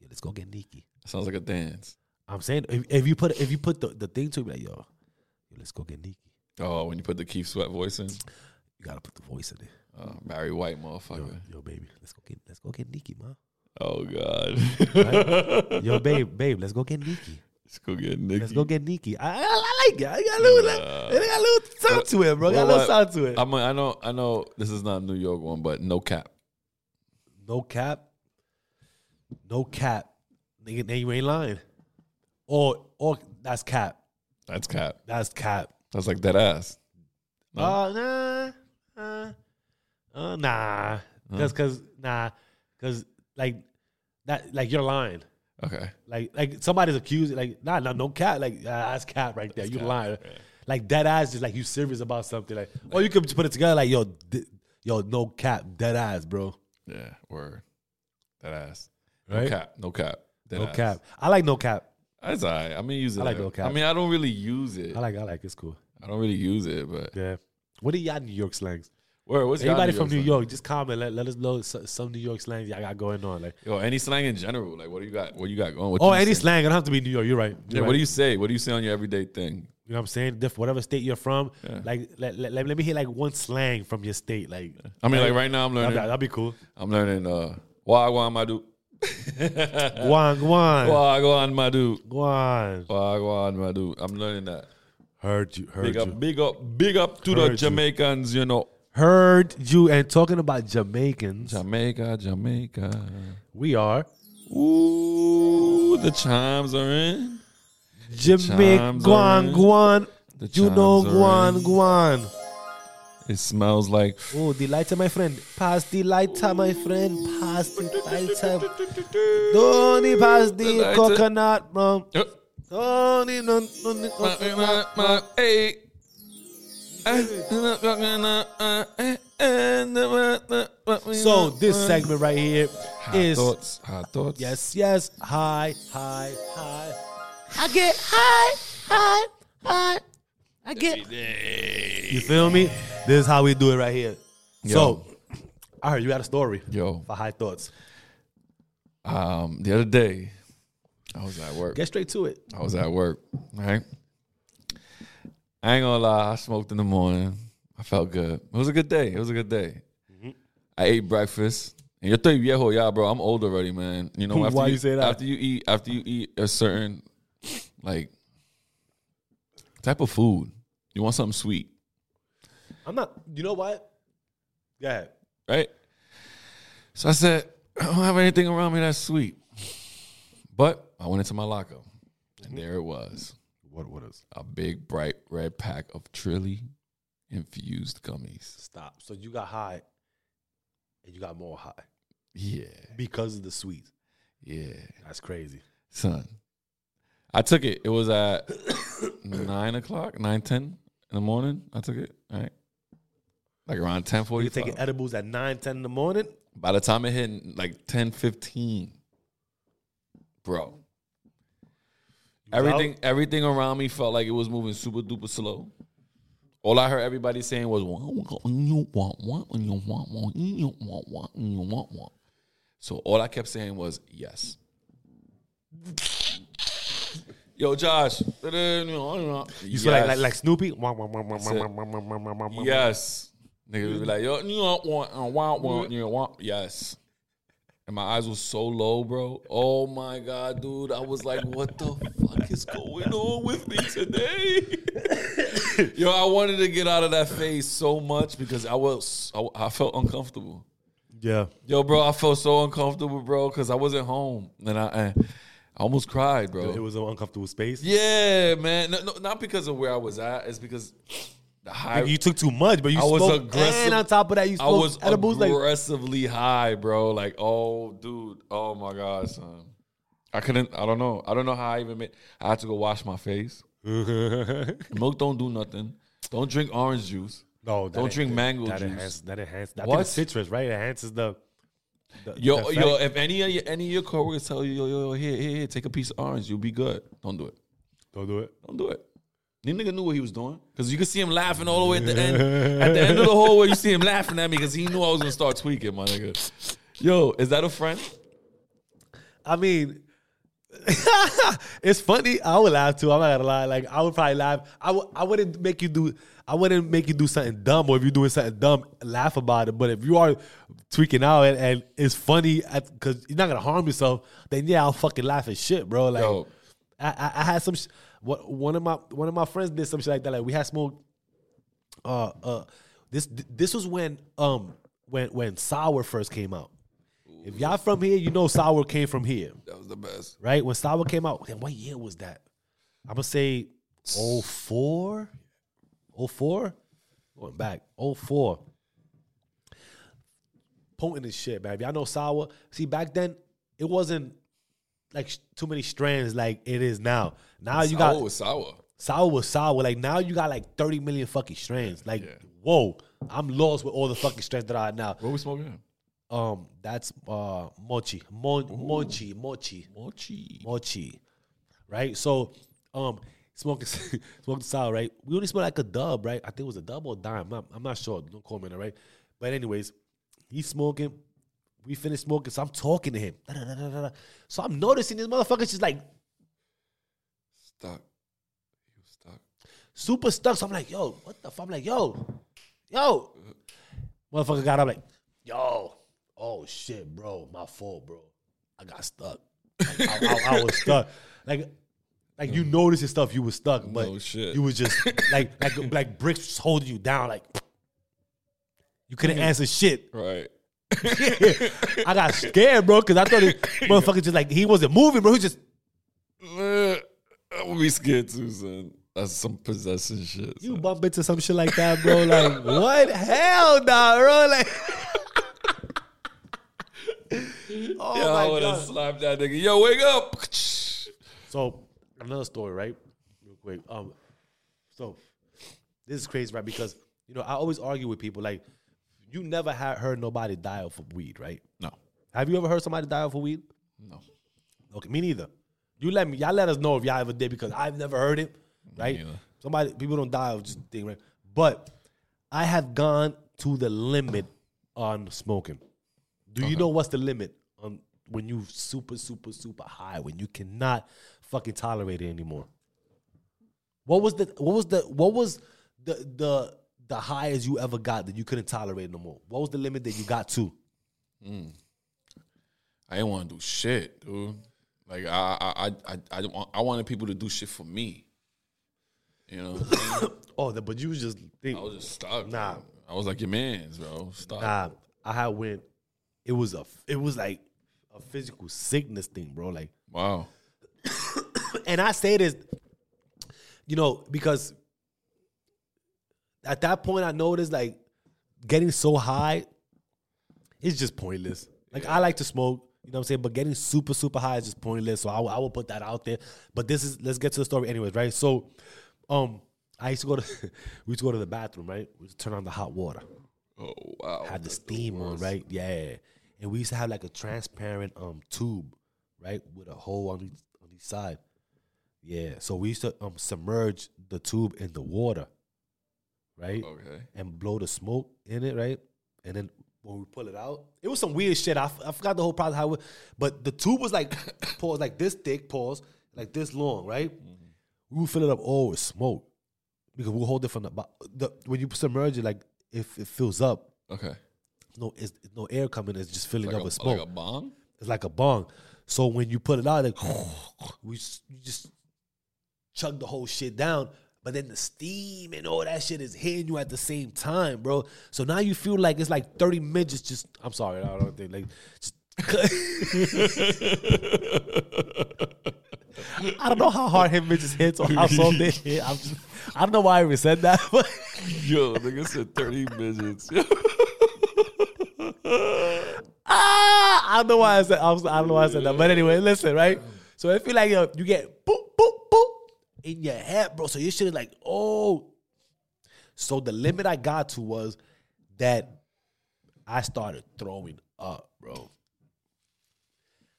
[SPEAKER 1] Yo, let's go get Nikki.
[SPEAKER 2] Sounds like a dance.
[SPEAKER 1] I'm saying if, if you put if you put the, the thing to it, like yo, yo, let's go get Nikki.
[SPEAKER 2] Oh, when you put the Keith Sweat voice in.
[SPEAKER 1] You gotta put the voice in it.
[SPEAKER 2] Oh, Barry White,
[SPEAKER 1] Yo,
[SPEAKER 2] motherfucker.
[SPEAKER 1] yo, baby, let's go get let's go get Nikki, man.
[SPEAKER 2] Oh, God.
[SPEAKER 1] Yo, babe, babe, let's go get Nikki.
[SPEAKER 2] Let's go get Nikki.
[SPEAKER 1] Let's go get Nikki. I, I, I like it. I got a little, it got a little sound to it, bro. It got a little sound to it.
[SPEAKER 2] I'm a, I know. I know this is not a New York one, but no cap.
[SPEAKER 1] No cap. No cap. Nigga, then you ain't lying. Or or that's cap.
[SPEAKER 2] That's cap.
[SPEAKER 1] That's cap.
[SPEAKER 2] That's like that ass. No?
[SPEAKER 1] Oh nah, uh, uh, nah. Just cause nah, cause like that, like you're lying.
[SPEAKER 2] Okay.
[SPEAKER 1] Like like somebody's accused. Like nah, nah, no cap. Like uh, that's cap right there. you
[SPEAKER 2] cap,
[SPEAKER 1] lying.
[SPEAKER 2] yeah.
[SPEAKER 1] Like dead ass is like you serious about something. Like or you could put it together. Like yo, di- yo, no cap, dead ass, bro.
[SPEAKER 2] Yeah. Word. That ass. No
[SPEAKER 1] Right?
[SPEAKER 2] cap. No cap. That
[SPEAKER 1] No
[SPEAKER 2] ass.
[SPEAKER 1] cap. I like no cap.
[SPEAKER 2] That's all right. I mean, use it.
[SPEAKER 1] I like no cap.
[SPEAKER 2] I mean, I don't really use it.
[SPEAKER 1] I like I like it's cool.
[SPEAKER 2] I don't really use it, but
[SPEAKER 1] Yeah. What are y'all New York slangs?
[SPEAKER 2] word. What's y'all
[SPEAKER 1] Anybody from New
[SPEAKER 2] slang?
[SPEAKER 1] York, just comment. Let, let us know so- some New York slangs y'all got going on. Like,
[SPEAKER 2] Yo, any slang in general? Like, what do you got? What you got going? What
[SPEAKER 1] oh,
[SPEAKER 2] you
[SPEAKER 1] any
[SPEAKER 2] say?
[SPEAKER 1] slang. It don't have to be New York. You're right.
[SPEAKER 2] Yeah. What do you say? What do you say on your everyday thing?
[SPEAKER 1] You know what I'm saying? Diff- whatever state you're from,
[SPEAKER 2] Yeah.
[SPEAKER 1] like let, let, let, let me hear like one slang from your state. Like
[SPEAKER 2] I mean, like right now, I'm
[SPEAKER 1] that'd,
[SPEAKER 2] learning.
[SPEAKER 1] be- that'd be cool.
[SPEAKER 2] I'm learning. Uh, wagwan madu.
[SPEAKER 1] Guan, guan,
[SPEAKER 2] Wagwan madu.
[SPEAKER 1] guan.
[SPEAKER 2] Wagwan madu. I'm learning that.
[SPEAKER 1] Heard you, heard
[SPEAKER 2] Big
[SPEAKER 1] you,
[SPEAKER 2] up, big up, big up to
[SPEAKER 1] Heard
[SPEAKER 2] the
[SPEAKER 1] you.
[SPEAKER 2] Jamaicans. You know,
[SPEAKER 1] heard you. And talking about Jamaicans,
[SPEAKER 2] Jamaica, Jamaica.
[SPEAKER 1] we are
[SPEAKER 2] Ooh, the chimes are in.
[SPEAKER 1] Jamaican.
[SPEAKER 2] chimes are
[SPEAKER 1] Guan,
[SPEAKER 2] in.
[SPEAKER 1] guan.
[SPEAKER 2] The
[SPEAKER 1] You know,
[SPEAKER 2] chimes are
[SPEAKER 1] guan,
[SPEAKER 2] in.
[SPEAKER 1] guan.
[SPEAKER 2] It smells like.
[SPEAKER 1] Oh, the lighter, my friend. Pass the lighter, my friend. Pass the lighter. Don't you pass the,
[SPEAKER 2] lighter.
[SPEAKER 1] coconut, bro.
[SPEAKER 2] Uh,
[SPEAKER 1] Don't you- don't- don't you-
[SPEAKER 2] my- my- my- hey. Uh, uh, uh, uh, uh, and, uh, uh, uh,
[SPEAKER 1] So this
[SPEAKER 2] uh,
[SPEAKER 1] segment right here
[SPEAKER 2] hot
[SPEAKER 1] is
[SPEAKER 2] thoughts, hot thoughts.
[SPEAKER 1] yes, yes, hi, hi, hi. I get high, high, high. I get. You feel me? This is how we do it right here. So, I heard you got a story
[SPEAKER 2] Yo,
[SPEAKER 1] for high thoughts.
[SPEAKER 2] um, the other day, I was at work.
[SPEAKER 1] Get straight to it.
[SPEAKER 2] I was at work, right? I ain't gonna lie, I smoked in the morning. I felt good. It was a good day. It was a good day.
[SPEAKER 1] Mm-hmm.
[SPEAKER 2] I ate breakfast. And you're 30 years old, yeah, bro. I'm old already, man. You know, after
[SPEAKER 1] Why you say that?
[SPEAKER 2] After you eat, after you eat a certain like type of food, you want something sweet,
[SPEAKER 1] I'm not. You know what? Go ahead.
[SPEAKER 2] right? So I said, I don't have anything around me that's sweet. But I went into my locker, and there it was.
[SPEAKER 1] What? What is?
[SPEAKER 2] a big bright red pack of Trilly infused gummies.
[SPEAKER 1] Stop. So you got high, and you got more high
[SPEAKER 2] Yeah,
[SPEAKER 1] because of the sweets.
[SPEAKER 2] yeah,
[SPEAKER 1] That's crazy.
[SPEAKER 2] son. I took it. It was at nine o'clock, nine ten in the morning. I took it. All right, like around ten
[SPEAKER 1] You're
[SPEAKER 2] forty.
[SPEAKER 1] taking edibles at 9, 10 in the morning.
[SPEAKER 2] By the time it hit like ten fifteen, bro. Everything, everything around me felt like it was moving super duper slow. All I heard everybody saying was "Wah, wah, wah, wah, wah, wah, wah, wah, wah, wah, wah, wah, wah, wah." So all I kept saying was yes. Yo, Josh. You
[SPEAKER 1] You feel like, like like Snoopy. Wah, wah, wah, wah, wah, wah, wah, wah, wah, wah, wah.
[SPEAKER 2] Yes. Nigga would be like, yo, you know, wah, uh, wah, wah, you know, wah. yes. And my eyes were so low, bro. Oh my God, dude. I was like, what the fuck is going on with me today? yo, I wanted to get out of that phase so much because I was, I, I felt uncomfortable.
[SPEAKER 1] Yeah.
[SPEAKER 2] Yo, bro, I felt so uncomfortable, bro, because I wasn't home. And I, I, I almost cried, bro.
[SPEAKER 1] It was an uncomfortable space.
[SPEAKER 2] yeah, man. No, no, not because of where I was at. It's because the high.
[SPEAKER 1] You took too much, but you
[SPEAKER 2] I was
[SPEAKER 1] smoked,
[SPEAKER 2] aggressive.
[SPEAKER 1] And on top of that, you
[SPEAKER 2] I
[SPEAKER 1] smoked
[SPEAKER 2] was
[SPEAKER 1] edibles. Like
[SPEAKER 2] aggressively high, bro. Like, oh, dude, oh my god, son. I couldn't. I don't know. I don't know how I even made. I had to go wash my face. Milk don't do nothing. Don't drink orange juice.
[SPEAKER 1] no, that
[SPEAKER 2] Don't
[SPEAKER 1] ain't-
[SPEAKER 2] drink mango
[SPEAKER 1] That
[SPEAKER 2] juice.
[SPEAKER 1] enhances. That enhances. I
[SPEAKER 2] What?
[SPEAKER 1] think it's citrus, right? It enhances the. the
[SPEAKER 2] Yo,
[SPEAKER 1] the
[SPEAKER 2] yo,
[SPEAKER 1] effect.
[SPEAKER 2] if any of your any of your coworkers tell you, yo, yo, yo, here, here, here, take a piece of orange, you'll be good. Don't do it.
[SPEAKER 1] Don't do it.
[SPEAKER 2] Don't do it. This nigga knew what he was doing because you could see him laughing all the way at the end. At the end of the hallway, you see him laughing at me because he knew I was gonna start tweaking, my nigga. Yo, is that a friend?
[SPEAKER 1] I mean, it's funny. I would laugh too. I'm not gonna lie. Like I would probably laugh. I w- I wouldn't make you do. I wouldn't make you do something dumb, or if you're doing something dumb, laugh about it. But if you are tweaking out and, and it's funny because you're not gonna harm yourself, then yeah, I'll fucking laugh at shit, bro. Like
[SPEAKER 2] Yo,
[SPEAKER 1] I, I, I had some. Sh- what one of my one of my friends did some shit like that. Like we had smoked. Uh, uh, this this was when um when when sour first came out. If y'all from here, you know sour came from here,
[SPEAKER 2] That was the best.
[SPEAKER 1] right? When sour came out, then what year was that? I'm gonna say 04? 04? Going back 04. Potent as shit, man. If y'all know sour, see back then it wasn't like sh- too many strands like it is now. Now you got
[SPEAKER 2] sour was sour.
[SPEAKER 1] sour was sour. Like now you got like 30 million fucking strands. Like whoa, I'm lost with all the fucking strands that I have now.
[SPEAKER 2] What we smoking?
[SPEAKER 1] Um, that's uh mochi, Mo- mochi, mochi,
[SPEAKER 2] Mochi.
[SPEAKER 1] mochi, right? So, um, smoking smoking sour, right? We only smelled like a dub, right? I think it was a dub or a dime. I'm not, I'm not sure. Don't call me on that, right? But anyways, he's smoking. We finished smoking, so I'm talking to him. Da, da, da, da, da, da. So I'm noticing this motherfucker's just like
[SPEAKER 2] Stuck. He was stuck.
[SPEAKER 1] super stuck. So I'm like, yo, what the fuck? I'm like, yo, yo. Motherfucker got up like, yo, oh shit, bro, my fault, bro. I got stuck. Like, I, I- I was stuck. Like, like you notice this stuff, you was stuck, but
[SPEAKER 2] No shit.
[SPEAKER 1] you was just like, like, like bricks holding you down. Like, you couldn't answer shit.
[SPEAKER 2] Right.
[SPEAKER 1] I got scared, bro, because I thought this motherfucker just like he wasn't moving, bro. He just
[SPEAKER 2] Uh, I would be scared too, son. That's some possessing shit.
[SPEAKER 1] You
[SPEAKER 2] son.
[SPEAKER 1] bump into some shit like that, bro. Like, what hell, nah, bro? Like, oh
[SPEAKER 2] Yo, I
[SPEAKER 1] my
[SPEAKER 2] would have
[SPEAKER 1] god.
[SPEAKER 2] slapped that nigga. Yo, wake up.
[SPEAKER 1] So another story, right? Real quick. Um, so this is crazy, right? Because you know I always argue with people. Like, you never had heard nobody die off of weed, right?
[SPEAKER 2] No.
[SPEAKER 1] Have you ever heard somebody die off of weed?
[SPEAKER 2] No.
[SPEAKER 1] Okay, me neither. You let me, y'all let us know if y'all ever did because I've never heard it, right?
[SPEAKER 2] neither.
[SPEAKER 1] Somebody, people don't die of just thing, right? But I have gone to the limit on smoking. Do you know what's the limit on when you super, super, super high when you cannot fucking tolerate it anymore? What was the what was the what was the the the highest you ever got that you couldn't tolerate no more? What was the limit that you got to?
[SPEAKER 2] I didn't want to do shit, dude. Like I I I I I, don't want- I wanted people to do shit for me. You know,
[SPEAKER 1] Oh, the, but you was just think,
[SPEAKER 2] I was just stuck.
[SPEAKER 1] Nah.
[SPEAKER 2] bro. I was like your man's, bro. Stop.
[SPEAKER 1] Nah, I had went. It was a. It was like a physical sickness thing, bro. Like,
[SPEAKER 2] Wow.
[SPEAKER 1] and I say this, you know, because at that point I noticed like getting so high, it's just pointless. Like I like to smoke, you know what I'm saying, but getting super super high is just pointless. So I, will- I will put that out there. But this is let's get to the story, anyways, right? So, um, I used to go to we used to go to the bathroom, right? We used to turn on the hot water.
[SPEAKER 2] Oh wow.
[SPEAKER 1] had the steam on, right? Yeah. And we used to have like a transparent um tube, right, with a hole on each on each side. Yeah. So we used to um submerge the tube in the water, right,
[SPEAKER 2] Okay.
[SPEAKER 1] and blow the smoke in it, right, and then when we pull it out, it was some weird shit. I, f- I forgot the whole process how, it, but the tube was like pause like this thick, pause like this long, right? We would fill it up all with smoke because we'll hold it from the, bo- the when you submerge it, like if it fills up
[SPEAKER 2] Okay.
[SPEAKER 1] no it's it's no air coming it's just filling
[SPEAKER 2] Like
[SPEAKER 1] up
[SPEAKER 2] a,
[SPEAKER 1] with smoke
[SPEAKER 2] like a bomb.
[SPEAKER 1] it's like a bong so when you put it out like we s- you just chug the whole shit down but then the steam and all that shit is hitting you at the same time bro so now you feel like it's like 30 midgets just i'm sorry i don't think like just I don't know how hard him midgets hits or how soft they hit. I'm just, I don't know why I even said that. But
[SPEAKER 2] Yo, nigga said thirty midgets.
[SPEAKER 1] ah, I don't know why I said I, was, I don't know why I said that. But anyway, listen, right? So I feel like yo, you get boop boop boop in your head, bro. So your shit is like, oh. So the limit I got to was that I started throwing up, bro.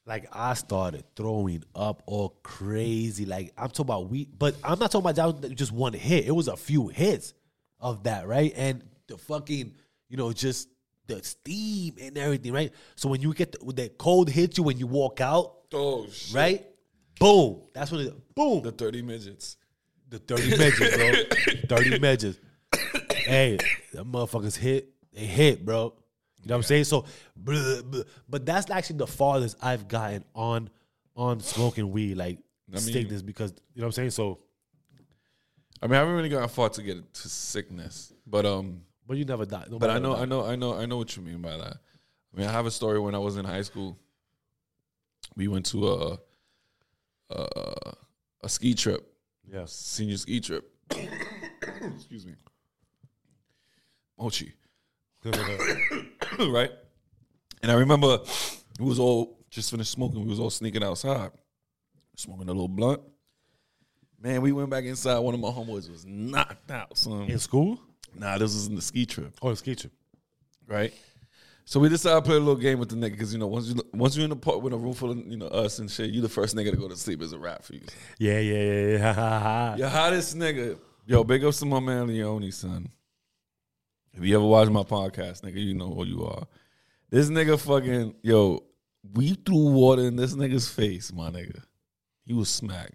[SPEAKER 1] Like I started throwing up all crazy. Like I'm talking about we, but I'm not talking about that was just one hit. It was a few hits of that, right? And the fucking, you know, just the steam and everything, right? So when you get the, when that cold hits you when you walk out,
[SPEAKER 2] oh shit.
[SPEAKER 1] right? Boom. That's when it boom.
[SPEAKER 2] The thirty midgets.
[SPEAKER 1] The 30 measures, bro. 30 measures. hey, them motherfuckers hit. They hit, bro. You know what I'm saying? So, bleh, bleh. but that's actually the farthest I've gotten on on smoking weed. Like
[SPEAKER 2] I
[SPEAKER 1] steak
[SPEAKER 2] mean,
[SPEAKER 1] this because you know what I'm saying. So,
[SPEAKER 2] I mean, I haven't really gotten far to get to sickness, but um,
[SPEAKER 1] but you never die. Nobody
[SPEAKER 2] but I
[SPEAKER 1] ever
[SPEAKER 2] know,
[SPEAKER 1] dies.
[SPEAKER 2] I know, I know, I know what you mean by that. I mean, I have a story when I was in high school. We went to a a, a ski trip,
[SPEAKER 1] Yes.
[SPEAKER 2] senior ski trip. Excuse me, Mochi. right? And I remember we was all just finished smoking. We was all sneaking outside, smoking a little blunt. Man, we went back inside. One of my homeboys was knocked out. Son.
[SPEAKER 1] in school
[SPEAKER 2] Nah, this was in the ski trip,
[SPEAKER 1] or in ski trip.
[SPEAKER 2] right? So we decided to play a little game with the nigga because you know once you once you're in the park with a room full of you know us and shit, you the first nigga to go to sleep is a wrap for you.
[SPEAKER 1] Yeah, yeah, yeah, yeah. Ha, ha, ha.
[SPEAKER 2] Your hottest nigga. Yo, big ups to my man Leone, son. If you ever watch my podcast, nigga, you know who you are. This nigga fucking, yo, we threw water in this nigga's face, my nigga. He was smacked.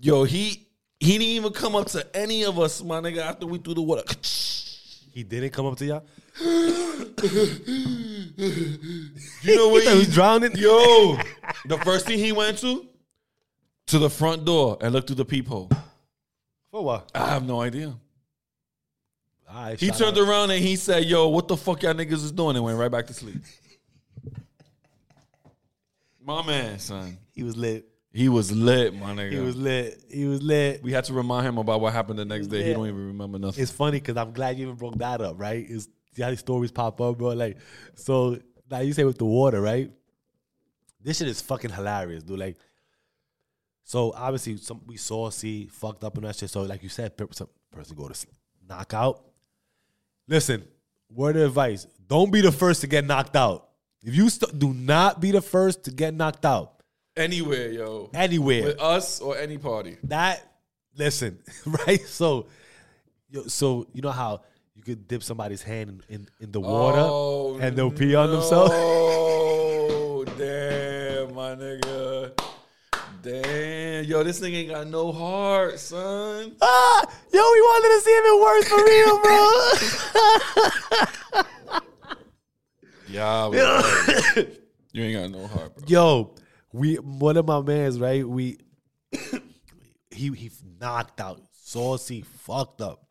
[SPEAKER 2] Yo, he he didn't even come up to any of us, my nigga, after we threw the water.
[SPEAKER 1] He didn't come up to y'all.
[SPEAKER 2] You know
[SPEAKER 1] He
[SPEAKER 2] what
[SPEAKER 1] thought he was drowning.
[SPEAKER 2] Yo, the first thing he went to? To the front door and looked through the peephole.
[SPEAKER 1] For what?
[SPEAKER 2] I have no idea.
[SPEAKER 1] All right,
[SPEAKER 2] He
[SPEAKER 1] shout
[SPEAKER 2] turned
[SPEAKER 1] out.
[SPEAKER 2] around and he said, "Yo, what the fuck y'all niggas is doing?" and went right back to sleep. my man, son,
[SPEAKER 1] He was lit.
[SPEAKER 2] he was lit, my nigga.
[SPEAKER 1] He was lit. He was lit.
[SPEAKER 2] we had to remind him about what happened the next day. He
[SPEAKER 1] Yeah.
[SPEAKER 2] don't even remember nothing.
[SPEAKER 1] It's funny because I'm glad you even broke that up, right? Is see how these stories pop up, bro. Like, so now you say with the water, right? This shit is fucking hilarious, dude. Like, so obviously some we saw see fucked up and that shit. So like you said, per- some person go to sleep, knock out. Listen, word of advice: don't be the first to get knocked out. If you st- do not be the first to get knocked out
[SPEAKER 2] Anywhere, yo,
[SPEAKER 1] anywhere,
[SPEAKER 2] with us or any party.
[SPEAKER 1] that listen, right? So, yo, so you know how you could dip somebody's hand in, in, in the water
[SPEAKER 2] Oh,
[SPEAKER 1] and they'll pee on themselves.
[SPEAKER 2] Oh damn, my nigga. Damn, yo, this nigga ain't got no heart, son.
[SPEAKER 1] Ah, yo, we wanted to see if it works for real, bro.
[SPEAKER 2] Yeah, we- you ain't got no heart, bro.
[SPEAKER 1] yo, we one of my mans, right? We he he knocked out, saucy, fucked up.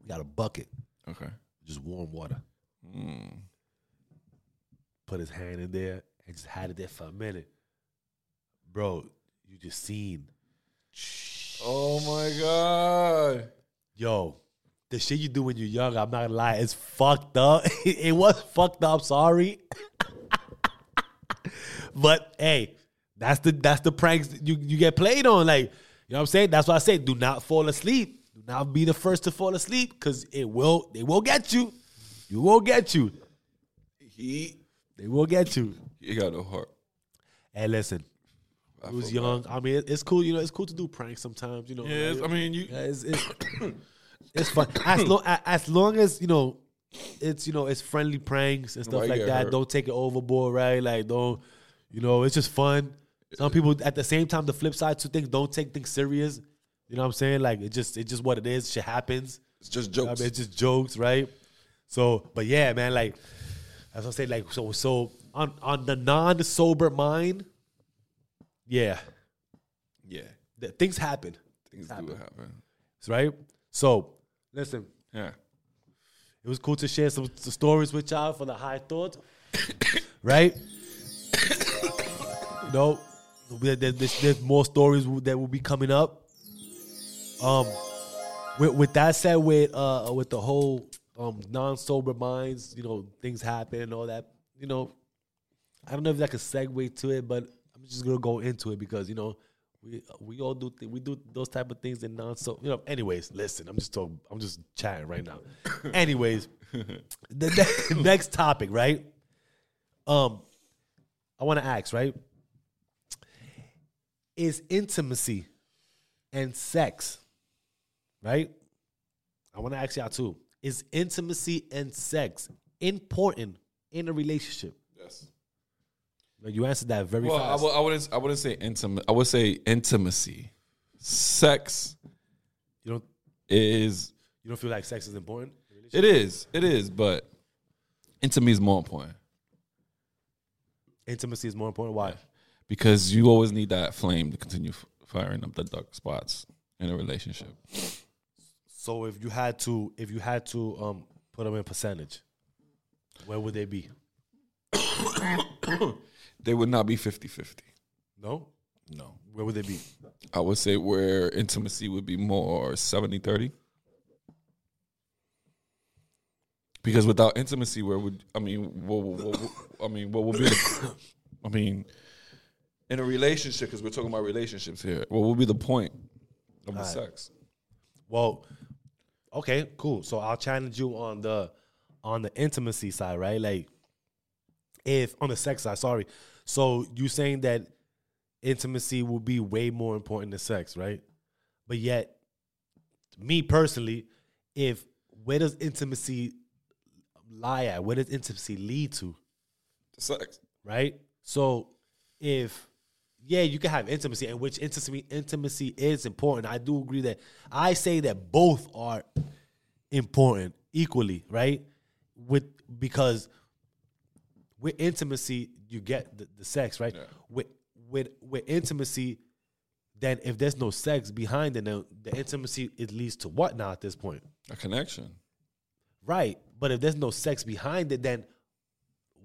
[SPEAKER 1] We got a bucket,
[SPEAKER 2] Okay.
[SPEAKER 1] just warm water. Put his hand in there and just had it there for a minute, bro. You just seen.
[SPEAKER 2] Oh my god.
[SPEAKER 1] Yo, the shit you do when you're young, I'm not gonna lie, it's fucked up. it was fucked up, sorry. but hey, that's the that's the pranks that you, you get played on. Like, you know what I'm saying? That's why I say do not fall asleep. Do not be the first to fall asleep, because it will they will get you. You will get you.
[SPEAKER 2] He
[SPEAKER 1] They will get you.
[SPEAKER 2] he got no heart.
[SPEAKER 1] Hey, listen. I was young. I mean, it- it's cool. You know, it's cool to do pranks sometimes. You know,
[SPEAKER 2] Yes,
[SPEAKER 1] like-
[SPEAKER 2] I mean you
[SPEAKER 1] Yeah, it's it's, it's fun as long as, as long as you know it's you know it's friendly pranks and stuff
[SPEAKER 2] Right,
[SPEAKER 1] like
[SPEAKER 2] yeah,
[SPEAKER 1] that.
[SPEAKER 2] her.
[SPEAKER 1] Don't take it overboard, right? Like don't you know it's just fun. Some people at the same time the flip side to things don't take things serious. You know what I'm saying? Like it just it's just what it is. Shit happens.
[SPEAKER 2] it's just
[SPEAKER 1] I
[SPEAKER 2] jokes.
[SPEAKER 1] mean, it's just jokes, right? So, but yeah, man, like that's what I'm saying. Like so so on on the non sober mind, yeah,
[SPEAKER 2] yeah.
[SPEAKER 1] th- things happen,
[SPEAKER 2] Things do
[SPEAKER 1] Happen.
[SPEAKER 2] happen.
[SPEAKER 1] right? So listen.
[SPEAKER 2] Yeah.
[SPEAKER 1] It was cool to share some, some stories with y'all for the high thoughts, right? you know, there- there- there's, there's more stories that will be coming up. Um, with, with that said, with uh, with the whole um non sober minds, you know, things happen and all that. You know, I don't know if that could segue to it, but I'm just gonna go into it because you know. We, we all do th- we do those type of things in non so you know anyways listen I'm just talking I'm just chatting right now anyways the ne- next topic, right? Um, I want to ask, right? Is intimacy and sex, right? I want to ask y'all too. Is intimacy and sex important in a relationship?
[SPEAKER 2] Yes.
[SPEAKER 1] Now, you answered that very
[SPEAKER 2] Well, I
[SPEAKER 1] fast.
[SPEAKER 2] w- I wouldn't I wouldn't say intimate. I would say intimacy. Sex
[SPEAKER 1] you don't
[SPEAKER 2] is
[SPEAKER 1] you don't feel like sex is important?
[SPEAKER 2] it is. It is, but intimacy is more important.
[SPEAKER 1] Intimacy is more important. Why?
[SPEAKER 2] because you always need that flame to continue f- firing up the dark spots in a relationship.
[SPEAKER 1] So if you had to, if you had to um, put them in percentage, where would they be?
[SPEAKER 2] They would not be 50 50.
[SPEAKER 1] No,
[SPEAKER 2] No.
[SPEAKER 1] where would they be?
[SPEAKER 2] I would say where intimacy would be more 70 30. Because without intimacy, where would I mean? What, what, what- I mean, what would be? The, I mean, in a relationship, because we're talking about relationships here. What would be the point of the sex?
[SPEAKER 1] Well, okay, cool. So I'll challenge you on the on the intimacy side, right? Like if on the sex side, sorry. So you saying that intimacy will be way more important than sex, right? But yet, me personally, if where does intimacy lie at? Where does intimacy lead to?
[SPEAKER 2] Sex.
[SPEAKER 1] right? So if yeah, you can have intimacy, and which intimacy intimacy is important. I do agree that I say that both are important equally, right? With because with intimacy you get the, the sex, right?
[SPEAKER 2] Yeah.
[SPEAKER 1] With with with intimacy, then if there's no sex behind it, then the intimacy it leads to what now at this point?
[SPEAKER 2] A connection.
[SPEAKER 1] Right. But if there's no sex behind it, then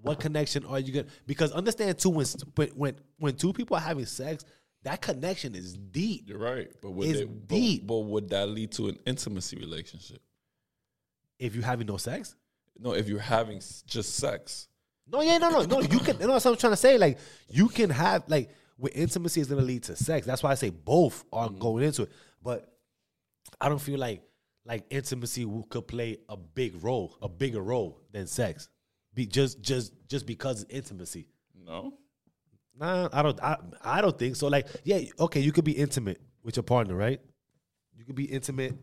[SPEAKER 1] what connection are you gonna? Because understand too, when but when when two people are having sex, that connection is deep.
[SPEAKER 2] You're right, but would
[SPEAKER 1] It's
[SPEAKER 2] they- but-
[SPEAKER 1] deep.
[SPEAKER 2] But, would that lead to an intimacy relationship?
[SPEAKER 1] If you're having no sex,
[SPEAKER 2] No, if you're having s- just sex,
[SPEAKER 1] no, yeah, no, no, no. You can. You know what I'm trying to say? Like you can have like with intimacy is gonna lead to sex. That's why I say both are going into it. But I don't feel like like intimacy w- could play a big role, a bigger role than sex. Be just just just because it's intimacy.
[SPEAKER 2] no.
[SPEAKER 1] Nah, I don't. I, I don't think so. Like, yeah, okay, you could be intimate with your partner, right? You could be intimate,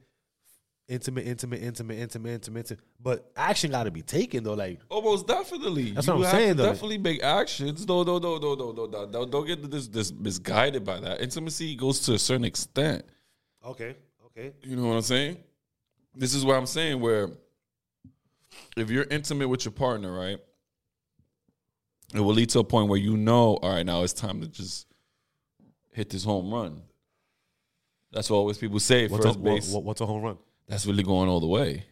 [SPEAKER 1] intimate, intimate, intimate, intimate, intimate, intimate. but action got to be taken though. Like,
[SPEAKER 2] Oh, most definitely.
[SPEAKER 1] That's
[SPEAKER 2] you
[SPEAKER 1] what I'm
[SPEAKER 2] have to
[SPEAKER 1] saying, though.
[SPEAKER 2] Definitely make actions. No, no, no, no, no, no, no. no. Don't get this this misguided by that. Intimacy goes to a certain extent.
[SPEAKER 1] okay, okay,
[SPEAKER 2] You know what I'm saying? This is what I'm saying. Where if you're intimate with your partner, right, it will lead to a point where you know, all right, now it's time to just hit this home run. That's what always people say.
[SPEAKER 1] what's a,
[SPEAKER 2] first
[SPEAKER 1] what,
[SPEAKER 2] base.
[SPEAKER 1] what- what's a home run?
[SPEAKER 2] that's really going all the way.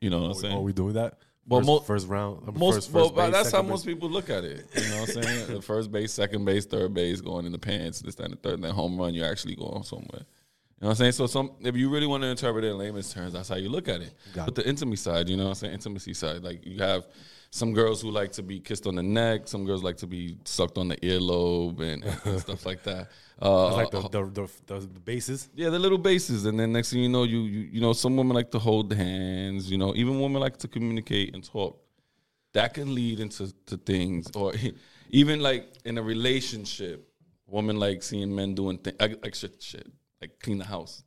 [SPEAKER 2] You know what I'm saying?
[SPEAKER 1] Are we doing that?
[SPEAKER 2] Well,
[SPEAKER 1] first,
[SPEAKER 2] mo-
[SPEAKER 1] first round, um,
[SPEAKER 2] Most,
[SPEAKER 1] first,
[SPEAKER 2] well,
[SPEAKER 1] first
[SPEAKER 2] but
[SPEAKER 1] base,
[SPEAKER 2] that's how
[SPEAKER 1] second
[SPEAKER 2] most
[SPEAKER 1] base.
[SPEAKER 2] people look at it. You know what I'm saying? the first base, second base, third base, going in the pants, this, that, and the third, and then home run, you're actually going somewhere. You know what I'm saying? So some if you really want to interpret it in layman's terms, that's how you look at it.
[SPEAKER 1] Got
[SPEAKER 2] but the intimacy side, you know what I'm saying? Intimacy side. Like you have some girls who like to be kissed on the neck, some girls like to be sucked on the earlobe and, and stuff like that. Uh,
[SPEAKER 1] It's like the the, the the bases.
[SPEAKER 2] yeah, the little bases, and then next thing you know, you you, you know, some women like to hold hands. You know, even women like to communicate and talk. That can lead into to things, or even like in a relationship, women like seeing men doing things like shit, shit, like clean the house.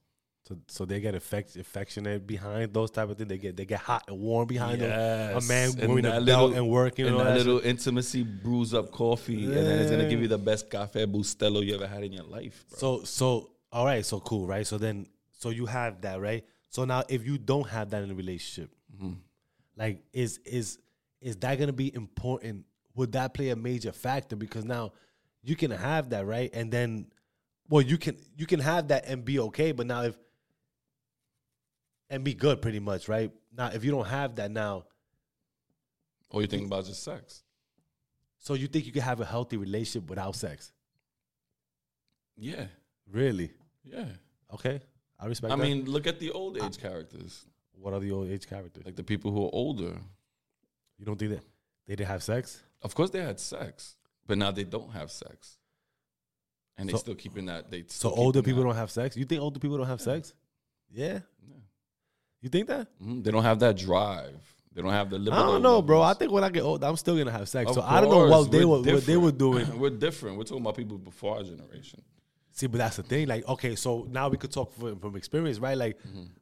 [SPEAKER 1] So, so they get affect, affectionate behind those type of things. They get they get hot and warm behind them. A man
[SPEAKER 2] And
[SPEAKER 1] going
[SPEAKER 2] that
[SPEAKER 1] out
[SPEAKER 2] little-
[SPEAKER 1] and working
[SPEAKER 2] and
[SPEAKER 1] all
[SPEAKER 2] that
[SPEAKER 1] that
[SPEAKER 2] little intimacy brews up coffee, and then it's gonna give you the best cafe bustelo you ever had in your life. Bro.
[SPEAKER 1] So so all right, so cool, right? So then so you have that, right? So now if you don't have that in a relationship,
[SPEAKER 2] Mm-hmm.
[SPEAKER 1] like is is is that gonna be important? Would that play a major factor? Because now you can have that, right? And then well you can you can have that and be okay, but now if and be good pretty much, right? Now if you don't have that now,
[SPEAKER 2] Or you think about just sex?
[SPEAKER 1] so you think you can have a healthy relationship without sex.
[SPEAKER 2] Yeah,
[SPEAKER 1] Really?
[SPEAKER 2] yeah.
[SPEAKER 1] Okay. I respect
[SPEAKER 2] I
[SPEAKER 1] that.
[SPEAKER 2] mean, look at the old age characters.
[SPEAKER 1] what are the old age characters?
[SPEAKER 2] like the people who are older.
[SPEAKER 1] You don't think that they didn't have sex?
[SPEAKER 2] Of course, they had sex, but now they don't have sex, and they
[SPEAKER 1] So-
[SPEAKER 2] still keeping that. They
[SPEAKER 1] So older people don't have sex? You think older people don't have sex? Yeah. You think that?
[SPEAKER 2] don't. hmm, they don't have that drive. They don't have the.
[SPEAKER 1] I don't know, bro. I think when I get old, I'm still gonna have sex. so I don't know what they were what they were doing.
[SPEAKER 2] we're different. We're talking about people before our generation.
[SPEAKER 1] See, but that's the thing. Like, okay, so now we could talk from, from experience, right? Like,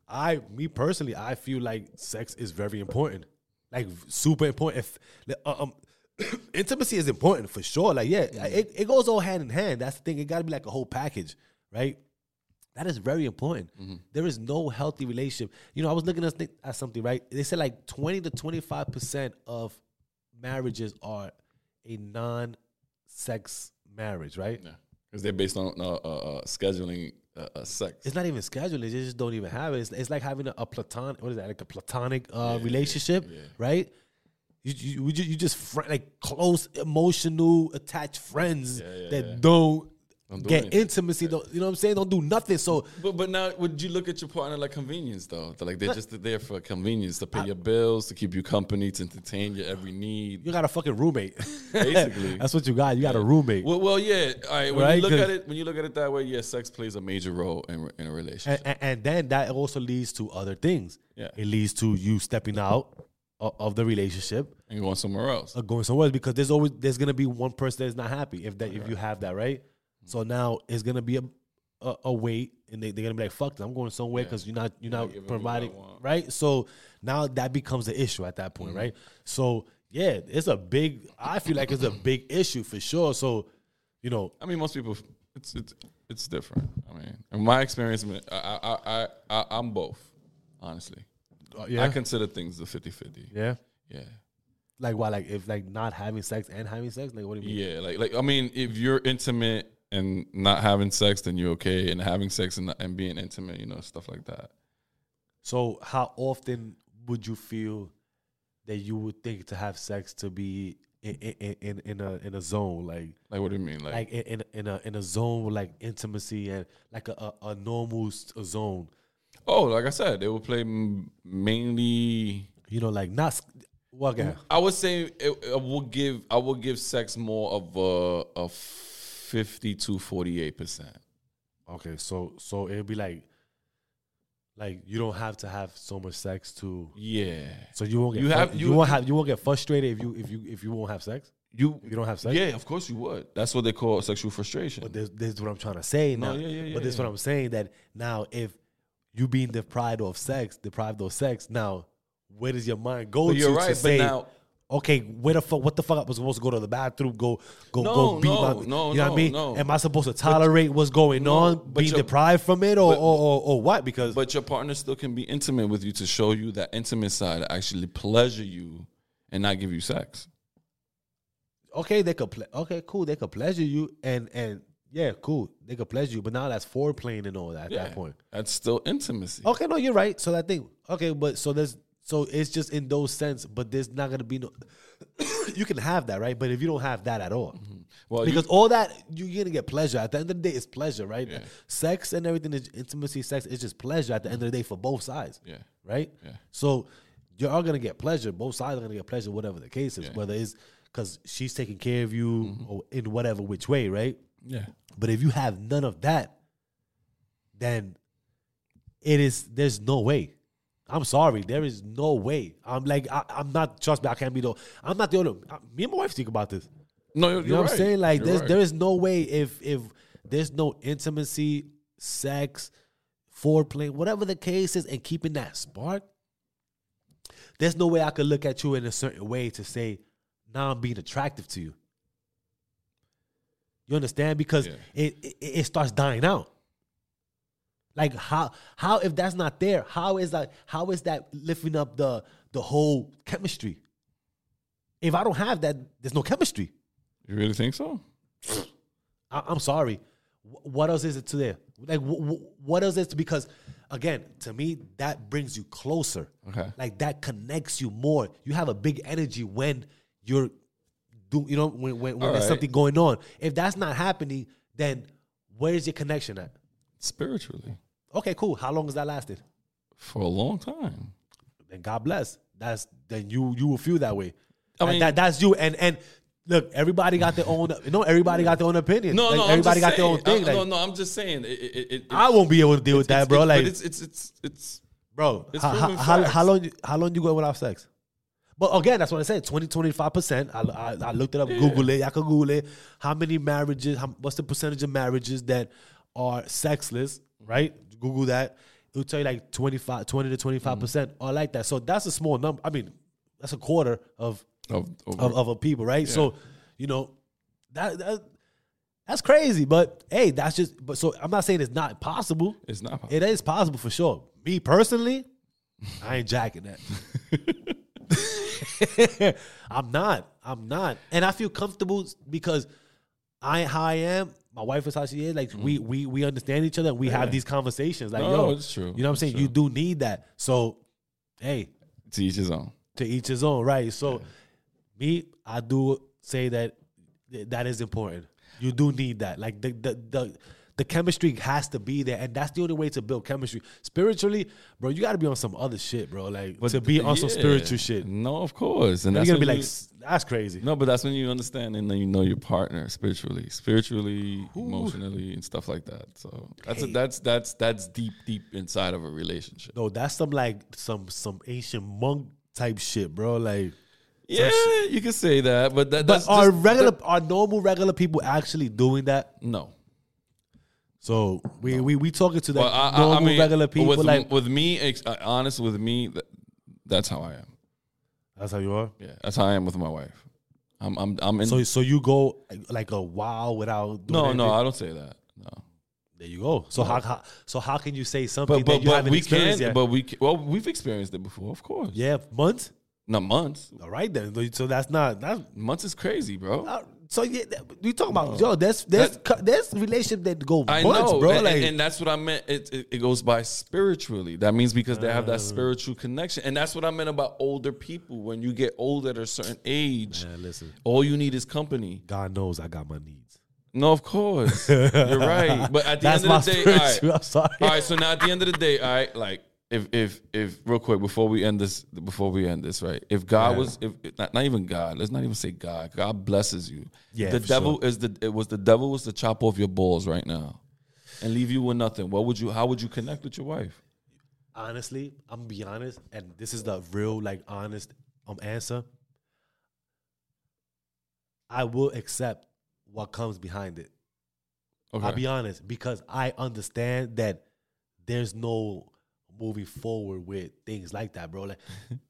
[SPEAKER 1] I, me personally, I feel like sex is very important, like super important. If like, uh, um, intimacy is important for sure. Like, yeah, it, it goes all hand in hand. That's the thing. It got to be like a whole package, right? That is very important. There is no healthy relationship. You know, I was looking at, thi- at something, right? They said like twenty to twenty five percent of marriages are a non sex marriage, right?
[SPEAKER 2] because they're based on uh, uh, uh, scheduling uh, uh, sex.
[SPEAKER 1] It's not even scheduling. They just don't even have it. It's, it's like having a, a platonic, what is that? Like a platonic uh, relationship, right? You, you, we ju- you just fri like close, emotional, attached friends that don't,
[SPEAKER 2] do
[SPEAKER 1] get
[SPEAKER 2] anything.
[SPEAKER 1] intimacy. Don't, you know what I'm saying? Don't do nothing. So
[SPEAKER 2] But but now would you look at your partner like convenience though? They're like they're just there for convenience to pay your bills, to keep you company, to entertain your every need.
[SPEAKER 1] you got a fucking roommate.
[SPEAKER 2] Basically.
[SPEAKER 1] that's what you got. You got a roommate.
[SPEAKER 2] Well, well, yeah. All right. When
[SPEAKER 1] Right?
[SPEAKER 2] you look
[SPEAKER 1] 'Cause-
[SPEAKER 2] at it, when you look at it that way, yeah, sex plays a major role in, in a relationship.
[SPEAKER 1] and, and, and then that also leads to other things.
[SPEAKER 2] Yeah.
[SPEAKER 1] It leads to you stepping out of, of the relationship
[SPEAKER 2] And you going somewhere else.
[SPEAKER 1] or going somewhere else because there's always there's gonna be one person that's not happy if that if you have that right.
[SPEAKER 2] Mm-hmm.
[SPEAKER 1] So now it's gonna be a a, a wait, and they are gonna be like, "Fuck, it, I'm going somewhere because you're not you're
[SPEAKER 2] give me
[SPEAKER 1] not
[SPEAKER 2] what I
[SPEAKER 1] providing
[SPEAKER 2] want. Mm-hmm.
[SPEAKER 1] right." So now that becomes an issue at that point, right? So yeah, it's a big. I feel like it's a big issue for sure. So you know,
[SPEAKER 2] I mean, most people, it's it's it's different. I mean, in my experience, I mean, I I, I, I I'm both, honestly.
[SPEAKER 1] uh,
[SPEAKER 2] I
[SPEAKER 1] yeah,
[SPEAKER 2] consider things a 50-50.
[SPEAKER 1] yeah.
[SPEAKER 2] Yeah.
[SPEAKER 1] Like why? Like if like not having sex and having sex, like what do you mean?
[SPEAKER 2] Yeah, like like I mean, if you're intimate and not having sex, then you're okay. And having sex and, and being intimate, you know, stuff like that.
[SPEAKER 1] So how often would you feel that you would think to have sex to be in in in, in a in a zone like
[SPEAKER 2] Like, what do you mean? Like,
[SPEAKER 1] like in, in in a in a zone with like intimacy and like a a, a normal s- a zone,
[SPEAKER 2] oh, like I said, they will play m- mainly.
[SPEAKER 1] you know, like not s- well, okay.
[SPEAKER 2] I would say it, I will give I will give sex more of a a fifty to forty eight percent.
[SPEAKER 1] okay, so so it'd be like like you don't have to have so much sex to.
[SPEAKER 2] Yeah,
[SPEAKER 1] So you won't get
[SPEAKER 2] You
[SPEAKER 1] fru-
[SPEAKER 2] have-
[SPEAKER 1] you,
[SPEAKER 2] you-
[SPEAKER 1] won't have you won't get frustrated if you if you if you won't have sex
[SPEAKER 2] you
[SPEAKER 1] if you don't have sex.
[SPEAKER 2] yeah, of course you would. That's what they call sexual frustration.
[SPEAKER 1] But this, this is what I'm trying to say now.
[SPEAKER 2] No, yeah, yeah, yeah,
[SPEAKER 1] but this is what
[SPEAKER 2] yeah.
[SPEAKER 1] I'm saying that now if you being deprived of sex, deprived of sex, now where does your mind go
[SPEAKER 2] But
[SPEAKER 1] to
[SPEAKER 2] you're
[SPEAKER 1] to
[SPEAKER 2] right, but
[SPEAKER 1] say,
[SPEAKER 2] now-
[SPEAKER 1] okay, where the fuck, what the fuck, I was supposed to go to the bathroom, go, go,
[SPEAKER 2] No,
[SPEAKER 1] go, beat
[SPEAKER 2] no,
[SPEAKER 1] my,
[SPEAKER 2] no,
[SPEAKER 1] you know what I
[SPEAKER 2] no,
[SPEAKER 1] mean?
[SPEAKER 2] no.
[SPEAKER 1] Am I supposed to tolerate what's going
[SPEAKER 2] No,
[SPEAKER 1] on,
[SPEAKER 2] but
[SPEAKER 1] be
[SPEAKER 2] your-
[SPEAKER 1] deprived from it, or,
[SPEAKER 2] but-
[SPEAKER 1] or, or, or what? Because
[SPEAKER 2] But your partner still can be intimate with you to show you that intimate side, actually pleasure you, and not give you sex.
[SPEAKER 1] okay, they could, ple- okay, cool, they could pleasure you, and and yeah, cool, they could pleasure you, but now that's foreplaying and all that at that point. Oh.
[SPEAKER 2] That's still intimacy.
[SPEAKER 1] Okay, no, you're right. So that thing. Okay, but so there's so it's just in those sense, but there's not gonna be no. you can have that, right? But if you don't have that at all,
[SPEAKER 2] Mm-hmm. Well, you-
[SPEAKER 1] because all that you're gonna get pleasure. At the end of the day, it's pleasure, right? Sex and everything is intimacy. Sex is just pleasure. At the end of the day, for both sides,
[SPEAKER 2] yeah,
[SPEAKER 1] right? So you are gonna get pleasure. Both sides are gonna get pleasure, whatever the case is. Whether it's because she's taking care of you
[SPEAKER 2] Mm-hmm.
[SPEAKER 1] or in whatever which way, right?
[SPEAKER 2] yeah.
[SPEAKER 1] But if you have none of that, then it is there's no way. I'm sorry, there is no way. I'm like I, I'm not. Trust me, I can't be the. I'm not the only. I, me and my wife speak about this.
[SPEAKER 2] No, you're,
[SPEAKER 1] You know what I'm saying? Like there's
[SPEAKER 2] there's
[SPEAKER 1] there is no way if if there's no intimacy, sex, foreplay, whatever the case is, and keeping that spark. There's no way I could look at you in a certain way to say, now I'm being attractive to you. You understand? Because
[SPEAKER 2] Yeah.
[SPEAKER 1] it, it it starts dying out. Like how how if that's not there, how is that how is that lifting up the the whole chemistry? If I don't have that, there's no chemistry.
[SPEAKER 2] You really think so?
[SPEAKER 1] I, I'm sorry. Wh- What else is it to there? Like, wh- wh- what else is because, again, to me that brings you closer.
[SPEAKER 2] Okay.
[SPEAKER 1] Like that connects you more. You have a big energy when you're, do you know when when, when
[SPEAKER 2] All
[SPEAKER 1] there's
[SPEAKER 2] right.
[SPEAKER 1] something going on. If that's not happening, then where's your connection at?
[SPEAKER 2] Spiritually,
[SPEAKER 1] Okay, cool. How long has that lasted?
[SPEAKER 2] for a long time.
[SPEAKER 1] Then God bless. That's then you you will feel that way. I
[SPEAKER 2] mean-
[SPEAKER 1] that that's you and and. Look, everybody got their own. No, everybody got their own opinion.
[SPEAKER 2] No,
[SPEAKER 1] Like,
[SPEAKER 2] no,
[SPEAKER 1] everybody
[SPEAKER 2] I'm
[SPEAKER 1] got
[SPEAKER 2] just
[SPEAKER 1] their own
[SPEAKER 2] saying.
[SPEAKER 1] thing.
[SPEAKER 2] I-
[SPEAKER 1] like,
[SPEAKER 2] no, no, I'm just saying. It, it, it, it-
[SPEAKER 1] I won't be able to deal with
[SPEAKER 2] it's-
[SPEAKER 1] that, bro.
[SPEAKER 2] it's-
[SPEAKER 1] like,
[SPEAKER 2] but it's it's it's it's
[SPEAKER 1] bro,
[SPEAKER 2] it's
[SPEAKER 1] how, how,
[SPEAKER 2] proven
[SPEAKER 1] how,
[SPEAKER 2] facts.
[SPEAKER 1] how long you- how long you going without sex? But again, that's what I said. 20, 25 percent. I, I, I looked it up, Google it. I could Google it. How many marriages? How, what's the percentage of marriages that are sexless? Right? Google that. It'll tell you like 25, 20 to twenty five percent, or like that. So that's a small number. I mean, that's a quarter of
[SPEAKER 2] of, of,
[SPEAKER 1] of, of a people, right? So, you know, that, that that's crazy. But hey, that's just. But so I'm not saying it's not possible.
[SPEAKER 2] it's not. possible.
[SPEAKER 1] It is possible for sure. Me personally, I ain't jacking that. I'm not. I'm not. And I feel comfortable because I ain't how I am. My wife is how she is. Like we we we understand each other. and We have these conversations. Like
[SPEAKER 2] Mm-hmm. No,
[SPEAKER 1] yo,
[SPEAKER 2] it's true.
[SPEAKER 1] You know what I'm
[SPEAKER 2] It's
[SPEAKER 1] saying?
[SPEAKER 2] true.
[SPEAKER 1] You do need that. So, hey,
[SPEAKER 2] To each his own.
[SPEAKER 1] to each his own, right? So, me, I do say that th- that is important. You do need that. Like the the the. The chemistry has to be there, and that's the only way to build chemistry. Spiritually, bro, you got to be on some other shit, bro. Like to be on some
[SPEAKER 2] Yeah.
[SPEAKER 1] spiritual shit.
[SPEAKER 2] No, of course. And
[SPEAKER 1] You're
[SPEAKER 2] that's
[SPEAKER 1] gonna be
[SPEAKER 2] when you-
[SPEAKER 1] like, "S- that's crazy.
[SPEAKER 2] No, but that's when you understand and then you know your partner spiritually, spiritually, emotionally, and stuff like that. So that's a, that's that's that's deep, deep inside of a relationship.
[SPEAKER 1] No, that's some like some some ancient monk type shit, bro. Like,
[SPEAKER 2] Yeah, you could say that, but that,
[SPEAKER 1] but
[SPEAKER 2] that's
[SPEAKER 1] are
[SPEAKER 2] just-
[SPEAKER 1] regular are normal regular people actually doing that?
[SPEAKER 2] no.
[SPEAKER 1] So we we we talking to that
[SPEAKER 2] Well, I, I-
[SPEAKER 1] normal
[SPEAKER 2] I mean,
[SPEAKER 1] regular people.
[SPEAKER 2] With,
[SPEAKER 1] like
[SPEAKER 2] with me, ex- uh, honest with me, th- that's how I am.
[SPEAKER 1] that's how you are.
[SPEAKER 2] Yeah, that's how I am with my wife. I'm I'm I'm in.
[SPEAKER 1] So so you go like a while without doing
[SPEAKER 2] no, no,
[SPEAKER 1] anything?
[SPEAKER 2] I don't say that. No.
[SPEAKER 1] There you go. So how, how so how can you say something
[SPEAKER 2] But but,
[SPEAKER 1] that you
[SPEAKER 2] but
[SPEAKER 1] haven't
[SPEAKER 2] we can.
[SPEAKER 1] experienced yet?
[SPEAKER 2] But we can, well, we've experienced it before, of course.
[SPEAKER 1] yeah, months.
[SPEAKER 2] Not months.
[SPEAKER 1] All right then. So that's not that's
[SPEAKER 2] Months is crazy, bro.
[SPEAKER 1] not. So yeah, that- we talking about yo. That's that's that's relationship that go
[SPEAKER 2] I
[SPEAKER 1] months,
[SPEAKER 2] know,
[SPEAKER 1] bro.
[SPEAKER 2] And,
[SPEAKER 1] like
[SPEAKER 2] and- and that's what I meant. It, it it goes by spiritually. That means because they have that spiritual connection, and that's what I meant about older people. When you get old at a certain age,
[SPEAKER 1] Man, listen,
[SPEAKER 2] all you need is company.
[SPEAKER 1] God knows I got my needs.
[SPEAKER 2] No, of course, you're right. But at the
[SPEAKER 1] That's
[SPEAKER 2] end
[SPEAKER 1] my
[SPEAKER 2] of the day, all right,
[SPEAKER 1] spiritual. I'm sorry.
[SPEAKER 2] all right. So now at the end of the day, all right, like if if if real quick before we end this, before we end this, right? If God was if not, not even God, let's not even say God. God blesses you.
[SPEAKER 1] Yeah,
[SPEAKER 2] the
[SPEAKER 1] for
[SPEAKER 2] devil is the it was the devil was to chop off your balls right now, and leave you with nothing. What would you? How would you connect with your wife?
[SPEAKER 1] honestly, I'm gonna be honest, and this is the real, like, honest um answer. I will accept what comes behind it.
[SPEAKER 2] Okay.
[SPEAKER 1] I'll be honest because I understand that there's no moving forward with things like that, bro. Like,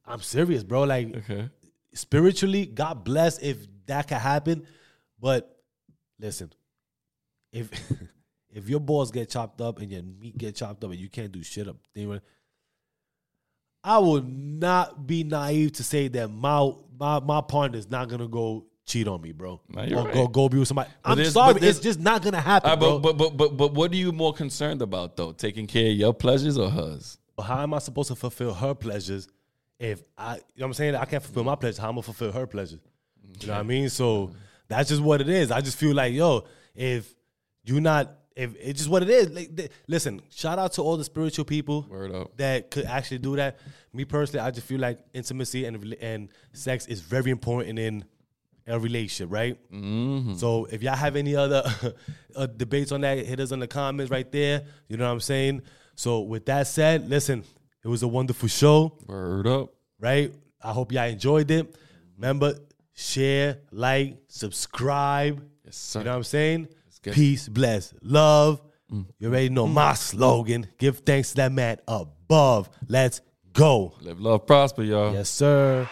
[SPEAKER 1] I'm serious, bro. Like,
[SPEAKER 2] okay.
[SPEAKER 1] spiritually, God bless if that can happen. But listen, if if your balls get chopped up and your meat get chopped up and you can't do shit up, they were- I will not be naive to say that my my my partner's not gonna go cheat on me, bro.
[SPEAKER 2] No, you're
[SPEAKER 1] or go
[SPEAKER 2] right.
[SPEAKER 1] go be with somebody. I'm
[SPEAKER 2] there's-
[SPEAKER 1] sorry,
[SPEAKER 2] but there's-
[SPEAKER 1] it's just not gonna happen,
[SPEAKER 2] All right,
[SPEAKER 1] bro.
[SPEAKER 2] but, but but but but what are you more concerned about though? Taking care of your pleasures or hers?
[SPEAKER 1] But how am I supposed to fulfill her pleasures if I, you know what I'm saying? I can't fulfill my pleasures. How am I gonna fulfill her pleasures? You know
[SPEAKER 2] Mm-hmm.
[SPEAKER 1] what I mean? So that's just what it is. I just feel like, yo, if you're not, if it's just what it is. Like, th- listen, shout out to all the spiritual people
[SPEAKER 2] Word up.
[SPEAKER 1] that could actually do that. Me personally, I just feel like intimacy and rela- and sex is very important in a relationship, right? So if y'all have any other uh, debates on that, hit us in the comments right there. You know what I'm saying? So with that said, listen, it was a wonderful show,
[SPEAKER 2] Word up.
[SPEAKER 1] right? I hope y'all enjoyed it. Remember, share, like, subscribe.
[SPEAKER 2] Yes, sir.
[SPEAKER 1] You know what I'm saying?
[SPEAKER 2] get it.
[SPEAKER 1] Peace, bless, love. You already know my slogan. Give thanks to that man above. Let's go.
[SPEAKER 2] Live, love, prosper, y'all.
[SPEAKER 1] Yes, sir.